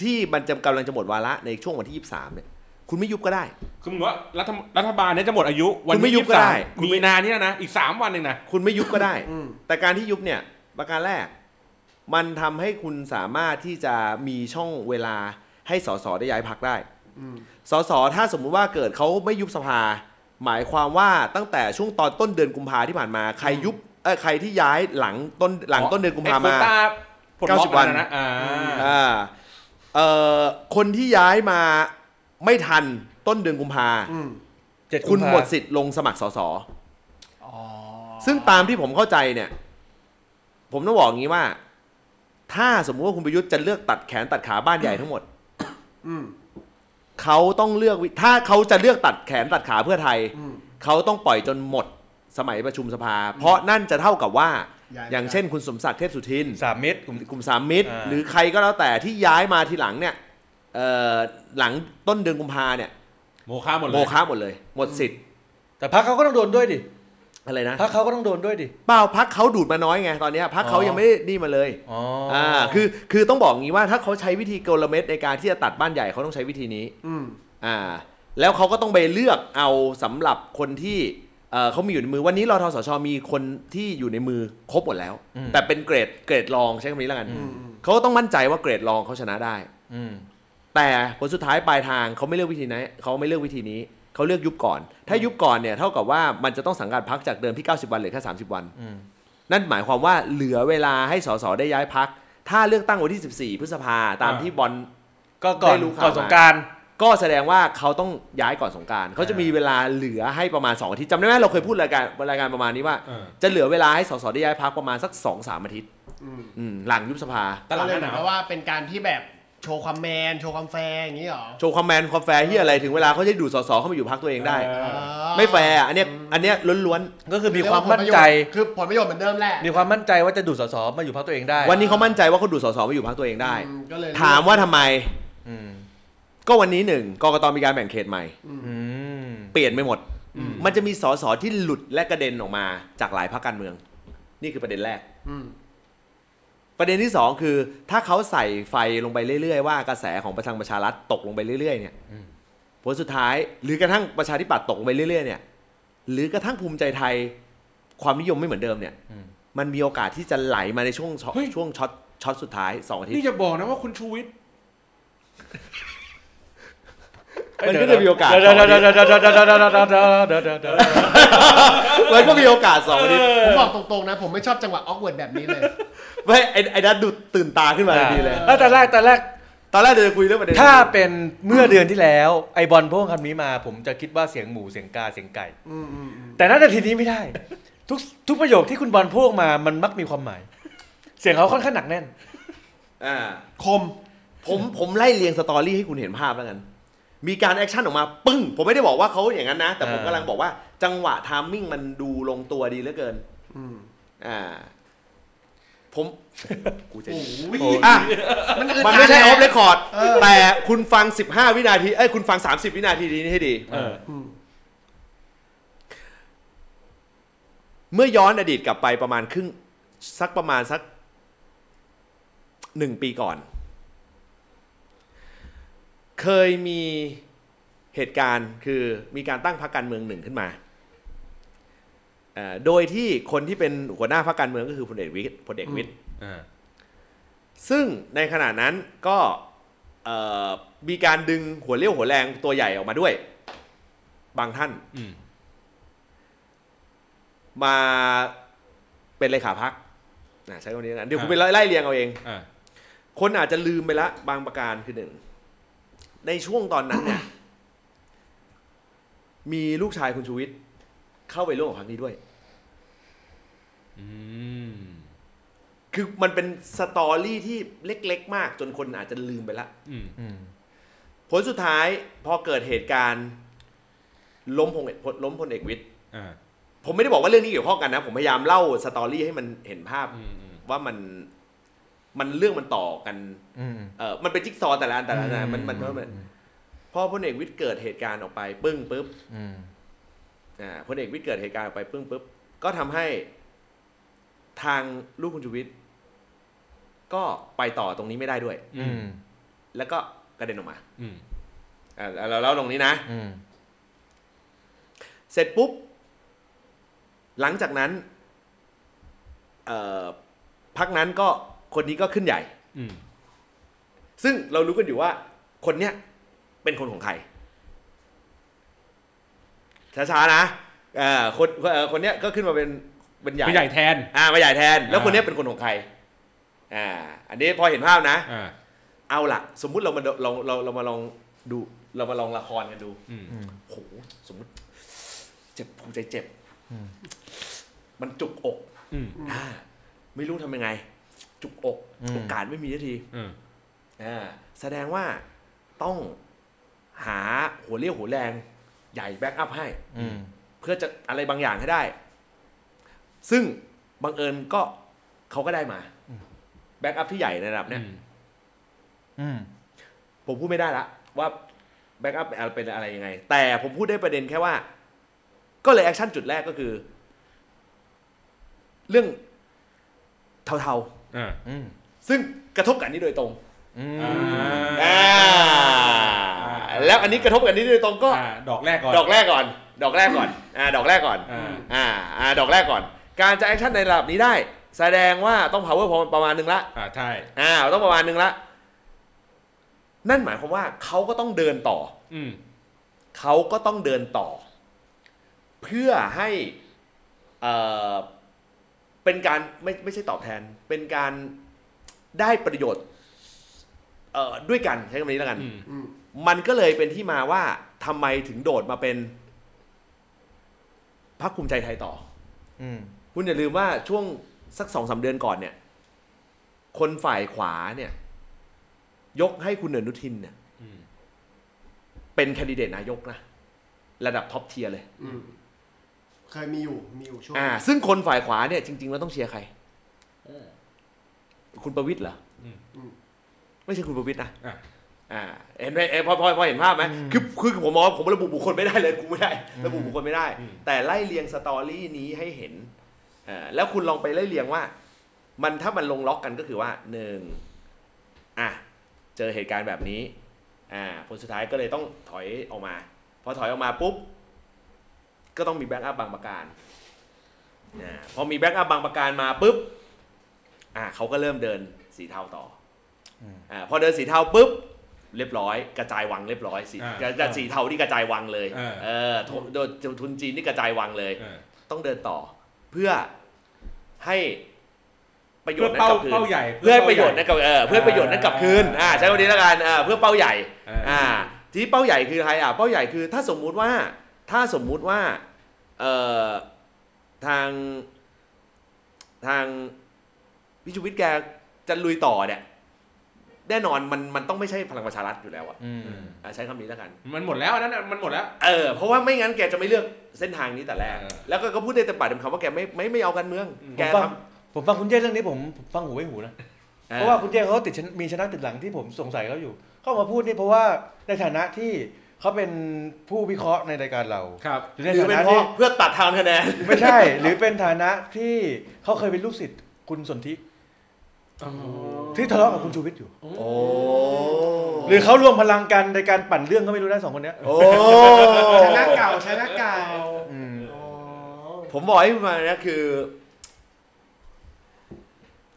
Speaker 1: ที่มันจะกำลังจะหมดวาระในช่วงวันที่ 23 เนี่ย คุณไม่ยุบก็ได้
Speaker 3: คือมึงว่ารัฐรัฐบาลเนี้จะหมดอายุ วัน
Speaker 1: คุณไม่
Speaker 3: ที่
Speaker 1: ยุบ
Speaker 3: ยี่สิ
Speaker 1: ก็
Speaker 3: บสา
Speaker 1: ได้
Speaker 3: ม
Speaker 1: คุณไม่
Speaker 3: มีนาเนี่ยนะ อีกสามวันเองนะ
Speaker 1: คุณไม่ยุบก็ได้
Speaker 4: อืม
Speaker 1: แต่การที่ยุบเนี่ย ประการแรก มันทำให้คุณสามารถที่จะมีช่องเวลาให้สสได้ย้ายพักได้
Speaker 4: อืม
Speaker 1: สสถ้าสมมุติว่าเกิดเขาไม่ยุบสภา หมายความว่าตั้งแต่ช่วงตอนต้นเดือนกุมภาที่ผ่านมาใครยุบเออใครที่ย้ายหลังต้นหลังต้นเดือนกุมภา
Speaker 3: ไโคว
Speaker 1: มา
Speaker 3: ต้ปลดล็อก
Speaker 1: 90วัน
Speaker 3: อันะอ่า
Speaker 1: อ่าเอ่อคนที่ย้ายมาไม่ทันต้นเดือนกุมภา
Speaker 4: อืม
Speaker 1: คุณหมดสิทธิ์ลงสมัครสส
Speaker 4: อ๋อ
Speaker 1: ซึ่งตามที่ผมเข้าใจเนี่ย ผมต้องบอกอย่างนี้ว่า ถ้าสมมุติว่าคุณประยุทธ์จะเลือกตัดแขนตัดขาบ้านใหญ่ทั้งหมด
Speaker 4: อืม
Speaker 1: เขาต้องเลือกวิถ้าเขาจะเลือกตัดแขนตัดขาเพื่อไทย
Speaker 4: อืม
Speaker 1: เขาต้องปล่อยจนหมดสมัยประชุมสภา เพราะนั่นจะเท่ากับว่า
Speaker 4: ย้ายไม่ได้
Speaker 1: อย่างเช่น คุณสมศักดิ์เทพสุทิน
Speaker 2: สามเมตรกลุ่ม
Speaker 1: กลุ่มสามมิตร
Speaker 2: อ่า
Speaker 1: หรือใครก็แล้วแต่ที่ย้ายมาทีหลังเนี่ยเอ่อหลังต้นเดือนกุมภาเนี่ย
Speaker 3: โมฆะหมดเล
Speaker 1: โม
Speaker 3: ย
Speaker 1: ฆะหมดเลย หมดสิทธิ์
Speaker 2: แต่พักเขาก็ต้องโดนด้วยดิ
Speaker 1: อะไรนะ
Speaker 2: พักเขาก็ต้องโดนด้วยดิ
Speaker 1: เปล่าพักเขาดูดมาน้อยไงตอนเนี้ยพักเขา
Speaker 2: อ๋อ
Speaker 1: ยังไม่ได้นี่มาเลย
Speaker 2: อ๋ออ่
Speaker 1: าคือคือต้องบอกงี้ว่าถ้าเขาใช้วิธีกลเม็ดในการที่จะตัดบ้านใหญ่เขาต้องใช้วิธีนี้
Speaker 4: อืม
Speaker 1: อ่าแล้วเขาก็ต้องไปเลือกเอาสำหรับคนที่เอ่อเขามีอยู่ในมือวันนี้รอทสชมีคนที่อยู่ในมือครบหมดแล้ว
Speaker 2: อืม
Speaker 1: แต่เป็นเกรดเกรดรองใช้คำนี้แล้วกัน
Speaker 4: อืมอืม
Speaker 1: เขาก็ต้องมั่นใจว่าเกรดรองเขาชนะได้
Speaker 2: อืม
Speaker 1: แต่ผลสุดท้ายปลายทางเขาไม่เลือกวิธีนั้นเขาไม่เลือกวิธีนี้เขาเลือกยุบก่อน ถ้ายุบก่อนเนี่ยเท่ากับว่ามันจะต้องสังกัดพักจากเดิมที่ 90 วันเหลือแค่30 วัน
Speaker 2: อืม
Speaker 1: นั่นหมายความว่าเหลือเวลาให้สสได้ย้ายพัก ถ้าเลือกตั้งวันที่ 14 พฤษภาตาม
Speaker 3: อ่า
Speaker 1: ที่บอล
Speaker 2: ก็ก่อ
Speaker 1: ได้
Speaker 2: น
Speaker 1: รู้ข่าว
Speaker 2: ก่อนสงกราร
Speaker 1: ก็แสดงว่าเขาต้องย้ายก่อนสงกรารเขาจะ
Speaker 2: อ่ามี
Speaker 1: มีเวลาเหลือให้ประมาณ2อาทิตย์จำได้ไหมเราเคยพูดรายการรายการประมาณนี้ว่า
Speaker 3: เออ
Speaker 1: จะเหลือเวลาให้สสได้ย้ายพักประมาณสัก2-3อาทิตย์
Speaker 4: อืม
Speaker 1: อืมหลังยุบสภา
Speaker 3: ตลาดหน้าหนาว
Speaker 4: เพราะว่าเป็นการที่แบบโชว์ความแมน โชว์ความแฟร์อย่างนี้เหรอ
Speaker 1: โชว์ความแมนความแฟร์ที่อะไรถึงเวลาเขาจะได้ดูดสสเข้ามาอยู่พักตัวเองได้
Speaker 3: เออ
Speaker 4: อ๋อ
Speaker 1: ไม่แฟร์อ่ะอันเนี้ยอันเนี้ยล้วนๆ
Speaker 2: ก็คือมีความมั่นใจ
Speaker 4: คือผลประโยชน์เหมือนเดิมแหละ
Speaker 2: มีความมั่นใจว่าจะดูดสสมาอยู่พักตัวเองได้
Speaker 1: วันนี้เขามั่นใจว่าเขาดูดสสมาอยู่พักตัวเองได้
Speaker 4: อืมก็เลย
Speaker 1: ถามว่าทำไม
Speaker 2: อืม
Speaker 1: ก็วันนี้หนึ่งกกตมีการแบ่งเขตใหม่
Speaker 2: อืม
Speaker 1: เปลี่ยนไปหมด มันจะมีสสที่หลุดและกระเด็นออกมาจากหลายพรรคการเมือง นี่คือประเด็นแรก
Speaker 4: อืม
Speaker 1: ประเด็นที่สองคือ ถ้าเขาใส่ไฟลงไปเรื่อยๆว่ากระแสของประทังประชารัฐตกลงไปเรื่อยๆเนี่ยผลสุดท้าย หรือกระทั่งประชาธิปัตย์ตกลงไปเรื่อยๆเนี่ยหรือกระทั่งภูมิใจไทยความนิยมไม่เหมือนเดิมเนี่ยมันมีโอกาสที่จะไหลมาในช่วงช็อต
Speaker 3: เฮ้ย
Speaker 1: ช่วงช็อตช็อตสุดท้ายสองอาทิตย์
Speaker 3: นี่จะบอกนะว่าคุณชูวิทย์
Speaker 1: มันก็จะมีโอกาส
Speaker 2: เดี๋ยวๆๆๆๆๆๆๆๆๆๆๆๆ
Speaker 1: มันก็มีโอกาสสองอาทิตย์
Speaker 4: ผมบอกตรงๆนะ ผมไม่ชอบจังหวะออกเวิร์ดแบบนี้เลย
Speaker 1: ไม่ไอ้ไอ้นัทดูตื่นตาขึ้นมาทันทีเลย
Speaker 2: เออแต่แรกแต่แรก
Speaker 1: ตอนแรกเดี๋ยวจะคุยเรื่องประเด็น
Speaker 2: ถ้าเป็นเมื่อเดือนที่แล้ว ไอบอลพ่วงคำนี้มา ผมจะคิดว่าเสียงหมูเสียงกาเสียงไก่
Speaker 4: อืมอืมอืม
Speaker 2: แต่น่าจะทีนี้ไม่ได้ ทุกทุกประโยคที่คุณบอลพ่วงมามันมักมีความหมาย เสียงเขาค่อนข้างหนักแน่น
Speaker 1: อ่า
Speaker 4: คม
Speaker 1: ผมผมไล่เรียงสตอรี่ให้คุณเห็นภาพแล้วกัน มีการแอคชั่นออกมาปึ้ง ผมไม่ได้บอกว่าเขาอย่างนั้นนะ แต่ผม
Speaker 2: อ่า
Speaker 1: กำลังบอกว่าจังหวะไทามมิ่งมันดูลงตัวดีเหลือเกิน
Speaker 4: อืม
Speaker 1: อ่า ผมกูจะ
Speaker 4: โอ้โห
Speaker 1: อ่ะ
Speaker 4: มันอึด
Speaker 1: มัน
Speaker 4: อั
Speaker 1: ไม่
Speaker 4: ด
Speaker 1: ใช่ออฟเร
Speaker 4: เล
Speaker 1: ค
Speaker 4: ย
Speaker 1: คอร์ด
Speaker 4: เออ
Speaker 1: แต่คุณฟัง 15 วินาที เอ้ยคุณฟัง 30 วินาทีนี้ให้ดี
Speaker 3: เออ
Speaker 1: เมื่อย้อนอดีตกลับไปประมาณครึ่งสักประมาณสักหนึ่งปีก่อน เคยมีเหตุการณ์คือมีการตั้งพรรคการเมืองหนึ่งขึ้นมาเอ่อโดยที่คนที่เป็นหัวหน้าพรรคการเมืองก็คือพลเอกวิทย์พลเอกวิทย์
Speaker 3: อ่า
Speaker 1: ซึ่งในขณะนั้นก็เอ่อมีการดึงหัวเรี่ยวหัวแรงตัวใหญ่ออกมาด้วย บางท่าน
Speaker 3: อืม
Speaker 1: มาเป็นเลขาพักนะใช้คำนี้แล้วกันเดี๋ยวคุณไปไล่เรียงเอาเอง
Speaker 3: อ่า
Speaker 1: คนอาจจะลืมไปละบางประการคือหนึ่ง ในช่วงตอนนั้นเนี่ย มีลูกชายคุณชูวิทย์เข้าไปร่วมกับพรรคนี้ด้วย
Speaker 3: อืม
Speaker 1: คือมันเป็นสตอรี่ที่เล็กๆ มาก จนคนอาจจะลืมไปละ
Speaker 3: อืม
Speaker 2: อืม
Speaker 1: ผลสุดท้ายพอเกิดเหตุการณ์ ล้มพลเอกล้มพลเอกวิทย์
Speaker 3: อ่า
Speaker 1: ผมไม่ได้บอกว่าเรื่องนี้เกี่ยวข้องกันนะ ผมพยายามเล่าสตอรี่ให้มันเห็นภาพ
Speaker 3: อืมอืม
Speaker 1: ว่ามันมันเรื่องมันต่อกัน
Speaker 2: อืม
Speaker 1: เออมันเป็นจิ๊กซอว์แต่ละอันแต่ละอันนะมันมัน
Speaker 2: อืม
Speaker 1: มันพอพลเอกวิทย์เกิดเหตุการณ์ออกไป ปึ้งปึ๊บ
Speaker 2: อืม
Speaker 1: อ่าพลเอกวิทย์เกิดเหตุการณ์ออกไปปึ้งปึ๊บก็ทำให้ทางลูกคุณชูวิทย์ก็ไปต่อตรงนี้ไม่ได้ด้วย
Speaker 2: อืม
Speaker 1: แล้วก็กระเด็นออกมา
Speaker 3: อืม
Speaker 1: อ่าเราเล่าตรงนี้นะ
Speaker 2: อืม
Speaker 1: เสร็จปุ๊บ หลังจากนั้นเอ่อพักนั้นก็คนนี้ก็ขึ้นใหญ่
Speaker 3: อืม
Speaker 1: ซึ่งเรารู้กันอยู่ว่า คนเนี้ยเป็นคนของใครช้าๆนะเอ่อคนเอ่อคนเนี้ยก็ขึ้นมาเป็นเป็นใหญ่
Speaker 3: ผู้ใหญ่แทน
Speaker 1: อ่ามาใหญ่แทน แล้ว
Speaker 3: อ่า
Speaker 1: คนเนี้ยเป็นคนของใครอ่าอันนี้พอเห็นภาพนะ
Speaker 3: อ่า
Speaker 1: เอาล่ะ สมมุติเรามาเราเราเรามาลองดูเรามาลองละครกันดู
Speaker 3: อืม
Speaker 1: โหสมมติ เจ็บภูมิใจเจ็บ มันจุกอก
Speaker 3: อืม
Speaker 1: อ่าไม่รู้ทำยังไง จุกอกโอกาสไม่มีสักที
Speaker 3: อืม
Speaker 1: อ่าแสดงว่าต้องหาหัวเรี่ยวหัวแรง ใหญ่แบ็กอัพให้
Speaker 2: อืม
Speaker 1: เ เพื่อจะอะไรบางอย่างให้ได้ ซึ่งบังเอิญก็เขาก็ได้มา แบ็กอัพที่ใหญ่ในระดับเนี้ย
Speaker 2: อืม
Speaker 1: ผมพูดไม่ได้ละว่าแบ็กอัพเป็นอะไรยังไง แต่ผมพูดได้ประเด็นแค่ว่า ก็เลยแอคชั่นจุดแรกก็คือ เรื่องเทา
Speaker 3: อ่า
Speaker 2: อืม
Speaker 1: ๆ ซึ่งกระทบกับอันนี้โดยตรง
Speaker 2: อืม
Speaker 1: อ่าแล้วอันนี้กระทบกับอันนี้โดยตรงก็
Speaker 3: อ่าดอกแรกก่อน
Speaker 1: ดอกแรกก่อน ดอกแรกก่อนอ่าดอกแรกก่อน
Speaker 3: อ่า
Speaker 1: อ่าอ่าดอกแรกก่อน การจะแอคชั่นในระดับนี้ได้ แสดงว่าต้อง power พอประมาณหนึ่งละ
Speaker 3: อ่าใช่
Speaker 1: อ่าต้องประมาณหนึ่งละ นั่นหมายความว่าเขาก็ต้องเดินต่อ
Speaker 3: อืม
Speaker 1: เขาก็ต้องเดินต่อ เพื่อให้เอ่อเป็นการไม่ไม่ใช่ตอบแทน เป็นการได้ประโยชน์เอ่อด้วยกันใช้คำนี้แล้วกัน
Speaker 3: อืม
Speaker 4: อืม
Speaker 1: มันก็เลยเป็นที่มาว่าทำไมถึงโดดมาเป็นพักภูมิใจไทยต่อ
Speaker 2: อืม
Speaker 1: คุณอย่าลืมว่าช่วงสักสองสาเดือนก่อนเนี่ย คนฝ่ายขวาเนี่ย ยกให้คุณอนุทินเนี่ย
Speaker 3: อืม
Speaker 1: เป็นแคนดิเดตนายกนะระดับท็อปเทียร์เลย
Speaker 4: อืมเคยมีอยู่มีอยู่ช่วง
Speaker 1: อ่า ซึ่งคนฝ่ายขวาเนี่ยจริง ๆ แล้วต้องเชียร์ใคร คุณประวิตยเหรออ
Speaker 3: ม
Speaker 1: อืมไม่ใช่คุณประวิตยนะ
Speaker 3: อ่ะ
Speaker 1: อ่าเห็นไหมเอ้ยพอพอพอเห็นภาพไหมคือคือผมมองว่าผมระบุบุคคลไม่ได้เลยกูไม่ได้ระบุบุคคลไม่ได้ แต่ไล่เรียงสตอรี่นี้ให้เห็นอ่าแล้วคุณลองไปไล่เรียงว่า มันถ้ามันลงล็อกกันก็คือว่าหนึ่งอ่ะเจอเหตุการณ์แบบนี้อ่าผลสุดท้ายก็เลยต้องถอยออกมา พอถอยออกมาปุ๊บ ก็ต้องมีแบ็กอัพบางประการอ่าพอมีแบ็กอัพบางประการมาปุ๊บ อ่าเขาก็เริ่มเดินสีเทาต่อออ่าพอเดินสีเทาปุ๊บ เรียบร้อย กระจายวังเรียบร้อยสี
Speaker 3: อ่าก
Speaker 1: ระจายสีเทาที่กระจายวังเลย
Speaker 3: อ่า
Speaker 1: เออทุนโดยทุนจีนนี่กระจายวังเลย
Speaker 3: อ่า
Speaker 1: ต้องเดินต่อเพื่อให้ประโย
Speaker 3: เพื่
Speaker 1: ช
Speaker 3: อ
Speaker 1: น์นั้นลับคืน
Speaker 3: เป้ากเป้าใหญ่
Speaker 1: เพื่อให้ประโยช
Speaker 3: เา
Speaker 1: น์
Speaker 3: ใหญ่
Speaker 1: นั้นกลับเออเพื่อให้ประโยชน์นั้นกลับคืนอ่าใช้คำนี้แล้วกันอ่าเพื่อเป้าใหญ่
Speaker 3: เอออ่
Speaker 1: อ่าทีนี้เป้าใหญ่คือใครอ่ะเป้าใหญ่คือ ถ้าสมมุติว่าถ้าสมมุติว่าเอ่อทางทางพิชูวิทย์แกจะลุยต่อเนี่ยแน่นอนมันมันต้องไม่ใช่พลังประชารัฐอยู่แล้วอ่ะ
Speaker 2: อืม
Speaker 1: อ่าใช้คำนี้แล้วกัน
Speaker 3: มันหมดแล้วอันนั้นน่ะมันหมดแล้ว
Speaker 1: เออเพราะว่าไม่งั้นแกจะไม่เลือกเส้นทางนี้แต่แรก
Speaker 3: เออ
Speaker 1: แล้วก็ก็พูดได้แต่ปากเต็มคำว่าแกไม่ไม่ไม่เอาการเมือง
Speaker 2: ผม
Speaker 1: แก
Speaker 2: ฟัง
Speaker 1: ท
Speaker 2: ผมฟังคุณเจ้เรื่องนี้ผมผมฟังหูไว้หูนะ
Speaker 1: ำ
Speaker 2: เพราะว่าคุณเจ้เขาติดชนมีชนะติดหลังที่ผมสงสัยเขาอยู่ เข้ามาพูดนี่เพราะว่าในฐานะที่เขาเป็นผู้วิเคราะห์ในรายการเรา
Speaker 3: ครับ
Speaker 2: หรือใน
Speaker 1: หรือ
Speaker 2: ฐา
Speaker 1: เป็น
Speaker 2: นะ
Speaker 1: เพ
Speaker 2: ที่
Speaker 1: ราะเพื่อตัดทางคะแนน
Speaker 2: ไม่ใช่ หรือเป็นฐานะที่เขาเคยเป็นลูกศิษย์คุณสนธิที่ทะเลาะกับคุณชูวิทย์อยู่
Speaker 1: โอ้
Speaker 2: หรือเขารวมพลังกันในการปั่นเรื่องก็ไม่รู้นะสองคนเนี้ย
Speaker 1: โอ้
Speaker 4: ชนะเก่าชนะเก่า
Speaker 2: อืม
Speaker 4: อ๋อ
Speaker 1: ผมบอกให้คุณมานะคือ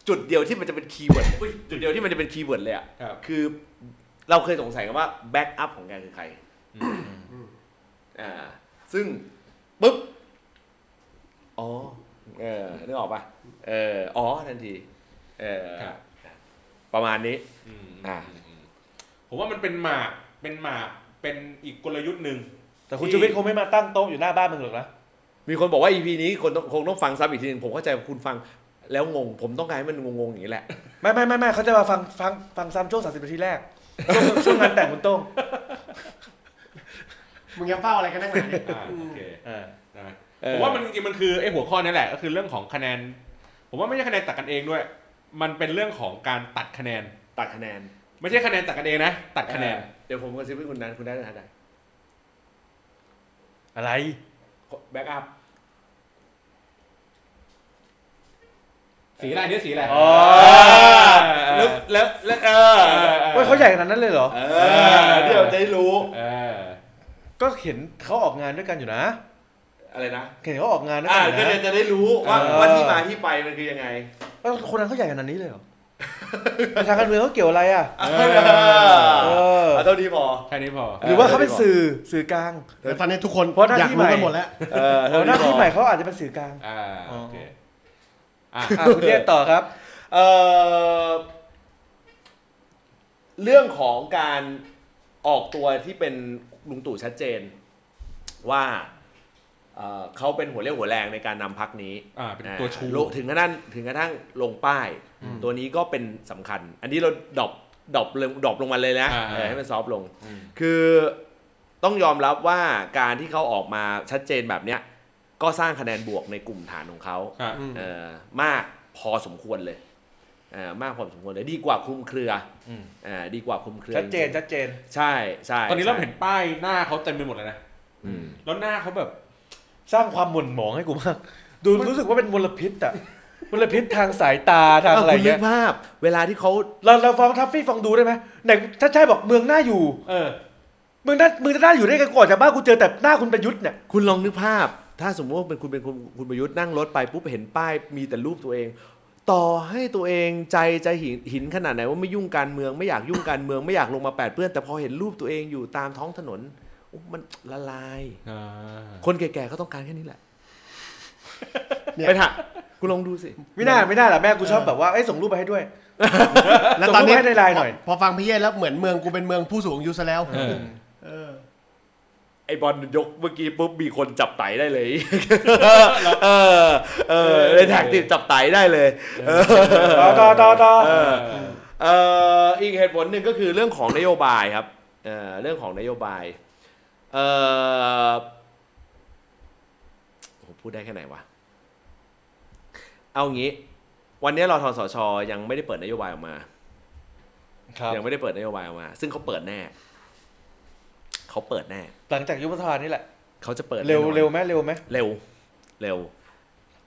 Speaker 1: จุดเดียวที่มันจะเป็นคีย์เวิร์ดอุ๊ยจุดเดียวที่มันจะเป็นคีย์เวิร์ดเลยอ่ะ
Speaker 3: ครับ
Speaker 1: คือเราเคยสงสัยกันว่าแบ็กอัพของแกคือใครอ่าซึ่งปุ๊บอ๋อเออนึกออกป่ะเอออ๋อทันทีเออ
Speaker 3: ครับ
Speaker 1: ประมาณนี้
Speaker 3: อืม
Speaker 1: อ่า
Speaker 3: ผมว่ามันเป็นหมากเป็นหมากเป็นอีกกลยุทธ์หนึ่ง
Speaker 2: แต่คุณชูวิทย์คงไม่มาตั้งโต๊ะอยู่หน้าบ้านมึงหรอกนะ
Speaker 1: มีคนบอกว่า EP นี้คนต้องคงต้องฟังซ้ำอีกทีหนึงผมเข้าใจว่าคุณฟังแล้วงง ผมต้องการให้มันงงๆอย่างนี้แหละ
Speaker 2: ไม่ไม่ไม่ไม่เขาจะมาฟังฟังฟังซ้ำช่วงสามสิบนาทีแรก ช่วงช่วงงานแต่งคุณโต้ง
Speaker 4: มึงจะเฝ้าอะไรกันนักหนาเนี่ย
Speaker 3: อ่าโอเค
Speaker 2: อ่า
Speaker 3: นะ
Speaker 1: เออ
Speaker 3: ผมว่ามันจริงๆมันคือไอ้หัวข้อนี่แหละก็คือเรื่องของคะแนน ผมว่าไม่ใช่คะแนนตัดกันเองด้วย มันเป็นเรื่องของการตัดคะแนน
Speaker 1: ตัดคะแนน
Speaker 3: ไม่ใช่คะแนนตัดกันเองนะ ตัดคะแนน
Speaker 1: เออเดี๋ยวผมกระซิบให้คุณนั้นคุณได้คะแนน
Speaker 2: อะไร
Speaker 1: แบ็กอัพ
Speaker 3: สีอะไรเนี่ยสีอะไร
Speaker 2: อ๋อ
Speaker 3: เอ
Speaker 1: แล้ว
Speaker 3: อ
Speaker 1: แล้วแล้วเออ
Speaker 2: เฮ้ยเขาใหญ่ขนาดนั้นเลยเหรอ
Speaker 1: เออเดี๋ยวจะได้รู้
Speaker 3: เออ
Speaker 2: ก็เห็นเขาออกงานด้วยกันอยู่นะ
Speaker 1: อะไรนะ
Speaker 2: เห็นเขาออกงานด้วย
Speaker 1: อ่า
Speaker 2: กันอยู่
Speaker 1: ก็เดี๋ย
Speaker 2: นะ
Speaker 1: วจะได้รู้ว่า
Speaker 2: เออ
Speaker 1: ว่าที่มาที่ไปมันคือยังไง
Speaker 2: แล้วคนนั้นเขาใหญ่ขนาดนี้เลยเหรอ แต่ทางการเมืองเขาเกี่ยวอะไรอ่ะ
Speaker 1: เออ
Speaker 2: เออ
Speaker 1: เอาเท่านี้พอ
Speaker 3: แค่นี้พอ
Speaker 2: หรือว่าเขาเป็นสื่อสื่อกลาง
Speaker 4: แต่ตอนนี้ทุกคน
Speaker 2: เพราะหน้า
Speaker 4: อยาก
Speaker 2: ที่
Speaker 4: รู้
Speaker 2: ใหม่
Speaker 4: กันหมดแล้ว
Speaker 1: เออ
Speaker 2: เอ
Speaker 1: เท่า
Speaker 2: อห
Speaker 1: นี้พ
Speaker 2: น้า
Speaker 1: อ
Speaker 2: ที่ใหม่เขาอาจจะเป็นสื่อกลาง
Speaker 3: อ่า
Speaker 2: อ๋อ
Speaker 3: โอเคอ่ะ
Speaker 2: อ่ะคุณเรียกต่อครับ
Speaker 1: เออเรื่องของการออกตัวที่เป็นลุงตู่ชัดเจน ว่าเอ่อเขาเป็นหัวเรี่ยวหัวแรงในการนำพักนี้
Speaker 3: อ่าเป็นตัวชู
Speaker 1: อ่าลงถึงกระทั่งถึงกระทั่งลงป้าย ตัวนี้ก็เป็นสำคัญ อันนี้เราดรอปดรอปลงดรอปลงมาเลยนะ
Speaker 3: อ่า
Speaker 1: เออให้มันซอฟต์ลง คือต้องยอมรับว่าการที่เขาออกมาชัดเจนแบบเนี้ย ก็สร้างคะแนนบวกในกลุ่มฐานของเขา
Speaker 3: อ่ะ
Speaker 1: เออมากพอสมควรเลยเออมากพอสมควรเลยดีกว่าคลุมเครืออ
Speaker 2: ม
Speaker 1: เอ่าดีกว่าคลุมเครือ
Speaker 2: ชัดเจนชัดเจน
Speaker 1: ใช่ใช่
Speaker 3: ตอนนี้
Speaker 1: ใช่
Speaker 3: เราเห็นป้ายหน้าเขาเต็มไปหมดเลยนะ
Speaker 1: อืม
Speaker 3: แล้วหน้าเขาแบบ
Speaker 2: สร้างความหม่นหมองให้กูมาก ดูรู้สึกว่าเป็นมลพิษอะมลพิษทางสายตาทางอะไร
Speaker 1: คุณนึ
Speaker 2: เงี้ย
Speaker 1: กภาพเวลาที่เขา
Speaker 2: เราเราฟ้องทัฟฟี่ฟังดูได้ไหมไหนถ้าใช่บอกเมืองหน้าอยู่
Speaker 3: เออ
Speaker 2: เมืองหน้าเมืองหน้าอยู่ได้กันก่อนจากบ้านกูเจอแต่หน้าคุณประยุทธ์เนี่ย
Speaker 1: คุณลองนึกภาพ ถ้าสมมติว่าเป็นคุณเป็นคุณคุณประยุทธ์นั่งรถไปปุ๊บเห็นป้ายมีแต่รูปตัวเอง ต่อให้ตัวเองใจใจหินหินขนาดไหนว่าไม่ยุ่งการเมืองไม่อยากยุ่งการเมืองไม่อยากลงมาแปดเปื้อน แต่พอเห็นรูปตัวเองอยู่ตามท้องถนนโอ้มันละลาย คนแก่ๆก็ต้องการแค่นี้แหละ
Speaker 4: เนี่ย
Speaker 1: ไปถะคุณลองดูสิ
Speaker 2: ไม่น่าไม่น่าหรอแม่กูชอบแบบว่าไอ้ยส่งรูปมาให้ด้วย
Speaker 4: แล้วตอนนี้
Speaker 2: ส่งรูปให้ในไลน์หน่อย
Speaker 4: พอฟังพี่เย่แล้วเหมือนเมืองกูเป็นเมืองผู้สูงอายุซะแล้ว
Speaker 3: เออ
Speaker 4: เออ
Speaker 1: ไอบอลยกเมื่อกี้ปุ๊บมีคนจับไตได้เลย เออ เออในแท็กติดจับไตได้เลย
Speaker 2: ต่อต่อต่อต่อ
Speaker 1: เออเอออีกเหตุผลหนึ่งก็คือเรื่องของนโยบายครับเออเรื่องของนโยบายเออผมพูดได้แค่ไหนวะ เอางี้ วันนี้รอทสชยังไม่ได้เปิดนโยบายออกมา
Speaker 2: ครับ
Speaker 1: ยังไม่ได้เปิดนโยบายออกมา ซึ่งเขาเปิดแน่ เขาเปิดแน่
Speaker 2: หลังจากยุบสภานี่แหละ
Speaker 1: เขาจะเปิดแน่น
Speaker 2: เร็ว
Speaker 1: อน
Speaker 2: เร็วไหมเร็วไหม
Speaker 1: เร็ว เร็ว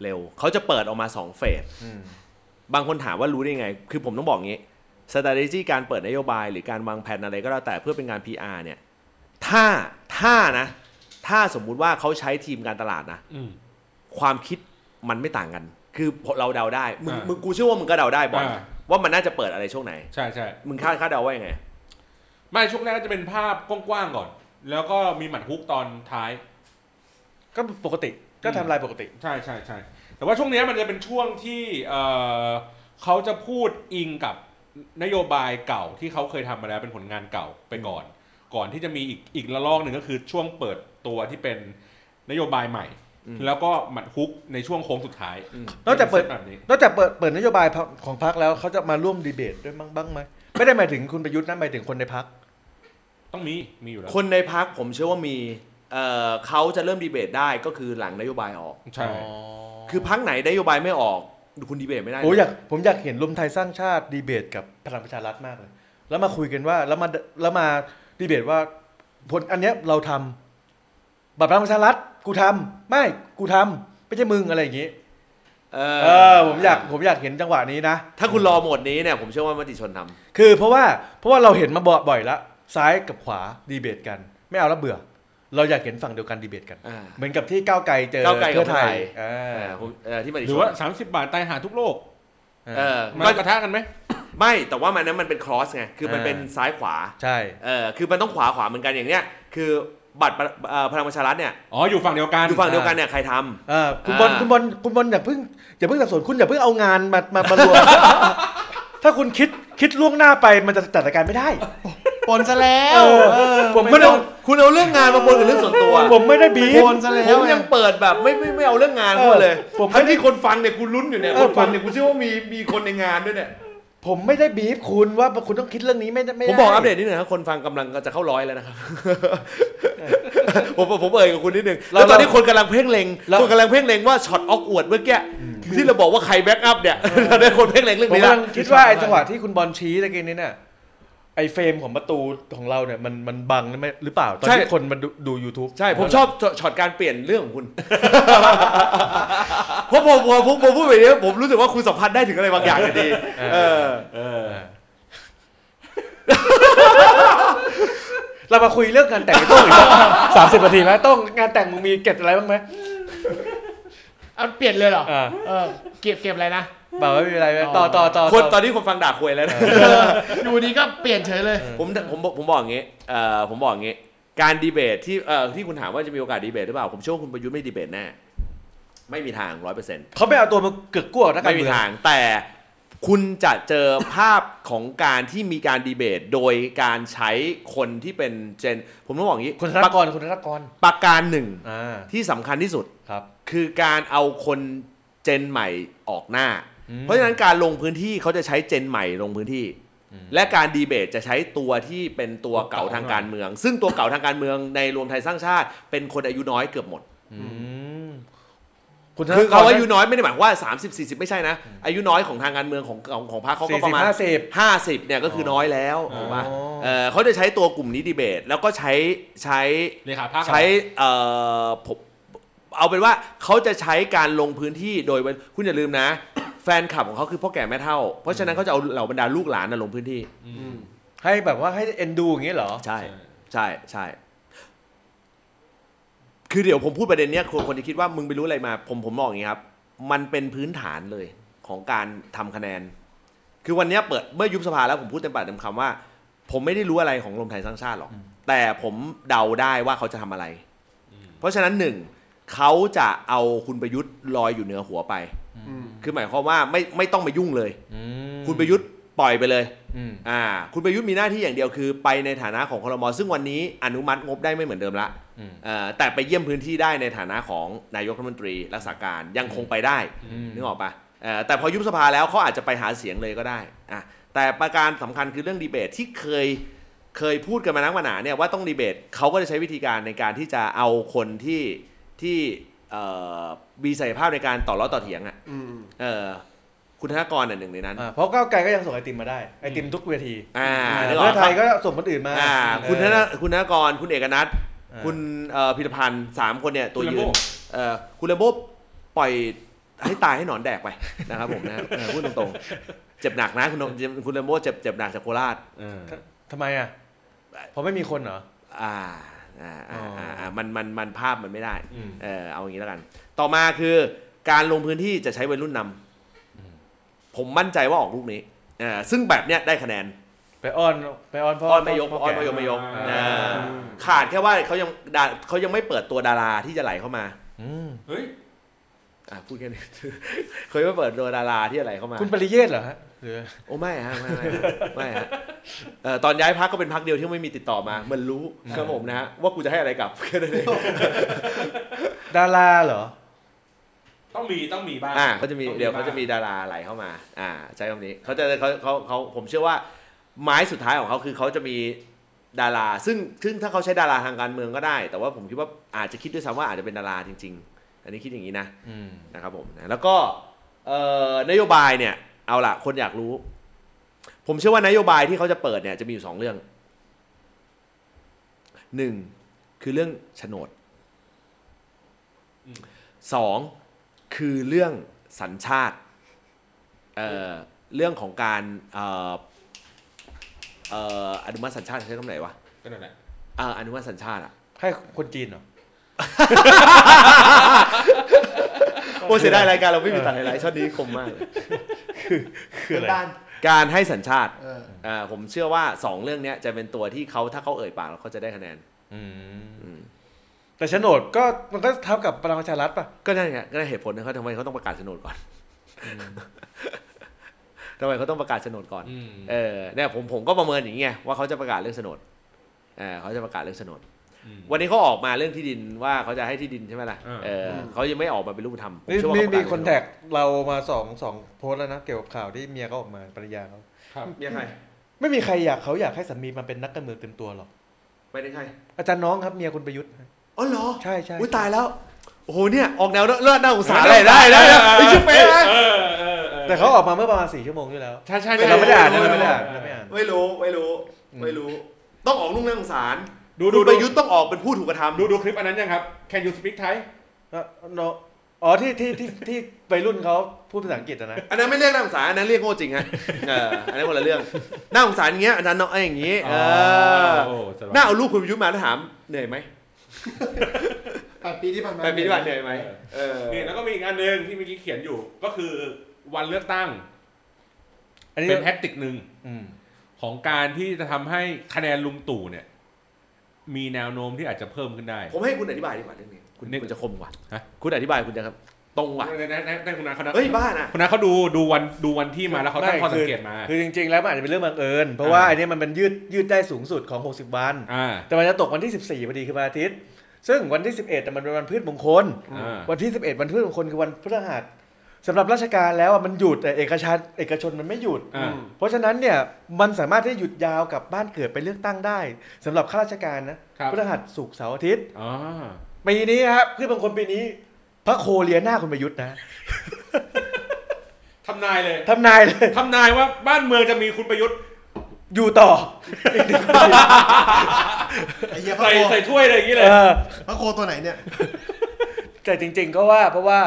Speaker 1: เร็ว เขาจะเปิดออกมาสองเฟส บางคนถามว่ารู้ได้ไง คือผมต้องบอกงี้ strategy การเปิดนโยบายหรือการวางแผนอะไรก็แล้วแต่เพื่อเป็นงาน PR เนี่ย ถ้า ถ้านะ ถ้าสมมุติว่าเขาใช้ทีมการตลาดนะ
Speaker 3: อืม
Speaker 1: ความคิดมันไม่ต่างกัน คือเราเดาได้ มึง
Speaker 3: อ่ามึ
Speaker 1: มึง กูเชื่อว่ามึงก็เดาได้บอล
Speaker 3: อ่า
Speaker 1: ว่ามันน่าจะเปิดอะไรช่วงไหน
Speaker 3: ใช่ใช่
Speaker 1: มึงคาดคาดเดาว่ายังไง
Speaker 3: ไม่ช่วงแรกก็จะเป็นภาพกว้างๆก่อน แล้วก็มีหมัดฮุกตอนท้าย
Speaker 2: ก็ปกติ ก็ไทำลายปกติ
Speaker 3: ใช่ใช่ใช่แต่ว่าช่วงเนี้ยมันจะเป็นช่วงที่เอ่อเขาจะพูดอิงกับนโยบายเก่าที่เขาเคยทำมาแล้วเป็นผลงานเก่าไปก่อน ก่อนที่จะมีอีกอีกระลอกหนึ่งก็คือช่วงเปิดตัวที่เป็นนโยบายใหม่ แล้วก็หมัดฮุกในช่วงโค้งสุดท้าย
Speaker 1: อืม
Speaker 2: นอกจากเปิด
Speaker 3: แบบนี้
Speaker 2: นอกจากเปิดเปิดนโยบายพรรคของพรรคแล้วเขาจะมาร่วมดีเบตด้วยบ้างบ้างไหมไม่ได้หมายถึงคุณประยุทธ์นะหมายถึงคนในพรรค
Speaker 3: ต้องมีมีอยู่แล้ว
Speaker 1: คนในพักผมเชื่อว่ามีเอ่อเขาจะเริ่มดีเบตได้ก็คือหลังนโยบายออก
Speaker 3: ใช่
Speaker 1: คือพักไหนนโยบายไม่ออก คุณดีเบตไม่ได้นะ
Speaker 2: โอ้ยอยากผมอยากเห็นรวมไทยสร้างชาติดีเบตกับพลังประชารัฐมากเลย แล้วมาคุยกันว่าแล้วมาแล้วมาดีเบตว่าผลอันเนี้ยเราทำบัตรพลังประชารัฐกูทำไม่กูทำไม่ใช่มึงอะไรอย่างงี้
Speaker 1: เอ
Speaker 2: เออผมอยากผมอยากเห็นจังหวะนี้นะ
Speaker 1: ถ้าคุณรอโหมดนี้เนี่ยผมเชื่อว่ามติชนทำ
Speaker 2: คือเพราะว่าเพราะว่าเราเห็นมาบ่บ่อยละซ้ายกับขวาดีเบตกัน ไม่เอาแล้วเบื่อ เราอยากเห็นฝั่งเดียวกันดีเบตกัน
Speaker 1: อ่า
Speaker 2: เหมือนกับที่ก้าวไกลเจอ
Speaker 1: ก้าวไกลกับ
Speaker 2: เพื่อ
Speaker 1: เพื่
Speaker 2: ไท
Speaker 1: อไท
Speaker 2: ย
Speaker 1: ย
Speaker 2: เออ
Speaker 1: เออผมเออที่มติ
Speaker 3: ห
Speaker 1: ช
Speaker 3: รื
Speaker 1: น
Speaker 3: อว่า 30 บาทตายหาทุกโลก
Speaker 1: เออ
Speaker 3: มา
Speaker 1: ก็
Speaker 3: ปะทะกันไหม
Speaker 1: ไม่แต่ว่ามันนั้นมันเป็นครอสไงคือมันเป็นซ้ายขวา
Speaker 2: ใช่
Speaker 1: เออคือมันต้องขวาขวาเหมือนกันอย่างเนี้ยคือบัตรประเอ่อพลังประชารัฐเนี่ย
Speaker 3: อ๋อ อยู่ฝั่งเดียวกัน
Speaker 1: อยู่ฝั่งเดียวกันเนี่ยใครทำ
Speaker 2: เออคุณบอล
Speaker 1: อ่า
Speaker 2: คุณบอลคุณบอลอย่าเพิ่งอย่าเพิ่งสับสนคุณอย่าเพิ่งเอางานมามามาร วม ถ้าคุณคิดคิดล่วงหน้าไปมันจะจัดรายการไม่ได้
Speaker 4: ปนซะแล้ว
Speaker 2: เออ ผม
Speaker 1: คุ
Speaker 2: ไม่
Speaker 1: ณ
Speaker 2: ได้
Speaker 1: เอาคุณเอาเรื่องงานมาปนกับเรื่องส่วนตัว
Speaker 2: ผมไม่ได้บีบ
Speaker 4: โนซะแล้ว
Speaker 1: ผมยัง
Speaker 4: ไง
Speaker 1: เปิดแบบไม่ไม่ไม่เอาเรื่องงานเข้ามาเลย
Speaker 2: เออผมไม่
Speaker 1: ทั้งที่คนฟังเนี่ยกูลุ้นอยู่เนี่ย
Speaker 2: เอ
Speaker 1: คน
Speaker 2: อ
Speaker 1: ฟังเนี่ยกูเชื่อว่ามีมีคนในงานด้วยเนี่ย
Speaker 2: ผมไม่ได้บีบคุณว่าคุณต้องคิดเรื่องนี้ไม่ได้ไม่
Speaker 1: ผม
Speaker 2: ได้
Speaker 1: บอกอัปเดตนิดหนึ่งนะคนฟังกำลังจะเข้าร้อยแล้วนะครับ ผมผมเอ่ยกับคุณนิดนึงแล้วตอนนี้คนกำลังเพ่งเล็งคนกำลังเพ่งเล็งว่าช็อตออกอวดเมื่อกี้ที่เราบอกว่าใครแบ็กอัพเนี่ย ตอนนี้คนเพ่งเล็งเรื่อง
Speaker 2: ผม
Speaker 1: นี้
Speaker 2: กำ
Speaker 1: ละ
Speaker 2: ลังคิดว่าไอ้จังหวะที่คุณบอลชี้ตะกี้นี้เนี่ยไอ้เฟรมของประตูของเราเนี่ยมันมันบังไหมหรือเปล่าตอนที่คนมันดูดู YouTube
Speaker 1: ใช่ผมชอบช็อตการเปลี่ยนเรื่องของคุณ เพราะผมผมผมผมพูดแบบนี้ผมรู้สึกว่าคุณสัมพันธ์ได้ถึงอะไรบางอย่างกันดีเออ
Speaker 3: เออ
Speaker 2: เรามาคุยเรื่องงานแต่งไอ้โต้องอีก สามสิบนาทีไหมโต้องงานแต่งมึงมีเก็บอะไรบ้างไหม
Speaker 4: เอาเปลี่ยนเลยเหรอ
Speaker 2: อ่า
Speaker 4: เออเก็บเก็บอะไรนะ
Speaker 2: บอกว่าไม่มีอะไรไหมต่อต่อต่อ
Speaker 1: คนต
Speaker 2: ต่
Speaker 1: อ
Speaker 2: อน
Speaker 1: นี้คนฟังด่าควยแล้วนะ
Speaker 4: อยู่ดีก็เปลี่ยนเฉยเลย
Speaker 1: ผมผมผมผมบอกอย่างงี้เอ่อผมบอกอย่างงี้ การดีเบตที่เอ่อที่คุณถามว่าจะมีโอกาสดีเบตหรือเปล่า ผมเชื่อว่าคุณประยุทธ์ไม่ดีเบตแน่ไม่มีทางร้อยเปอร์เซ็นต์
Speaker 2: เขาไม่เอาตัวมาเกือกกลัวนะการ
Speaker 1: ไม่มี
Speaker 2: เมือง
Speaker 1: ทาง แต่คุณจะเจอภาพของการที่มีการดีเบต โดยการใช้คนที่เป็นเจน ผมต้องบอกอย่างงี้
Speaker 2: คุณธน
Speaker 1: ประ
Speaker 2: กรคุณธนกร
Speaker 1: ประการหนึ่ง
Speaker 2: อ่า
Speaker 1: ที่สำคัญที่สุด
Speaker 2: ครับ
Speaker 1: คือการเอาคนเจนใหม่ออกหน้า
Speaker 2: อืม
Speaker 1: เพราะฉะนั้นการลงพื้นที่เขาจะใช้เจนใหม่ลงพื้นที่ และการดีเบตจะใช้ตัวที่เป็นตัวเก่าทางการเมือง ซึ่งตัวเก่าทางการเมืองในรวมไทยสร้างชาติ เป็นคนอายุน้อยเกือบหมด
Speaker 2: อืม คุณ
Speaker 1: คือเขาอา
Speaker 2: ยุ
Speaker 1: ยุน้อยไม่ได้หมายความว่า 30 40 ไม่ใช่นะ อายุน้อยของทางการเมืองของของของพรรคเขาก็ประมาณ
Speaker 2: 40
Speaker 1: 50เนี่ยก็คือน้อยแล้วถูกปะ
Speaker 2: อ๋อ
Speaker 1: เออเขาจะใช้ตัวกลุ่มนี้ดีเบต แล้วก็ใช้ใช้
Speaker 3: เลขาพรรค
Speaker 1: ใช้เอ่อผมเอาเป็นว่าเขาจะใช้การลงพื้นที่โดยวันคุณอย่าลืมนะ แฟนคลับของเขาคือพ่อแก่แม่เท่า เพราะฉะนั้นเขาจะเอาเหล่าบรรดาลูกหลานน่ะลงพื้นที่
Speaker 2: ให้แบบว่าให้เอ็นดูอย่างเงี้ยเหรอ
Speaker 1: ใช่ใช่ใช่ คือเดี๋ยวผมพูดประเด็นเนี้ยคนคนจะคิดว่ามึงไปรู้อะไรมา ผมผมมองอย่างนี้ครับ มันเป็นพื้นฐานเลยของการทำคะแนน คือวันเนี้ยเปิดเมื่อยุบสภาแล้วผมพูดเต็มปากเต็มคำว่า ผมไม่ได้รู้อะไรของรวมไทยสร้างชาติหรอก แต่ผมเดาได้ว่าเขาจะทำอะไร เพราะฉะนั้นหนึ่งเขาจะเอาคุณประยุทธ์ลอยอยู่เหนือหัวไป
Speaker 4: อืม
Speaker 1: คือหมายความว่าไม่ไม่ต้องมายุ่งเลย
Speaker 2: อืม
Speaker 1: คุณประยุทธ์ปล่อยไปเลย
Speaker 2: อืม
Speaker 1: อ่าคุณประยุทธ์มีหน้าที่อย่างเดียวคือไปในฐานะของคอรมอซึ่งวันนี้อนุมัติงบได้ไม่เหมือนเดิมละ
Speaker 2: อืม
Speaker 1: เอ่อแต่ไปเยี่ยมพื้นที่ได้ในฐานะของนายกรัฐมนตรีรักษาการยังคงไปได้ นึกออกปะเอ่อแต่พอยุบสภาแล้วเขาอาจจะไปหาเสียงเลยก็ได้อ่ะแต่ประการสำคัญคือเรื่องดีเบตที่เคยเคยพูดกันมานักมาหนาเนี่ยว่าต้องดีเบตเขาก็จะใช้วิธีการในการที่จะเอาคนที่ที่เอ่อมีศักยภาพในการต่อล้อต่อเถียงอ่ะ
Speaker 4: อืม
Speaker 1: เอ่อคุณธนกรน่ะหนึ่งในนั้น
Speaker 2: อ่าเพราะก้าวไกลก็ยังส่งไอติมมาได้ ไอติมทุกเวที
Speaker 1: อ่า
Speaker 2: อ่า
Speaker 1: นึกออกปะ
Speaker 2: เพื่อไทยก็ส่งคนอื่นมา
Speaker 1: อ่าคุณธน
Speaker 2: เออ
Speaker 1: คุณธนกร คุณเอกนัท
Speaker 2: อ่า
Speaker 1: คุณเอ่อพิรพันธ์สามคนเนี่ย ตัว
Speaker 3: คุณ
Speaker 1: ยืน
Speaker 3: ลัมโบ้
Speaker 1: เอ่อคุณเลมโบบปล่อยให้ตายให้หนอนแดกไป นะครับผมนะเออพูดตรงๆ เจ็บหนักนะ คุณคุณเลมโบเจ็บเจ็บหนักจากโคราช
Speaker 3: เออ
Speaker 2: ทำไมอ่ะเพราะไม่มีคนเหรอ
Speaker 1: อ่าอ่าอ่าอ่าอ่ามันมันมันภาพมันไม่ได้
Speaker 3: อืม
Speaker 1: เออเอาอย่างนี้แล้วกัน ต่อมาคือการลงพื้นที่จะใช้วัยรุ่นนำผมมั่นใจว่าออกลูกนี้เออซึ่งแบบเนี้ยได้คะแนน
Speaker 2: ไปอ้อนไปอ้อนพ่อ
Speaker 1: อ้อนไม่ยก
Speaker 2: พ่
Speaker 1: อ้อน
Speaker 2: แ
Speaker 1: ไม่ยกไม่ยก
Speaker 3: อ่า
Speaker 1: เออขาดแค่ว่าเขายังดาเขายังไม่เปิดตัวดาราที่จะไหลเข้ามา
Speaker 2: อืม
Speaker 3: เฮ้ย
Speaker 1: อ่ะพูดแค่นี้ เขายังไม่เปิดตัวดาราที่จะไหลเข้ามา
Speaker 2: คุณปริเยศเหรอฮะหรือ
Speaker 1: โอ้ไม่ฮะไม่ไม่ฮะไม่ฮะเอ่อตอนย้ายพักก็เป็นพักเดียวที่ไม่มีติดต่อมาเหมันรู้ครับผมนะฮะว่ากูจะให้อะไรกลับ แค่นั้นเอง
Speaker 2: ดาราเหรอ
Speaker 3: ต้องมีต้องมีบ้าง
Speaker 1: อ่าเขาจะมี
Speaker 3: ต้อง
Speaker 1: เดี๋ยวเขาจะมีดาราไหลเข้ามา อ่าใช้คำนี้เขาจะเขาเขาเขาผมเชื่อว่าไม้สุดท้ายของเขาคือเขาจะมีดารา ซึ่งซึ่งถ้าเขาใช้ดาราทางการเมืองก็ได้ แต่ว่าผมคิดว่าอาจจะคิดด้วยซ้ำว่าอาจจะเป็นดาราจริง ๆ อันนี้คิดอย่างนี้นะ
Speaker 2: อืม
Speaker 1: นะครับผมนะแล้วก็เอ่อนโยบายเนี่ย เอาละคนอยากรู้ ผมเชื่อว่านโยบายที่เขาจะเปิดเนี่ยจะมีอยู่สองเรื่องหนึ่งคือเรื่องโฉนดสองคือเรื่องสัญชาติเอ่อเรื่องของการเอ่อเอ่ออนุมัติสัญชาติใช้คำไหนวะ
Speaker 3: ก็นั่นแหละ
Speaker 1: เอ่ออนุมัติสัญชาติอะ
Speaker 2: ให้คนจีนเหรอ
Speaker 1: โอ้เสียดายรายการเราไม่มีตัดไฮไลท์ช็อตนี้คมมากเลย
Speaker 2: คืออะไร
Speaker 4: บ้าน
Speaker 1: การให้สัญชาติ
Speaker 4: เออ
Speaker 1: อ่าผมเชื่อว่า 2 เรื่องเนี้ยจะเป็นตัวที่เขาถ้าเขาเอ่ยปากแล้วเขาจะได้คะแนน
Speaker 2: อืม
Speaker 1: อืม
Speaker 2: แต่โฉนดก็มันก็เทับกับพลังประชารัฐป่ะ
Speaker 1: ก็นั่นไงก็นั่นเหตุผลนะเขาทำไมเขาต้องประกาศโฉนดก่อนทำไมเขาต้องประกาศโฉนดก่อน
Speaker 3: อืม
Speaker 1: เออเนี่ยผมผมก็ประเมินอย่างเงี้ยว่าเขาจะประกาศเรื่องโฉนดเออเขาจะประกาศเรื่องโฉนด
Speaker 3: อืม
Speaker 1: วันนี้เขาออกมาเรื่องที่ดินว่าเขาจะให้ที่ดินใช่ไหมล่ะ
Speaker 3: อ่า
Speaker 1: เออเขายังไม่ออกมาเป็นรูปธรรมผม
Speaker 2: นี่
Speaker 1: เชื่อว่า
Speaker 2: มี
Speaker 1: เขาประ
Speaker 2: มี
Speaker 1: กาศ
Speaker 2: คนแท็กเรามาสองสองโพสต์แล้วนะ เกี่ยวกับข่าวที่เมียเขาออกมาปริยาเขา
Speaker 3: ครับ
Speaker 1: เมียใคร
Speaker 2: ไม่มีใครอยากเขาอยากให้สามีมาเป็นนักการเมืองเต็มตัวหรอก
Speaker 1: ไปได้ใคร
Speaker 2: อาจารย์น้องครับเมียคุณประยุทธ์
Speaker 1: อ๋อเหรอ
Speaker 2: ใช่ใช่
Speaker 1: อุ้ยตายแล้วโอ้โหเนี่ยออกแนวเลือดหน้าสงสารเลยได้ได้ได้ไอ้ชื่อเป๊ะนะ
Speaker 3: เออเออเออ
Speaker 2: แต่เขาออกมาเมื่อประมาณสี่ชั่วโมงที่แล้ว
Speaker 1: ใช่ใช่
Speaker 2: แต่เราไม่ได้อ่านนะเราไม่ได้อ่าน
Speaker 3: ไม่
Speaker 2: เรา
Speaker 3: ได้
Speaker 2: ไม่
Speaker 3: อ่า
Speaker 2: อ่าน น
Speaker 1: ไม่รู้ไม่รู้
Speaker 2: อืม
Speaker 1: ไม่รู้ ต้องออกลุ่งเรื่องสาร
Speaker 3: ดูดู
Speaker 1: คุณประยุทธ์ต้องออกเป็นผู้ถูกกระทำ
Speaker 3: ดูดูคลิปอันนั้นยังครับ Can you speak Thai
Speaker 2: แล้วเนอะอ๋อที่ที่ที่ที่วัยรุ่นเขาพูดภาษาอังกฤษอะนะ
Speaker 1: อันนั้นไม่เรียกน่าสงสารอันนั้นเรียกโง่จริงฮ ะเอออันนั้นคนละเรื่องน่าสงสารอย่างเงี้ยอาจารย์น้องไอ้อย่างงี้เออ
Speaker 3: โสบย
Speaker 1: น่าเอารูปคุณประยุทธ์มาแล้วถามเหนื่อยไหม
Speaker 4: แปดปีที่ผ่านมา
Speaker 1: ไปปฏิบัติเหนื่อยไหมเออ
Speaker 3: นี่แล้วก็มีอีกอันหนึ่งที่เมื่อกี้เขียนอยู่ ก็คือวันเลือกตั้ง
Speaker 2: อันนี้
Speaker 3: เป็นแท็กติกหนึ่ง
Speaker 2: อืม
Speaker 3: ของการที่จะทำให้คะแนนลุงตู่เนี่ย มีแนวโน้มที่อาจจะเพิ่มขึ้นได้
Speaker 1: ผมให้คุณอธิบายดีกว่าเรื่องนี้คุณ
Speaker 3: นี่
Speaker 1: คุณจะคมกว่า
Speaker 3: ฮะ
Speaker 1: คุณอธิบายคุณจะครับตรงกว่า
Speaker 3: ในในในในคุณนาเขานะ
Speaker 1: เฮ้ยบ้านะ
Speaker 3: คุณนาเขาดูดูวันดูวันที่มาแล้วเขาตั้งข้อสังเกตมา
Speaker 2: ไคือคือจริง ๆ แล้วมันอาจจะเป็นเรื่องบังเอิญ เพราะว่า
Speaker 3: อ่า
Speaker 2: ไอ้นี่มันเป็นยืดยืดได้สูงสุดของ 60 วัน
Speaker 3: อ่า
Speaker 2: แต่มันจะตกวันที่ 14พอดีคือวันอาทิตย์ ซึ่งวันที่ 11แต่ะมันเป็นวันพืชมงคล
Speaker 3: อ่า
Speaker 2: วันที่ 11 วันพืชมงคลคือวันพฤหัสสำหรับราชการแล้วอะมันหยุดแต่เอกชนเอกชนมันไม่หยุด
Speaker 3: อ่า
Speaker 2: เพราะฉะนั้นเนี่ยมันสามารถที่หยุดยาวกลับบ้านเกิดไปเลือกตั้งได้สำหรับข้าราชการนะครับ พฤหัสศุกร์เสาร์อาทิตย์
Speaker 3: อ๋อ
Speaker 2: ปีนี้ครับพืชมงคลปีนี้ ผ ระโคเลียหน้าคุณประยุทธ์นะ
Speaker 3: ทำนายเลย
Speaker 2: ทำนายเลย
Speaker 3: ทำนายว่าบ้านเมืองจะมีคุณประยุทธ์
Speaker 2: อยู่ต่ออีกหนึ่งปี
Speaker 6: ไอ้เหี้ยพระ
Speaker 3: ใส่
Speaker 6: โค
Speaker 3: ใส่ถ้วยอะไรอย่างนี้เลย
Speaker 2: เออ
Speaker 6: พระโคตัวไหนเนี่ย
Speaker 2: แต่จริง ๆ ก็ว่าเพราะว่า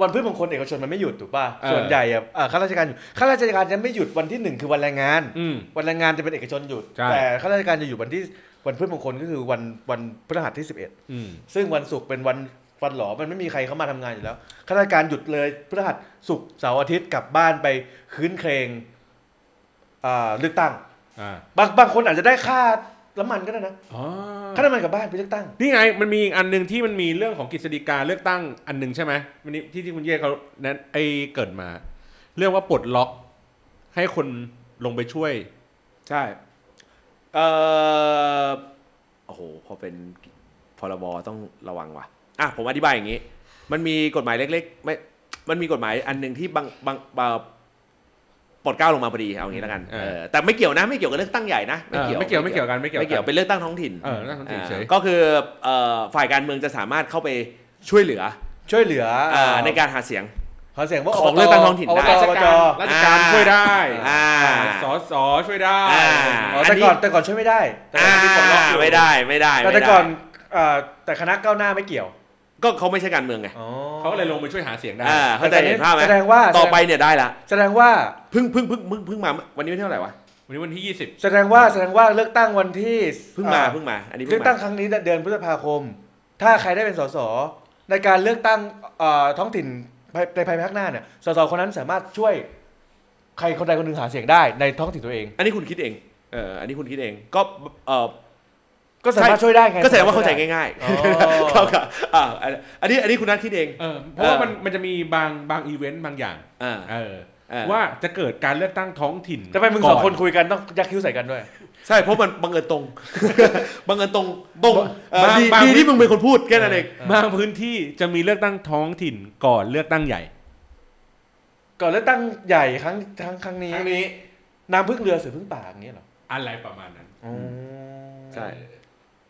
Speaker 2: วันพืชมงคลเอกชนมันไม่หยุดถูกป่ะ
Speaker 3: เออ
Speaker 2: ส่วนใหญ่อะเอ่อข้าราชการหยุดข้าราชการจะไม่หยุดวันที่หนึ่งคือวันแรงงาน
Speaker 3: อืม
Speaker 2: วันแรงงานจะเป็นเอกชนหยุด
Speaker 3: ใช่
Speaker 2: แต่ข้าราชการจะอยู่วันที่วันพืชมงคลก็คือวันวันพฤหัสที่สิบเอ็ด
Speaker 3: อืม
Speaker 2: ซึ่งวันศุกร์เป็นวันวันหลอมันไม่มีใครเข้ามาทำงานอยู่แล้วข้าราชการหยุดเลยพฤหัสศุกร์เสาร์อาทิตย์กลับบ้านไปคืนเครงอ่าเลือกตั้ง
Speaker 3: อ่า
Speaker 2: บางบางคนอาจจะได้ค่าน้ำมันก็ได้นะ
Speaker 3: อ๋อ
Speaker 2: ค่าน้ำมันกลับบ้านไปเลือกตั้ง
Speaker 3: นี่ไงมันมีอีกอันหนึ่งที่มันมีเรื่องของกฤษฎีกาเลือกตั้งอันหนึ่งใช่ไหมวันนี้ที่ที่คุณเย่เขาแนั้นไอ้เกิดมา เรื่องว่าปลดล็อก ให้คนลงไปช่วย
Speaker 1: ใช่เออโอ้โห พอเป็นพรบต้องระวังว่ะ อ่ะ ผมอธิบายอย่างนี้ มันมีกฎหมายเล็กๆ ไม่ มันมีกฎหมายอันหนึ่งที่บางบางบางปลดเกล้าลงมาพอดี เอางี้แล้วกัน
Speaker 3: เออ
Speaker 1: เออ แต่ไม่เกี่ยวนะ ไม่เกี่ยวกับเลือกตั้งใหญ่นะ
Speaker 3: เออไม่เกี่ยวไม่เกี่ยวกันไม่เกี่ยว
Speaker 1: ไม่เกี่ยว
Speaker 3: กัน
Speaker 1: เป็นเลือกตั้งท้องถิ่น
Speaker 3: เออเลือกตั้งท้องถิ่นเฉย
Speaker 1: าก็คือเอ่อฝ่ายการเมืองจะสามารถเข้าไปช่วยเหลือ
Speaker 2: ช่วยเหลือ
Speaker 1: อ่าในการหาเสียง
Speaker 2: หาเสียงว่า
Speaker 1: ของเลือกตั้งท้องถิ่นได้
Speaker 2: รา
Speaker 3: รา
Speaker 2: ช
Speaker 3: ช
Speaker 2: ก
Speaker 3: การ
Speaker 2: าร
Speaker 3: ราชการช่วยได้
Speaker 1: อ่า
Speaker 3: สอสอช่วยได้
Speaker 1: อ่า
Speaker 2: อ๋อแต่ก่อนแต่ก่อนช่วยไม่ได้แต่
Speaker 1: อ่า
Speaker 2: ที่ปลดล็อกอยู่
Speaker 1: ไม่ได้ไม่ได้
Speaker 2: แต่
Speaker 1: ไม่
Speaker 2: แต่
Speaker 1: ได้
Speaker 2: ก่อนอ่าแต่คณะก้าวหน้าไม่เกี่ยว
Speaker 1: ก็เขาไม่ใช่การเมืองไง
Speaker 3: เขาเลยลงไปช่วยหาเสียงได้
Speaker 1: อ่าเข้าใจเห็นภาพไหม
Speaker 2: แสดงว่า
Speaker 1: ต่อไปเนี่ยได้ละ
Speaker 2: แสดงว่า
Speaker 1: เพึ่งเพึ่งเพึ่งเพึ่งเพึ่งมาวันนี้วันที่เท่าไหร่วะ
Speaker 3: วันนี้วันที่
Speaker 2: แสดงว่าแสดงว่าเลือกตั้งวันที่
Speaker 1: เพึ่งมา
Speaker 2: อ่
Speaker 1: เพึ่งมา อันนี้
Speaker 2: เลื
Speaker 1: เพึ่
Speaker 2: อก
Speaker 1: ง
Speaker 2: ตั้
Speaker 1: มาง
Speaker 2: ครั้งนี้เดือนพฤษภาคม ถ้าใครได้เป็นสสในการเลือกตั้งเอ่อท้องถิ่นภายในภายภาคหน้าเนี่ยสสคนนั้นสามารถช่วยใครคนใดคนหนึ่งหาเสียงได้ในท้องถิ่นตัวเอง
Speaker 1: อันนี้คุณคิดเองเอออันนี้คุณคิดเองก็เออ
Speaker 2: ก็สามารถ
Speaker 1: ใช่
Speaker 2: ช่วยได้ไง
Speaker 1: ก็แสดงว่าเข้าใจง่าย
Speaker 2: อ๋
Speaker 1: ๆ
Speaker 2: อ
Speaker 1: ครับครับอ่าอันนี้อันนี้คุณนัทคิดเอง
Speaker 3: เออเพราะว่า
Speaker 1: เออ
Speaker 3: มันมันจะมีบางบางอีเวนต์บางอย่าง
Speaker 1: อ่า
Speaker 3: เออ
Speaker 1: อ่
Speaker 3: ว่าจะเกิดการเลือกตั้งท้องถิ่น
Speaker 2: จะไปมึงสองคนคุยกันต้องยักคิ้วใส่กันด้วย
Speaker 1: ใช่เพราะมันบังเอิญตรง บังเอิญตรงตรงเอ่อบ
Speaker 3: าง
Speaker 1: ดี
Speaker 3: บาง
Speaker 1: ดีที่มึงเป็นคนพูดแค่นั้นเอง
Speaker 3: บางพื้นที่จะมีเลือกตั้งท้องถิ่นก่อนเลือกตั้งใหญ่
Speaker 2: ก่อนเลือกตั้งใหญ่ครั้งครั้งครั้งนี้น้ำพึ่งเรือเสือพึ่งป่าอย่างนี้เหรอ
Speaker 3: อะไรประมาณนั้น
Speaker 2: อ
Speaker 1: ใช่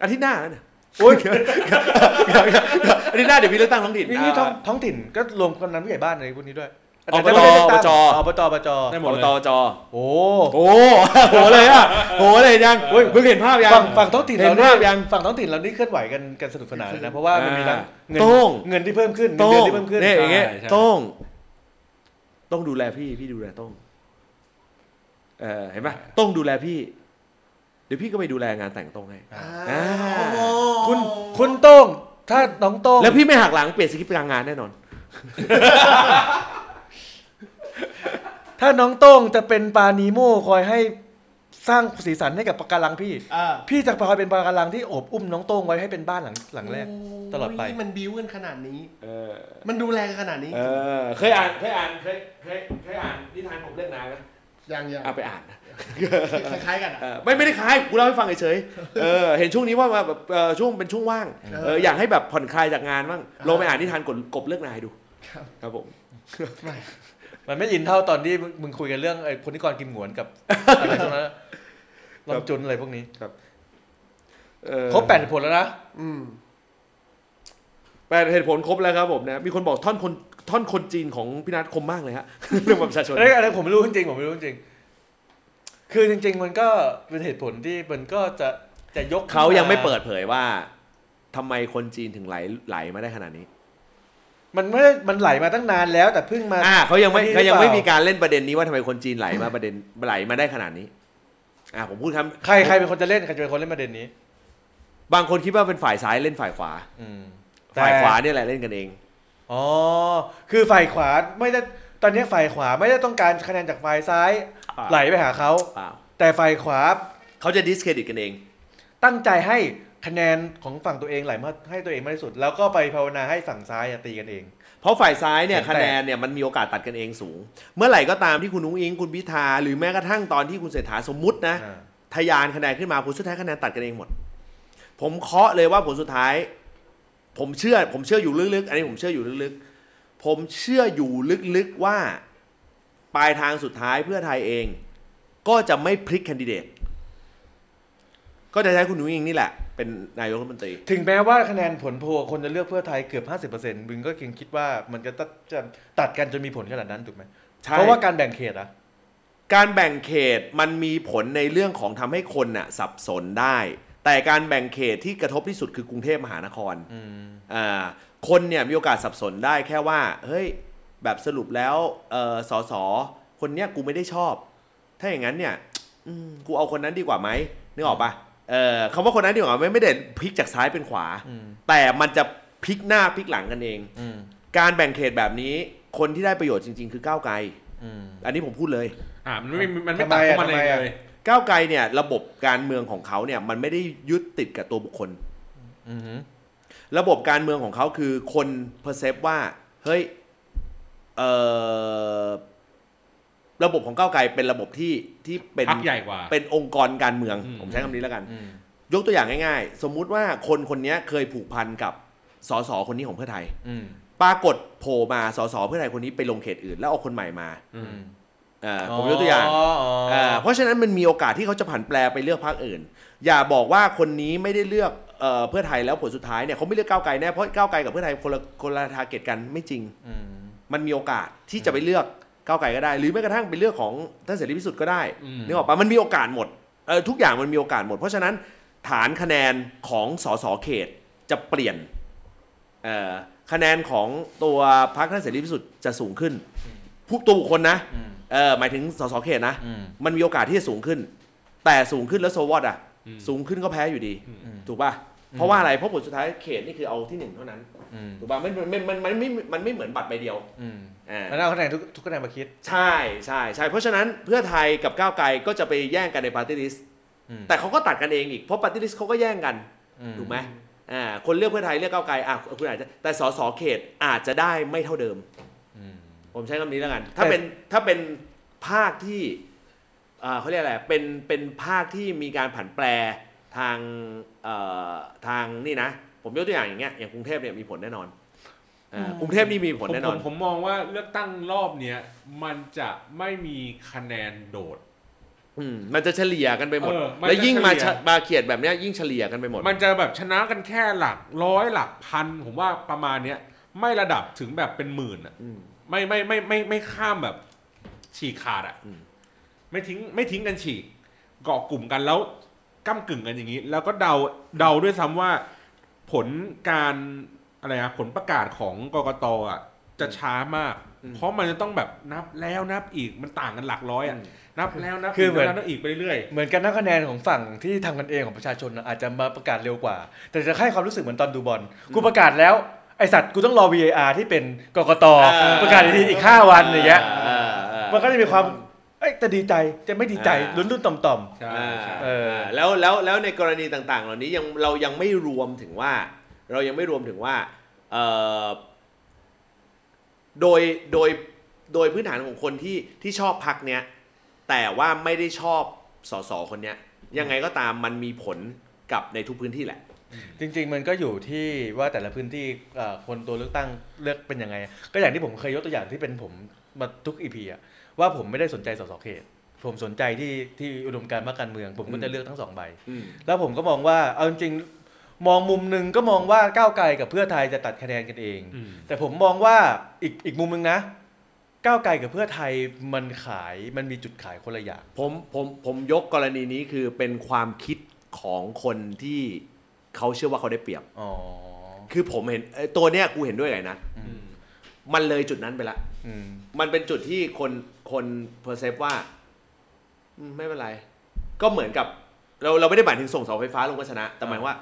Speaker 1: อาทิตย์หน้าเนี่ย
Speaker 2: โอ้ย
Speaker 1: อาทิตย์หน้าเดี๋ยวมีเลือกตั้งท้องถิ่น
Speaker 2: นี่นี่ท้อง
Speaker 1: อ่า
Speaker 2: ท้องถิ่นก็รวมกำนันผู้ใหญ่บ้านอะไรพวกนี้ด้วย
Speaker 1: อบจ
Speaker 2: แต่ไม่ได้เลืกตั้
Speaker 1: อ
Speaker 2: ง
Speaker 1: บจ
Speaker 2: อบจอบจ
Speaker 3: ได้หม
Speaker 1: อ
Speaker 3: ด
Speaker 1: บ
Speaker 3: เลย
Speaker 1: ตจ
Speaker 2: โอ้
Speaker 1: โอ้โหโหเลยอ่ะโหเลยยังเฮ้ยมึงเห็นภาพยัง
Speaker 2: ฝั่งฝั่งท้องถิ่น
Speaker 1: เห็น
Speaker 2: เรานี่
Speaker 1: ภาพยัง
Speaker 2: ฝั่งท้องถิ่นเรานี่เคลื่อนไหวกันกันสนุกสนานเลยนะเพราะว่ามันมีทั้งเงิน
Speaker 1: โต้ง
Speaker 2: เงินที่เพิ่มขึ้นเงิน
Speaker 1: โต้
Speaker 2: เดือง นที่เพิ่มขึ้น
Speaker 1: เนี่ยอย่างเงี้ย
Speaker 3: ใช่ใช่
Speaker 1: โต้งต้องดูแลพี่พี่ดูแลโต้งเออเห็นปะโต้งดูแลพี่ เดี๋ยวพี่ก็ไปดูแลงานแต่งโต้งให้ อ่า
Speaker 2: คุณคุณโต้งถ้าน้องโต้ง
Speaker 1: แล้วพี่ไม่หักหลังเปลี่ยนสคริปต์กลางงานแน่นอน
Speaker 2: ถ้าน้องโต้งจะเป็นปลานีโมคอยให้สร้างสีสันให้กับปะการังพี่
Speaker 6: อ่า
Speaker 2: พี่จะพาเป็นปะการังที่โอบอุ้มน้องโต้งไว้ให้เป็นบ้านหลังหลังแรก ตลอดไป
Speaker 6: โยนี่มันบิ้วกันขนาดนี้
Speaker 1: เออ
Speaker 6: มันดูแลกันขนาดนี้
Speaker 1: เออเคยอ่านเคยอ่านเคยเคยเคยอ่านนิทานผมเรื่องนายไหม
Speaker 6: อย่างอย่าง
Speaker 1: เอาไปอ่านนะ
Speaker 6: คล้ายๆกันอ่ะ
Speaker 1: เออไม่ไม่ได้คล้ายกูเล่าให้ฟังเฉยๆเออเห็นช่วงนี้ว่าแบบเออช่วงเป็นช่วงว่าง
Speaker 6: เออ
Speaker 1: เอออยากให้แบบผ่อนคลายจากงานบ้าง
Speaker 6: อ่า
Speaker 1: ลองไปอ่านนิทานกบกบเรื่องนายดู ครับผม
Speaker 2: มันไม่อินเท่าตอนที่มึงมึงคุยกันเรื่องไอ้คนที่กรกินหงวนกับ อะไรตรงนั้นอะลำจุนอะไรพวกนี้
Speaker 1: เออ
Speaker 2: ครบแปดผลแล้วนะ
Speaker 6: อืม
Speaker 1: แปดเหตุผลครบแล้วครับผมนะมีคนบอกท่อนคนท่อนคนจีนของพี่นัทคมมากเลยฮะ เรื่องบัตรประชาชน
Speaker 2: อันนี้อันนี้ผมไม่รู้จริงๆผมไม่รู้จริงๆคือจริง ๆ มันก็เป็นเหตุผลที่มันก็จะจะยก
Speaker 1: เขายังไม่เปิดเผยว่าทำไมคนจีนถึงไหลไหลมาได้ขนาดนี้
Speaker 2: มันไม่ได้มันไหลมาตั้งนานแล้ว แต่เพิ่งมา
Speaker 1: อ่าเขายังไม่
Speaker 2: อัน
Speaker 1: เขา
Speaker 2: นี้หรือเปล่า
Speaker 1: ยังไม่มีการเล่นประเด็นนี้ว่าทำไมคนจีนไหลมาประเด็นไหลมาได้ขนาดนี้ อ่าผมพูดคำ
Speaker 2: ใครใครเป็นคนจะเล่นใครจะเป็นคนเล่นประเด็นนี้
Speaker 1: บางคนคิดว่าเป็นฝ่ายซ้ายเล่นฝ่ายขวา
Speaker 2: อืม
Speaker 1: ฝ่าย
Speaker 2: แต่
Speaker 1: ขวาเนี่ยแหละเล่นกันเอง
Speaker 2: อ๋อคือฝ่ายขวาไม่ได้ตอนนี้ฝ่ายขวาไม่ได้ต้องการคะแนนจากฝ่ายซ้าย
Speaker 1: อ่า
Speaker 2: ไหลไปหาเขา
Speaker 1: เปล่า
Speaker 2: แต่ฝ่ายขวา
Speaker 1: เขาจะดิสเครดิตกันเอง
Speaker 2: ตั้งใจให้คะแนนของฝั่งตัวเองไหลมาให้ตัวเองมากที่สุด แล้วก็ไปภาวนาให้ฝั่งซ้ายอะตีกันเอง
Speaker 1: เพราะฝ่ายซ้ายเนี่ย
Speaker 2: เห็นแต่
Speaker 1: คะแนนเนี่ยมันมีโอกาสตัดกันเองสูง เมื่อไหร่ก็ตามที่คุณนุ้งอิงคุณพิธาหรือแม้กระทั่งตอนที่คุณเศรษฐาสมมตินะ
Speaker 2: อ่า
Speaker 1: ทะยานคะแนนขึ้นมาผลสุดท้ายคะแนนตัดกันเองหมด ผมเคาะเลยว่าผลสุดท้าย ผมเชื่อ ผมเชื่ออยู่ลึกๆ อันนี้ผมเชื่ออยู่ลึกๆ ผมเชื่ออยู่ลึกๆว่า ปลายทางสุดท้ายเพื่อไทยเอง ก็จะไม่พลิกแคนดิเดต ก็จะใช้คุณอุ้งอิงนี่แหละเป็นนายกรัฐมนตรี
Speaker 2: ถึงแม้ว่าคะแนนผลโพลคนจะเลือกเพื่อไทยเกือบ 50%มึงก็ยังคิดว่ามันจะตัดจะตัดกันจนมีผลขนาดนั้นถูกไหม
Speaker 1: ใช่
Speaker 2: เพราะว่าการแบ่งเขตอะ
Speaker 1: การแบ่งเขตมันมีผลในเรื่องของทำให้คนน่ะสับสนได้ แต่การแบ่งเขตที่กระทบที่สุดคือกรุงเทพมหานครอ่าคนเนี่ยมีโอกาสสับสนได้แค่ว่า เฮ้ย แบบสรุปแล้วเออสอสอคนเนี้ยกูไม่ได้ชอบ ถ้าอย่างนั้นเนี่ยอืมกูเอาคนนั้นดีกว่าไหมนึกออกปะเออคำว่าคนนั้นดีกว่าไหมไม่ได้พลิกจากซ้ายเป็นขวา
Speaker 2: อืม
Speaker 1: แต่มันจะพลิกหน้าพลิกหลังกันเอง
Speaker 2: อืม
Speaker 1: การแบ่งเขตแบบนี้คนที่ได้ประโยชน์จริง ๆ คือก้าวไกล
Speaker 2: อืม
Speaker 1: อันนี้ผมพูดเลย
Speaker 3: อ่ามันไม่มันไม่
Speaker 2: ทำไมอะ
Speaker 3: ตัดเข้ามาใน
Speaker 2: ทำไมอะ
Speaker 3: เลย
Speaker 1: ก้าวไกลเนี่ยระบบการเมืองของเขาเนี่ยมันไม่ได้ยึดติดกับตัวบุคคล
Speaker 2: อืม
Speaker 1: ระบบการเมืองของเขาคือคนเพอร์เซพว่าเฮ้ยเอ่อระบบของก้าวไกลเป็นระบบที่ที่เป็น
Speaker 3: พรรคใหญ่กว่า
Speaker 1: เป็นองค์กรการเมือง
Speaker 3: อืม
Speaker 1: ผมใช้คำนี้แล้วกัน
Speaker 2: อืม
Speaker 1: ยกตัวอย่างง่ายๆ สมมุติว่าคนคนเนี้ยเคยผูกพันกับสสคนนี้ของเพื่อไทย
Speaker 2: อืม
Speaker 1: ปรากฏโผล่มาสสเพื่อไทยคนนี้ไปลงเขตอื่น แล้วเอาคนใหม่มา
Speaker 3: อืม
Speaker 1: เอ่อผมยกตัวอย่าง อ่าเพราะฉะนั้นมันมีโอกาสที่เขาจะผันแปรไปเลือกพรรคอื่น อย่าบอกว่าคนนี้ไม่ได้เลือกเอ่อเพื่อไทยแล้วผลสุดท้ายเนี่ยเขาไม่เลือกก้าวไกลแน่เพราะก้าวไกลกับเพื่อไทยคนละคนละทาร์เก็ตกันไม่จริง
Speaker 2: อืม
Speaker 1: มันมีโอกาสที่จะไปเลือกก้าวไกลก็ได้ หรือแม้กระทั่งไปเลือกของท่านเสรีพิสุทธิ์ก็ได้
Speaker 3: อืม
Speaker 1: นึกออกปะมันมีโอกาสหมดเออทุกอย่างมันมีโอกาสหมด เพราะฉะนั้นฐานคะแนนของสสเขตจะเปลี่ยนเอ่อคะแนนของตัวพรรคท่านเสรีพิสุทธิ์จะสูงขึ้นผู้ตัวบุคคลนะ
Speaker 2: อืม
Speaker 1: เออหมายถึงสสเขตนะ
Speaker 2: อืม
Speaker 1: มันมีโอกาสที่จะสูงขึ้น แต่สูงขึ้นแล้วโซวอตอ่ะ
Speaker 3: อืม
Speaker 1: สูงขึ้นก็แพ้อยู่ดี
Speaker 2: อืม
Speaker 1: ถูกป่ะ เพราะว่าอะไร เพราะผลสุดท้ายเขตนี่คือเอาที่หนึ่งเท่านั้น
Speaker 2: อืม
Speaker 1: ถูกป่ะมันมันมันมันไม่มันไม่เหมือนบัตรใบเดียว
Speaker 2: อืม
Speaker 1: อ่า
Speaker 2: แล้วเอาคะแนนทุกทุกคะแนนมาคิด
Speaker 1: ใช่ใช่ใช่ เพราะฉะนั้นเพื่อไทยกับก้าวไกลก็จะไปแย่งกันในปาร์ตี้ลิสต์
Speaker 2: อืม
Speaker 1: แต่เขาก็ตัดกันเองอีก เพราะปาร์ตี้ลิสต์เขาก็แย่งกัน
Speaker 2: อื
Speaker 1: ถูกไหมอ่า คนเลือกเพื่อไทยเลือกก้าวไกล อ่ะคุณอาจจะ แต่สสเขตอาจจะได้ไม่เท่าเดิม
Speaker 2: อืม
Speaker 1: ผมใช้คำนี้แล้วกัน ถ้า
Speaker 2: แต่
Speaker 1: เป็นถ้าเป็นภาคที่อ่าเขาเรียกอะไร เป็นเป็นภาคที่มีการผันแปรทางเอ่อทางนี่นะ ผมยกตัวอย่างอย่างเงี้ยอย่างกรุงเทพเนี่ยมีผลแน่นอนอ่ากรุงเทพนี่มีผล
Speaker 3: ผม
Speaker 1: แน่
Speaker 3: ผ
Speaker 1: นอน
Speaker 3: มผมมองว่าเลือกตั้งรอบเนี้ยมันจะไม่มีคะแนนโดด
Speaker 1: อืมมันจะเฉลี่ยกันไปหมด
Speaker 3: เออมันจะ
Speaker 1: และยิ่งมา
Speaker 3: เฉลี่ย
Speaker 1: มาเขียดแบบเนี้ยยิ่งเฉลี่ยกันไปหมด
Speaker 3: มันจะแบบชนะกันแค่หลักร้อยหลักพัน ผมว่าประมาณเนี้ยไม่ระดับถึงแบบเป็นหมื่นอ่ะ
Speaker 1: อืม
Speaker 3: ไม่ไม่ไม่ไม่ไม่ข้ามแบบ ฉีกขาดอ่ะ
Speaker 1: อืม
Speaker 3: ไม่ทิ้งไม่ทิ้งกันฉีก เกาะกลุ่มกันแล้วก้ากึ่งกันอย่างนี้ แล้วก็เดาเดาด้วยซ้ำว่า ผลการอะไรนะผลประกาศของกกตอ่ะจะช้ามาก เพราะมันจะต้องแบบนับแล้วนับอีกมันต่างกันหลักร้อยอ่ะนับแล้วนับ
Speaker 2: คื
Speaker 3: อี
Speaker 2: อก เหมือ
Speaker 3: นั
Speaker 2: บ น
Speaker 3: แล้วนับอีกไปเรื่อย
Speaker 2: เหมือนกันนับคะแนนของฝั่งที่ทำกันเองของประชาชนน่ะอาจจะมาประกาศเร็วกว่า แต่จะให้ความรู้สึกเหมือนตอนดูบอลกูประกาศแล้ว ไอสัตว์กูต้องรอ VAR ที่เป็นกกต
Speaker 1: เออ
Speaker 2: ประกาศอีกทีอีก 5 วันอย่างเงี้ย
Speaker 1: อ่าอ่า
Speaker 2: มันก็จะมีความเอ้ยแต่ดีใจจะไม่ดีใจ
Speaker 1: อ่า
Speaker 2: ลุ้นรุ่นต่อมต่อม
Speaker 3: ใช่ใช่
Speaker 2: เออ
Speaker 1: แล้วแล้วแล้วในกรณีต่างๆ เหล่านี้ยังเรายังไม่รวมถึงว่า เรายังไม่รวมถึงว่าเอ่อโดยโดยโดยพื้นฐานของคนที่ที่ชอบพักเนี้ยแต่ว่าไม่ได้ชอบสสคนเนี้ยยังไงก็ตามมันมีผลกับในทุกพื้นที่แหละ
Speaker 2: จริง ๆ มันก็อยู่ที่ว่าแต่ละพื้นที่เอ่อคนตัวเลือกตั้งเลือกเป็นยังไง ก็อย่างที่ผมเคยยกตัวอย่างที่เป็นผมมาทุกอีพีอะว่าผมไม่ได้สนใจสสเขต ผมสนใจที่ที่อุดมการณ์พรรคการเมือง ผมก็จะเลือกทั้งสองใบ แล้วผมก็มองว่าเอาจริงๆมองมุมหนึ่งก็มองว่าก้าวไกลกับเพื่อไทยจะตัดคะแนนกันเอง
Speaker 3: อืม
Speaker 2: แต่ผมมองว่าอีกอีกมุมหนึ่งนะก้าวไกลกับเพื่อไทยมันขายมันมีจุดขายคนละอย่าง
Speaker 1: ผมผมผมยกกรณีนี้คือเป็นความคิดของคนที่เขาเชื่อว่าเขาได้เปรียบ
Speaker 2: อ๋อ
Speaker 1: คือผมเห็นเอ่อตัวเนี้ยกูเห็นด้วยไงนะ
Speaker 2: อืม
Speaker 1: มันเลยจุดนั้นไปละ
Speaker 2: อืม
Speaker 1: มันเป็นจุดที่คนคนเพอร์เซฟว่าอืมไม่เป็นไร ก็เหมือนกับ เราเราไม่ได้หมายถึงส่งเสาไฟฟ้าลงก็ชนะ แต่หมายว่า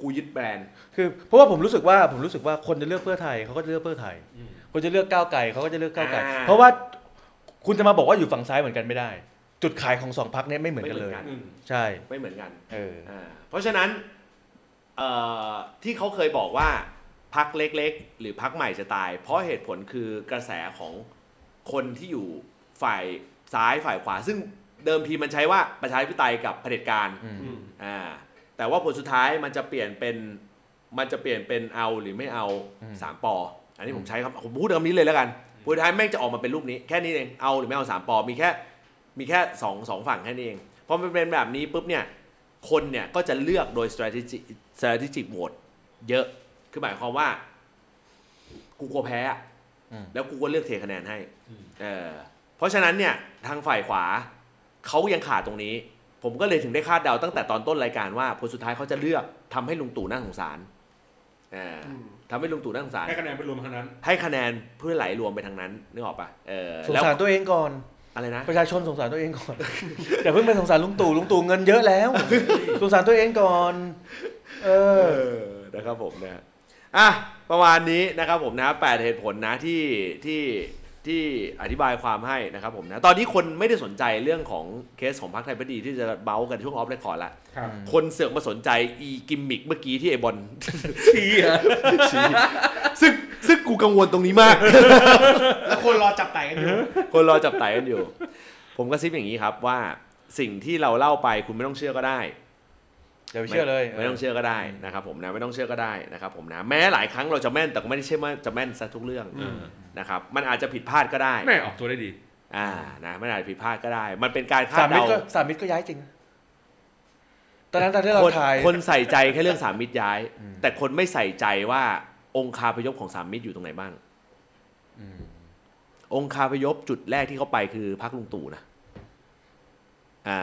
Speaker 1: กูยึดแบรนด์
Speaker 2: คือเพราะว่าผมรู้สึกว่าผมรู้สึกว่าคนจะเลือกเพื่อไทยเขาก็จะเลือกเพื่อไทย
Speaker 3: อืม
Speaker 2: คนจะเลือกก้าวไกลเขาก็จะเลือกก้าวไกล
Speaker 1: อ่า
Speaker 2: เพราะว่าคุณจะมาบอกว่าอยู่ฝั่งซ้ายเหมือนกันไม่ได้ จุดขายของสองพักนี้ยไม่เหมือนกันเลย
Speaker 3: อืม
Speaker 2: ใช่
Speaker 1: ไม่เหมือนกัน
Speaker 2: เออ
Speaker 1: อ่าเพราะฉะนั้นเอ่อที่เขาเคยบอกว่าพักเล็กๆ หรือพักใหม่จะตาย เพราะเหตุผลคือกระแสของคนที่อยู่ฝ่ายซ้ายฝ่ายขวา ซึ่งเดิมทีมันใช้ว่าประชาธิปไตยกับเผด็จการ
Speaker 2: อืม
Speaker 3: อืม
Speaker 1: อ่าแต่ว่าผลสุดท้ายมันจะเปลี่ยนเป็นมันจะเปลี่ยนเป็นเอาหรือไม่เอาสามปออันนี้ผมใช้คำผมพูดคำนี้เลยแล้วกันผลสุดท้ายแม่งจะออกมาเป็นรูปนี้แค่นี้เองเอาหรือไม่เอาสามปอมีแค่มีแค่สองสองฝั่งแค่นี้เองพอมันเป็นแบบนี้ปุ๊บเนี่ย คนเนี่ยก็จะเลือกโดย strategic strategic mode เยอะ คือหมายความว่า กูกลัวแพ้อะ
Speaker 3: อืม
Speaker 1: แล้วกูก็เลือกเทคะแนนให้เออเพราะฉะนั้นเนี่ยทางฝ่ายขวาเขายังขาดตรงนี้ ผมก็เลยถึงได้คาดเดาตั้งแต่ตอนต้นรายการว่าผลสุดท้ายเขาจะเลือกทำให้ลุงตู่น่าสงสารเอออทำให้ลุงตู่น่าสงสาร
Speaker 3: ให้คะแนนไปรวมทั้งนั้น
Speaker 1: ให้คะแนนเพื่อไหลรวมไปทางนั้นนึกออกปะเออ
Speaker 2: สง
Speaker 1: แล้ว
Speaker 2: สารตัวเองก่อน
Speaker 1: อะไรนะ
Speaker 2: ประชาชนสงสารตัวเองก่อน อย่าเพิ่งไปสงสารลุงตู่ลุงตู่เงินเยอะแล้ว สงสารตัวเองก่อน เออ
Speaker 1: เออนะครับผมนะฮะอ่ะประมาณนี้นะครับผมนะแปดเหตุผลนะที่ที่ที่อธิบายความให้นะครับผมนะตอนนี้คนไม่ได้สนใจเรื่องของเคสของพรรคไทยพักดีที่จะเบ้ากันช่วงออฟเรคคอร์ดละ
Speaker 3: ครับ
Speaker 1: คนเสือกมาสนใจอีกิมมิกเมื่อกี้ที่ไอบอล
Speaker 3: ชี้
Speaker 1: ซึ่งซึ่งกูกังวลตรงนี้มาก
Speaker 6: แล้วคนรอจับไต่กันอยู่
Speaker 1: คนรอจับไตกันอยู่ ผมกระซิบอย่างนี้ครับว่าสิ่งที่เราเล่าไปคุณไม่ต้องเชื่อก็ได้
Speaker 2: อย่าไปเชื่อเลย
Speaker 1: ไม่ต้องเชื่อก็ได้นะครับผมนะไม่ต้องเชื่อก็ได้นะครับผมนะแม้หลายครั้งเราจะแม่นแต่ก็ไม่ได้ใช่ว่าจะแม่นซะทุกเรื่อง
Speaker 3: อืม
Speaker 1: นะครับมันอาจจะผิดพลาดก็ได้
Speaker 3: แม่ออกตัวได้ดี
Speaker 1: อ่านะไม่อาจผิดพลาดก็ได้ มันเป็นการคา
Speaker 2: สา
Speaker 1: ด
Speaker 2: มมิต
Speaker 1: เดาร
Speaker 2: ก็สามมิตรก็ย้ายจริง ตอนนั้นตอนที่เรา
Speaker 1: คน
Speaker 2: ถ่าย
Speaker 1: คนใส่ใจแค่เรื่องสามมิตรย้าย แต่คนไม่ใส่ใจว่าองคาพยพของสามมิตรอยู่ตรงไหนบ้างองคาพยพจุดแรกที่เขาไปคือพักลุงตู่นะอ่า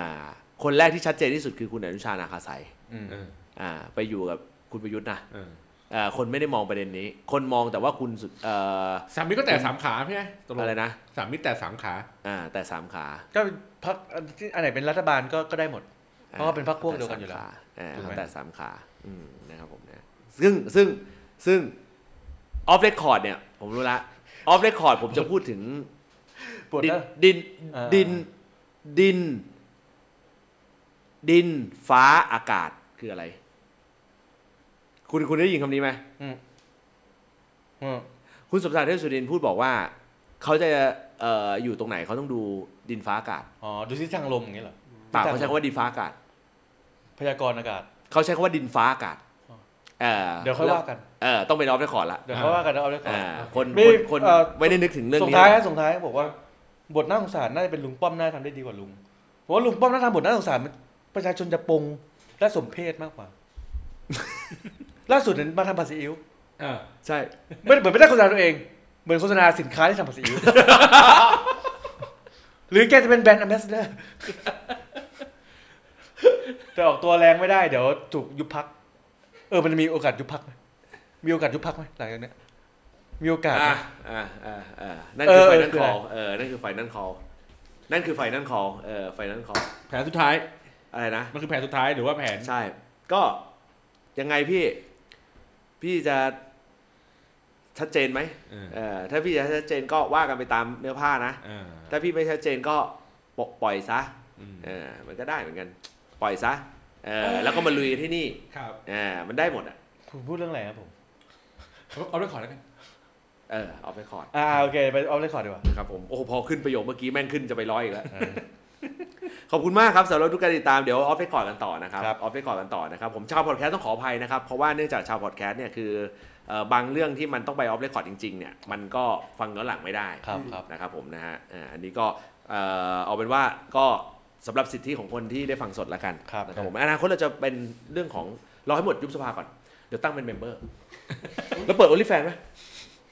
Speaker 1: คนแรกที่ชัดเจนที่สุดคือคุณอนุชานาคาไสย
Speaker 3: เออ
Speaker 1: อ่า ไปอยู่กับคุณประยุทธ์นะ
Speaker 3: เออ
Speaker 1: เอ่อคนไม่ได้มองประเด็นนี้ คนมองแต่ว่าคุณสุดเอ่อ
Speaker 3: สามมิตรก็แต่สามขาพี่ไงตกลง
Speaker 1: อะไรนะ
Speaker 3: สามมิตรแต่สามขา
Speaker 1: อ่าแต่สามขา
Speaker 2: ก็พักอันที่อันไหนเป็นรัฐบาลก็ก็ได้หมด เพราะว่าเป็นพรรคพวกเดียวกันอยู่แล้ว
Speaker 1: แต่
Speaker 3: ถู
Speaker 1: สามขาอ่า
Speaker 3: กไหม
Speaker 1: แต่สามขาอืมนะครับผมนะซึ่งซึ่งซึ่งออฟเรคคอร์ดเนี่ย ผมรู้ละออฟเรคคอร์ดผมจะพูดถึง
Speaker 2: ปวด
Speaker 1: ดิน
Speaker 2: นะ
Speaker 1: ดิน
Speaker 2: อ่า
Speaker 1: ดินดิน ดินฟ้าอากาศคืออะไร คุณคุณได้ยินคำนี้ไหม
Speaker 2: อืม
Speaker 1: คุณสมศักดิ์เทพสุรินทร์พูดบอกว่า เขาจะเอ่ออยู่ตรงไหนเขาต้องดูดินฟ้าอากาศ
Speaker 2: อ๋อ ดูทิศทางลมอย่างเงี้ยเหรอ
Speaker 1: เปล่าเขาใช้คำว่าดินฟ้าอากาศ
Speaker 2: พยากรณ์อากาศ
Speaker 1: เขาใช้คำว่าดินฟ้าอากาศเออ
Speaker 2: เดี๋ยวค่อยว่ากัน
Speaker 1: เออต้องไปรอบได้ก่อนละ
Speaker 2: เดี๋ยวค่อยว่ากันเอาเลยก่อน
Speaker 1: อ่าคน
Speaker 2: มี
Speaker 1: คนคน
Speaker 2: เอ่อ
Speaker 1: ไม่ได้นึกถึงเรื่อง
Speaker 2: ส่ง
Speaker 1: นี้
Speaker 2: ท้ายนะส่งท้ายบอกว่า บทน่าสงสารน่าจะเป็นลุงป้อมน่าทำได้ดีกว่าลุงเพราะว่าลุงป้อมน่าทำบทน่าสงสารมันประชาชนจะปงและสมเพศมากกว่า ล่าสุดเห็นมาทำผัดซีอิ๊ว
Speaker 3: เออ
Speaker 1: ใช่
Speaker 2: ไม่เหมือนไม่ได้โฆษณาตัวเอง เหมือนโฆษณาสินค้าที่ทำผัดซีอิ๊ว หรือแกจะเป็นแบรนด์อ m ม a สเดอร์ แต่ออกตัวแรงไม่ได้เดี๋ยวถูกยุบพัก เออมันมีโอกาสยุบพักไหมมีโอกาสยุบพักไหมหลังจากเนี้ยมีโอกาสไหม
Speaker 1: อ่าอ่าอ่าอ่านั่นคือไฟ
Speaker 2: เออเออ
Speaker 1: นั่นคอลเออ
Speaker 2: คืออะไร
Speaker 1: นั่นคือไฟนั่นคอลนั่นคือไฟนั่นคอลเออไฟนั่นคอล
Speaker 3: แผนสุดท้าย
Speaker 1: อะไรนะ
Speaker 3: มันคือแผนสุดท้ายหรือว่าแผน
Speaker 1: ใช่ ก็ยังไงพี่ พี่จะชัดเจนไหม
Speaker 3: เออ
Speaker 1: เออถ้าพี่จะชัดเจนก็ว่ากันไปตามเนื้อผ้านะ
Speaker 3: เออ
Speaker 1: ถ้าพี่ไม่ชัดเจนก็ปกปล่อยซะ
Speaker 3: อืม
Speaker 1: เออมันก็ได้เหมือนกัน ปล่อยซะเออแล้วก็มาลุยกันที่นี่
Speaker 3: ครับ
Speaker 1: เออมันได้หมดอ่ะ
Speaker 2: คุณพูดเรื่องอะไรครับผม
Speaker 3: เอาเอาเรื่องขอแล้วกัน
Speaker 1: เออเอาไปคอร์ด
Speaker 2: อ่าโอเค ไปออฟเลคคอร์ดดีกว่า
Speaker 1: ครับผม โอ้โหพอขึ้นประโยคเมื่อกี้แม่งขึ้นจะไปร้อยอีกแล้ว ขอบคุณมากครับสำหรับทุกการติดตามเดี๋ยวออฟไปคอร์ดกันต่อนะครับ
Speaker 2: ค
Speaker 1: อ
Speaker 2: รับ
Speaker 1: อฟไปคอร์ดกันต่อนะครับผมชาวพอดแคสต์ต้องขออภัยนะครับ เพราะว่าเนื่องจากชาวพอดแคสต์เนี่ยคือเอ่อบางเรื่องที่มันต้องไปออฟเรคคอร์ดจริงๆเนี่ยมันก็ฟังย้อนหลังไม่ได้
Speaker 2: ครับครับ
Speaker 1: นะครับผมนะฮะอ่าอันนี้ก็เอ่อเอาเป็นว่าก็สำหรับสิทธิของคนที่ได้ฟังสดละกัน
Speaker 2: ครับ
Speaker 1: นะครับผมอนาคตเราจะเป็นเรื่องของรอให้หมดยุบสภาก่อน เดี๋ยวตั้งเป็นเม มเบอร์ แล้วเปิดโอลิแฟนไหม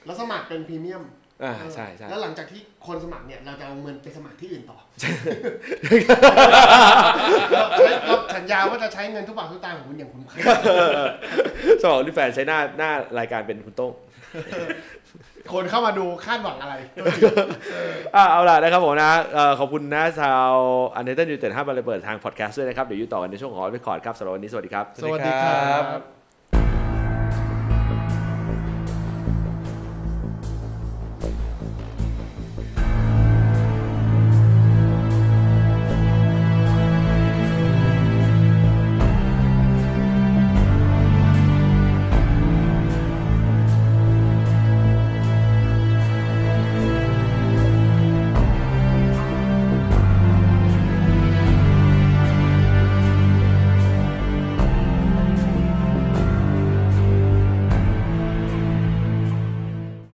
Speaker 6: แล้วสมัครเป็นพรีเมียม
Speaker 1: อ่าใช่ใช่
Speaker 6: แล้วหลังจากที่คนสมัครเนี่ย เราจะเอาเงินไปสมัครที่อื่นต่อเราสัญญาว่าจะใช้เงินทุกบาททุกสตางค์ของคุณอย่างคุ้มค่า
Speaker 1: สมัครโอลิแฟนใช้หน้าหน้ารายการเป็นคุณโต้ง
Speaker 6: คนเข้ามาดูคาดหวังอะไร
Speaker 1: อ่ะเอาล่ะนะครับผมนะเอ่อขอบคุณนะชาวอันเดอร์ยูเต็ดห้าบาลเปิดทางพอดแคสต์ด้วยนะครับ เดี๋ยวอยู่ต่อกันในช่วงของออฟเรคคอร์ดครับสำหรับวันนี้สวัสดีครับ
Speaker 2: สวัสดีครับ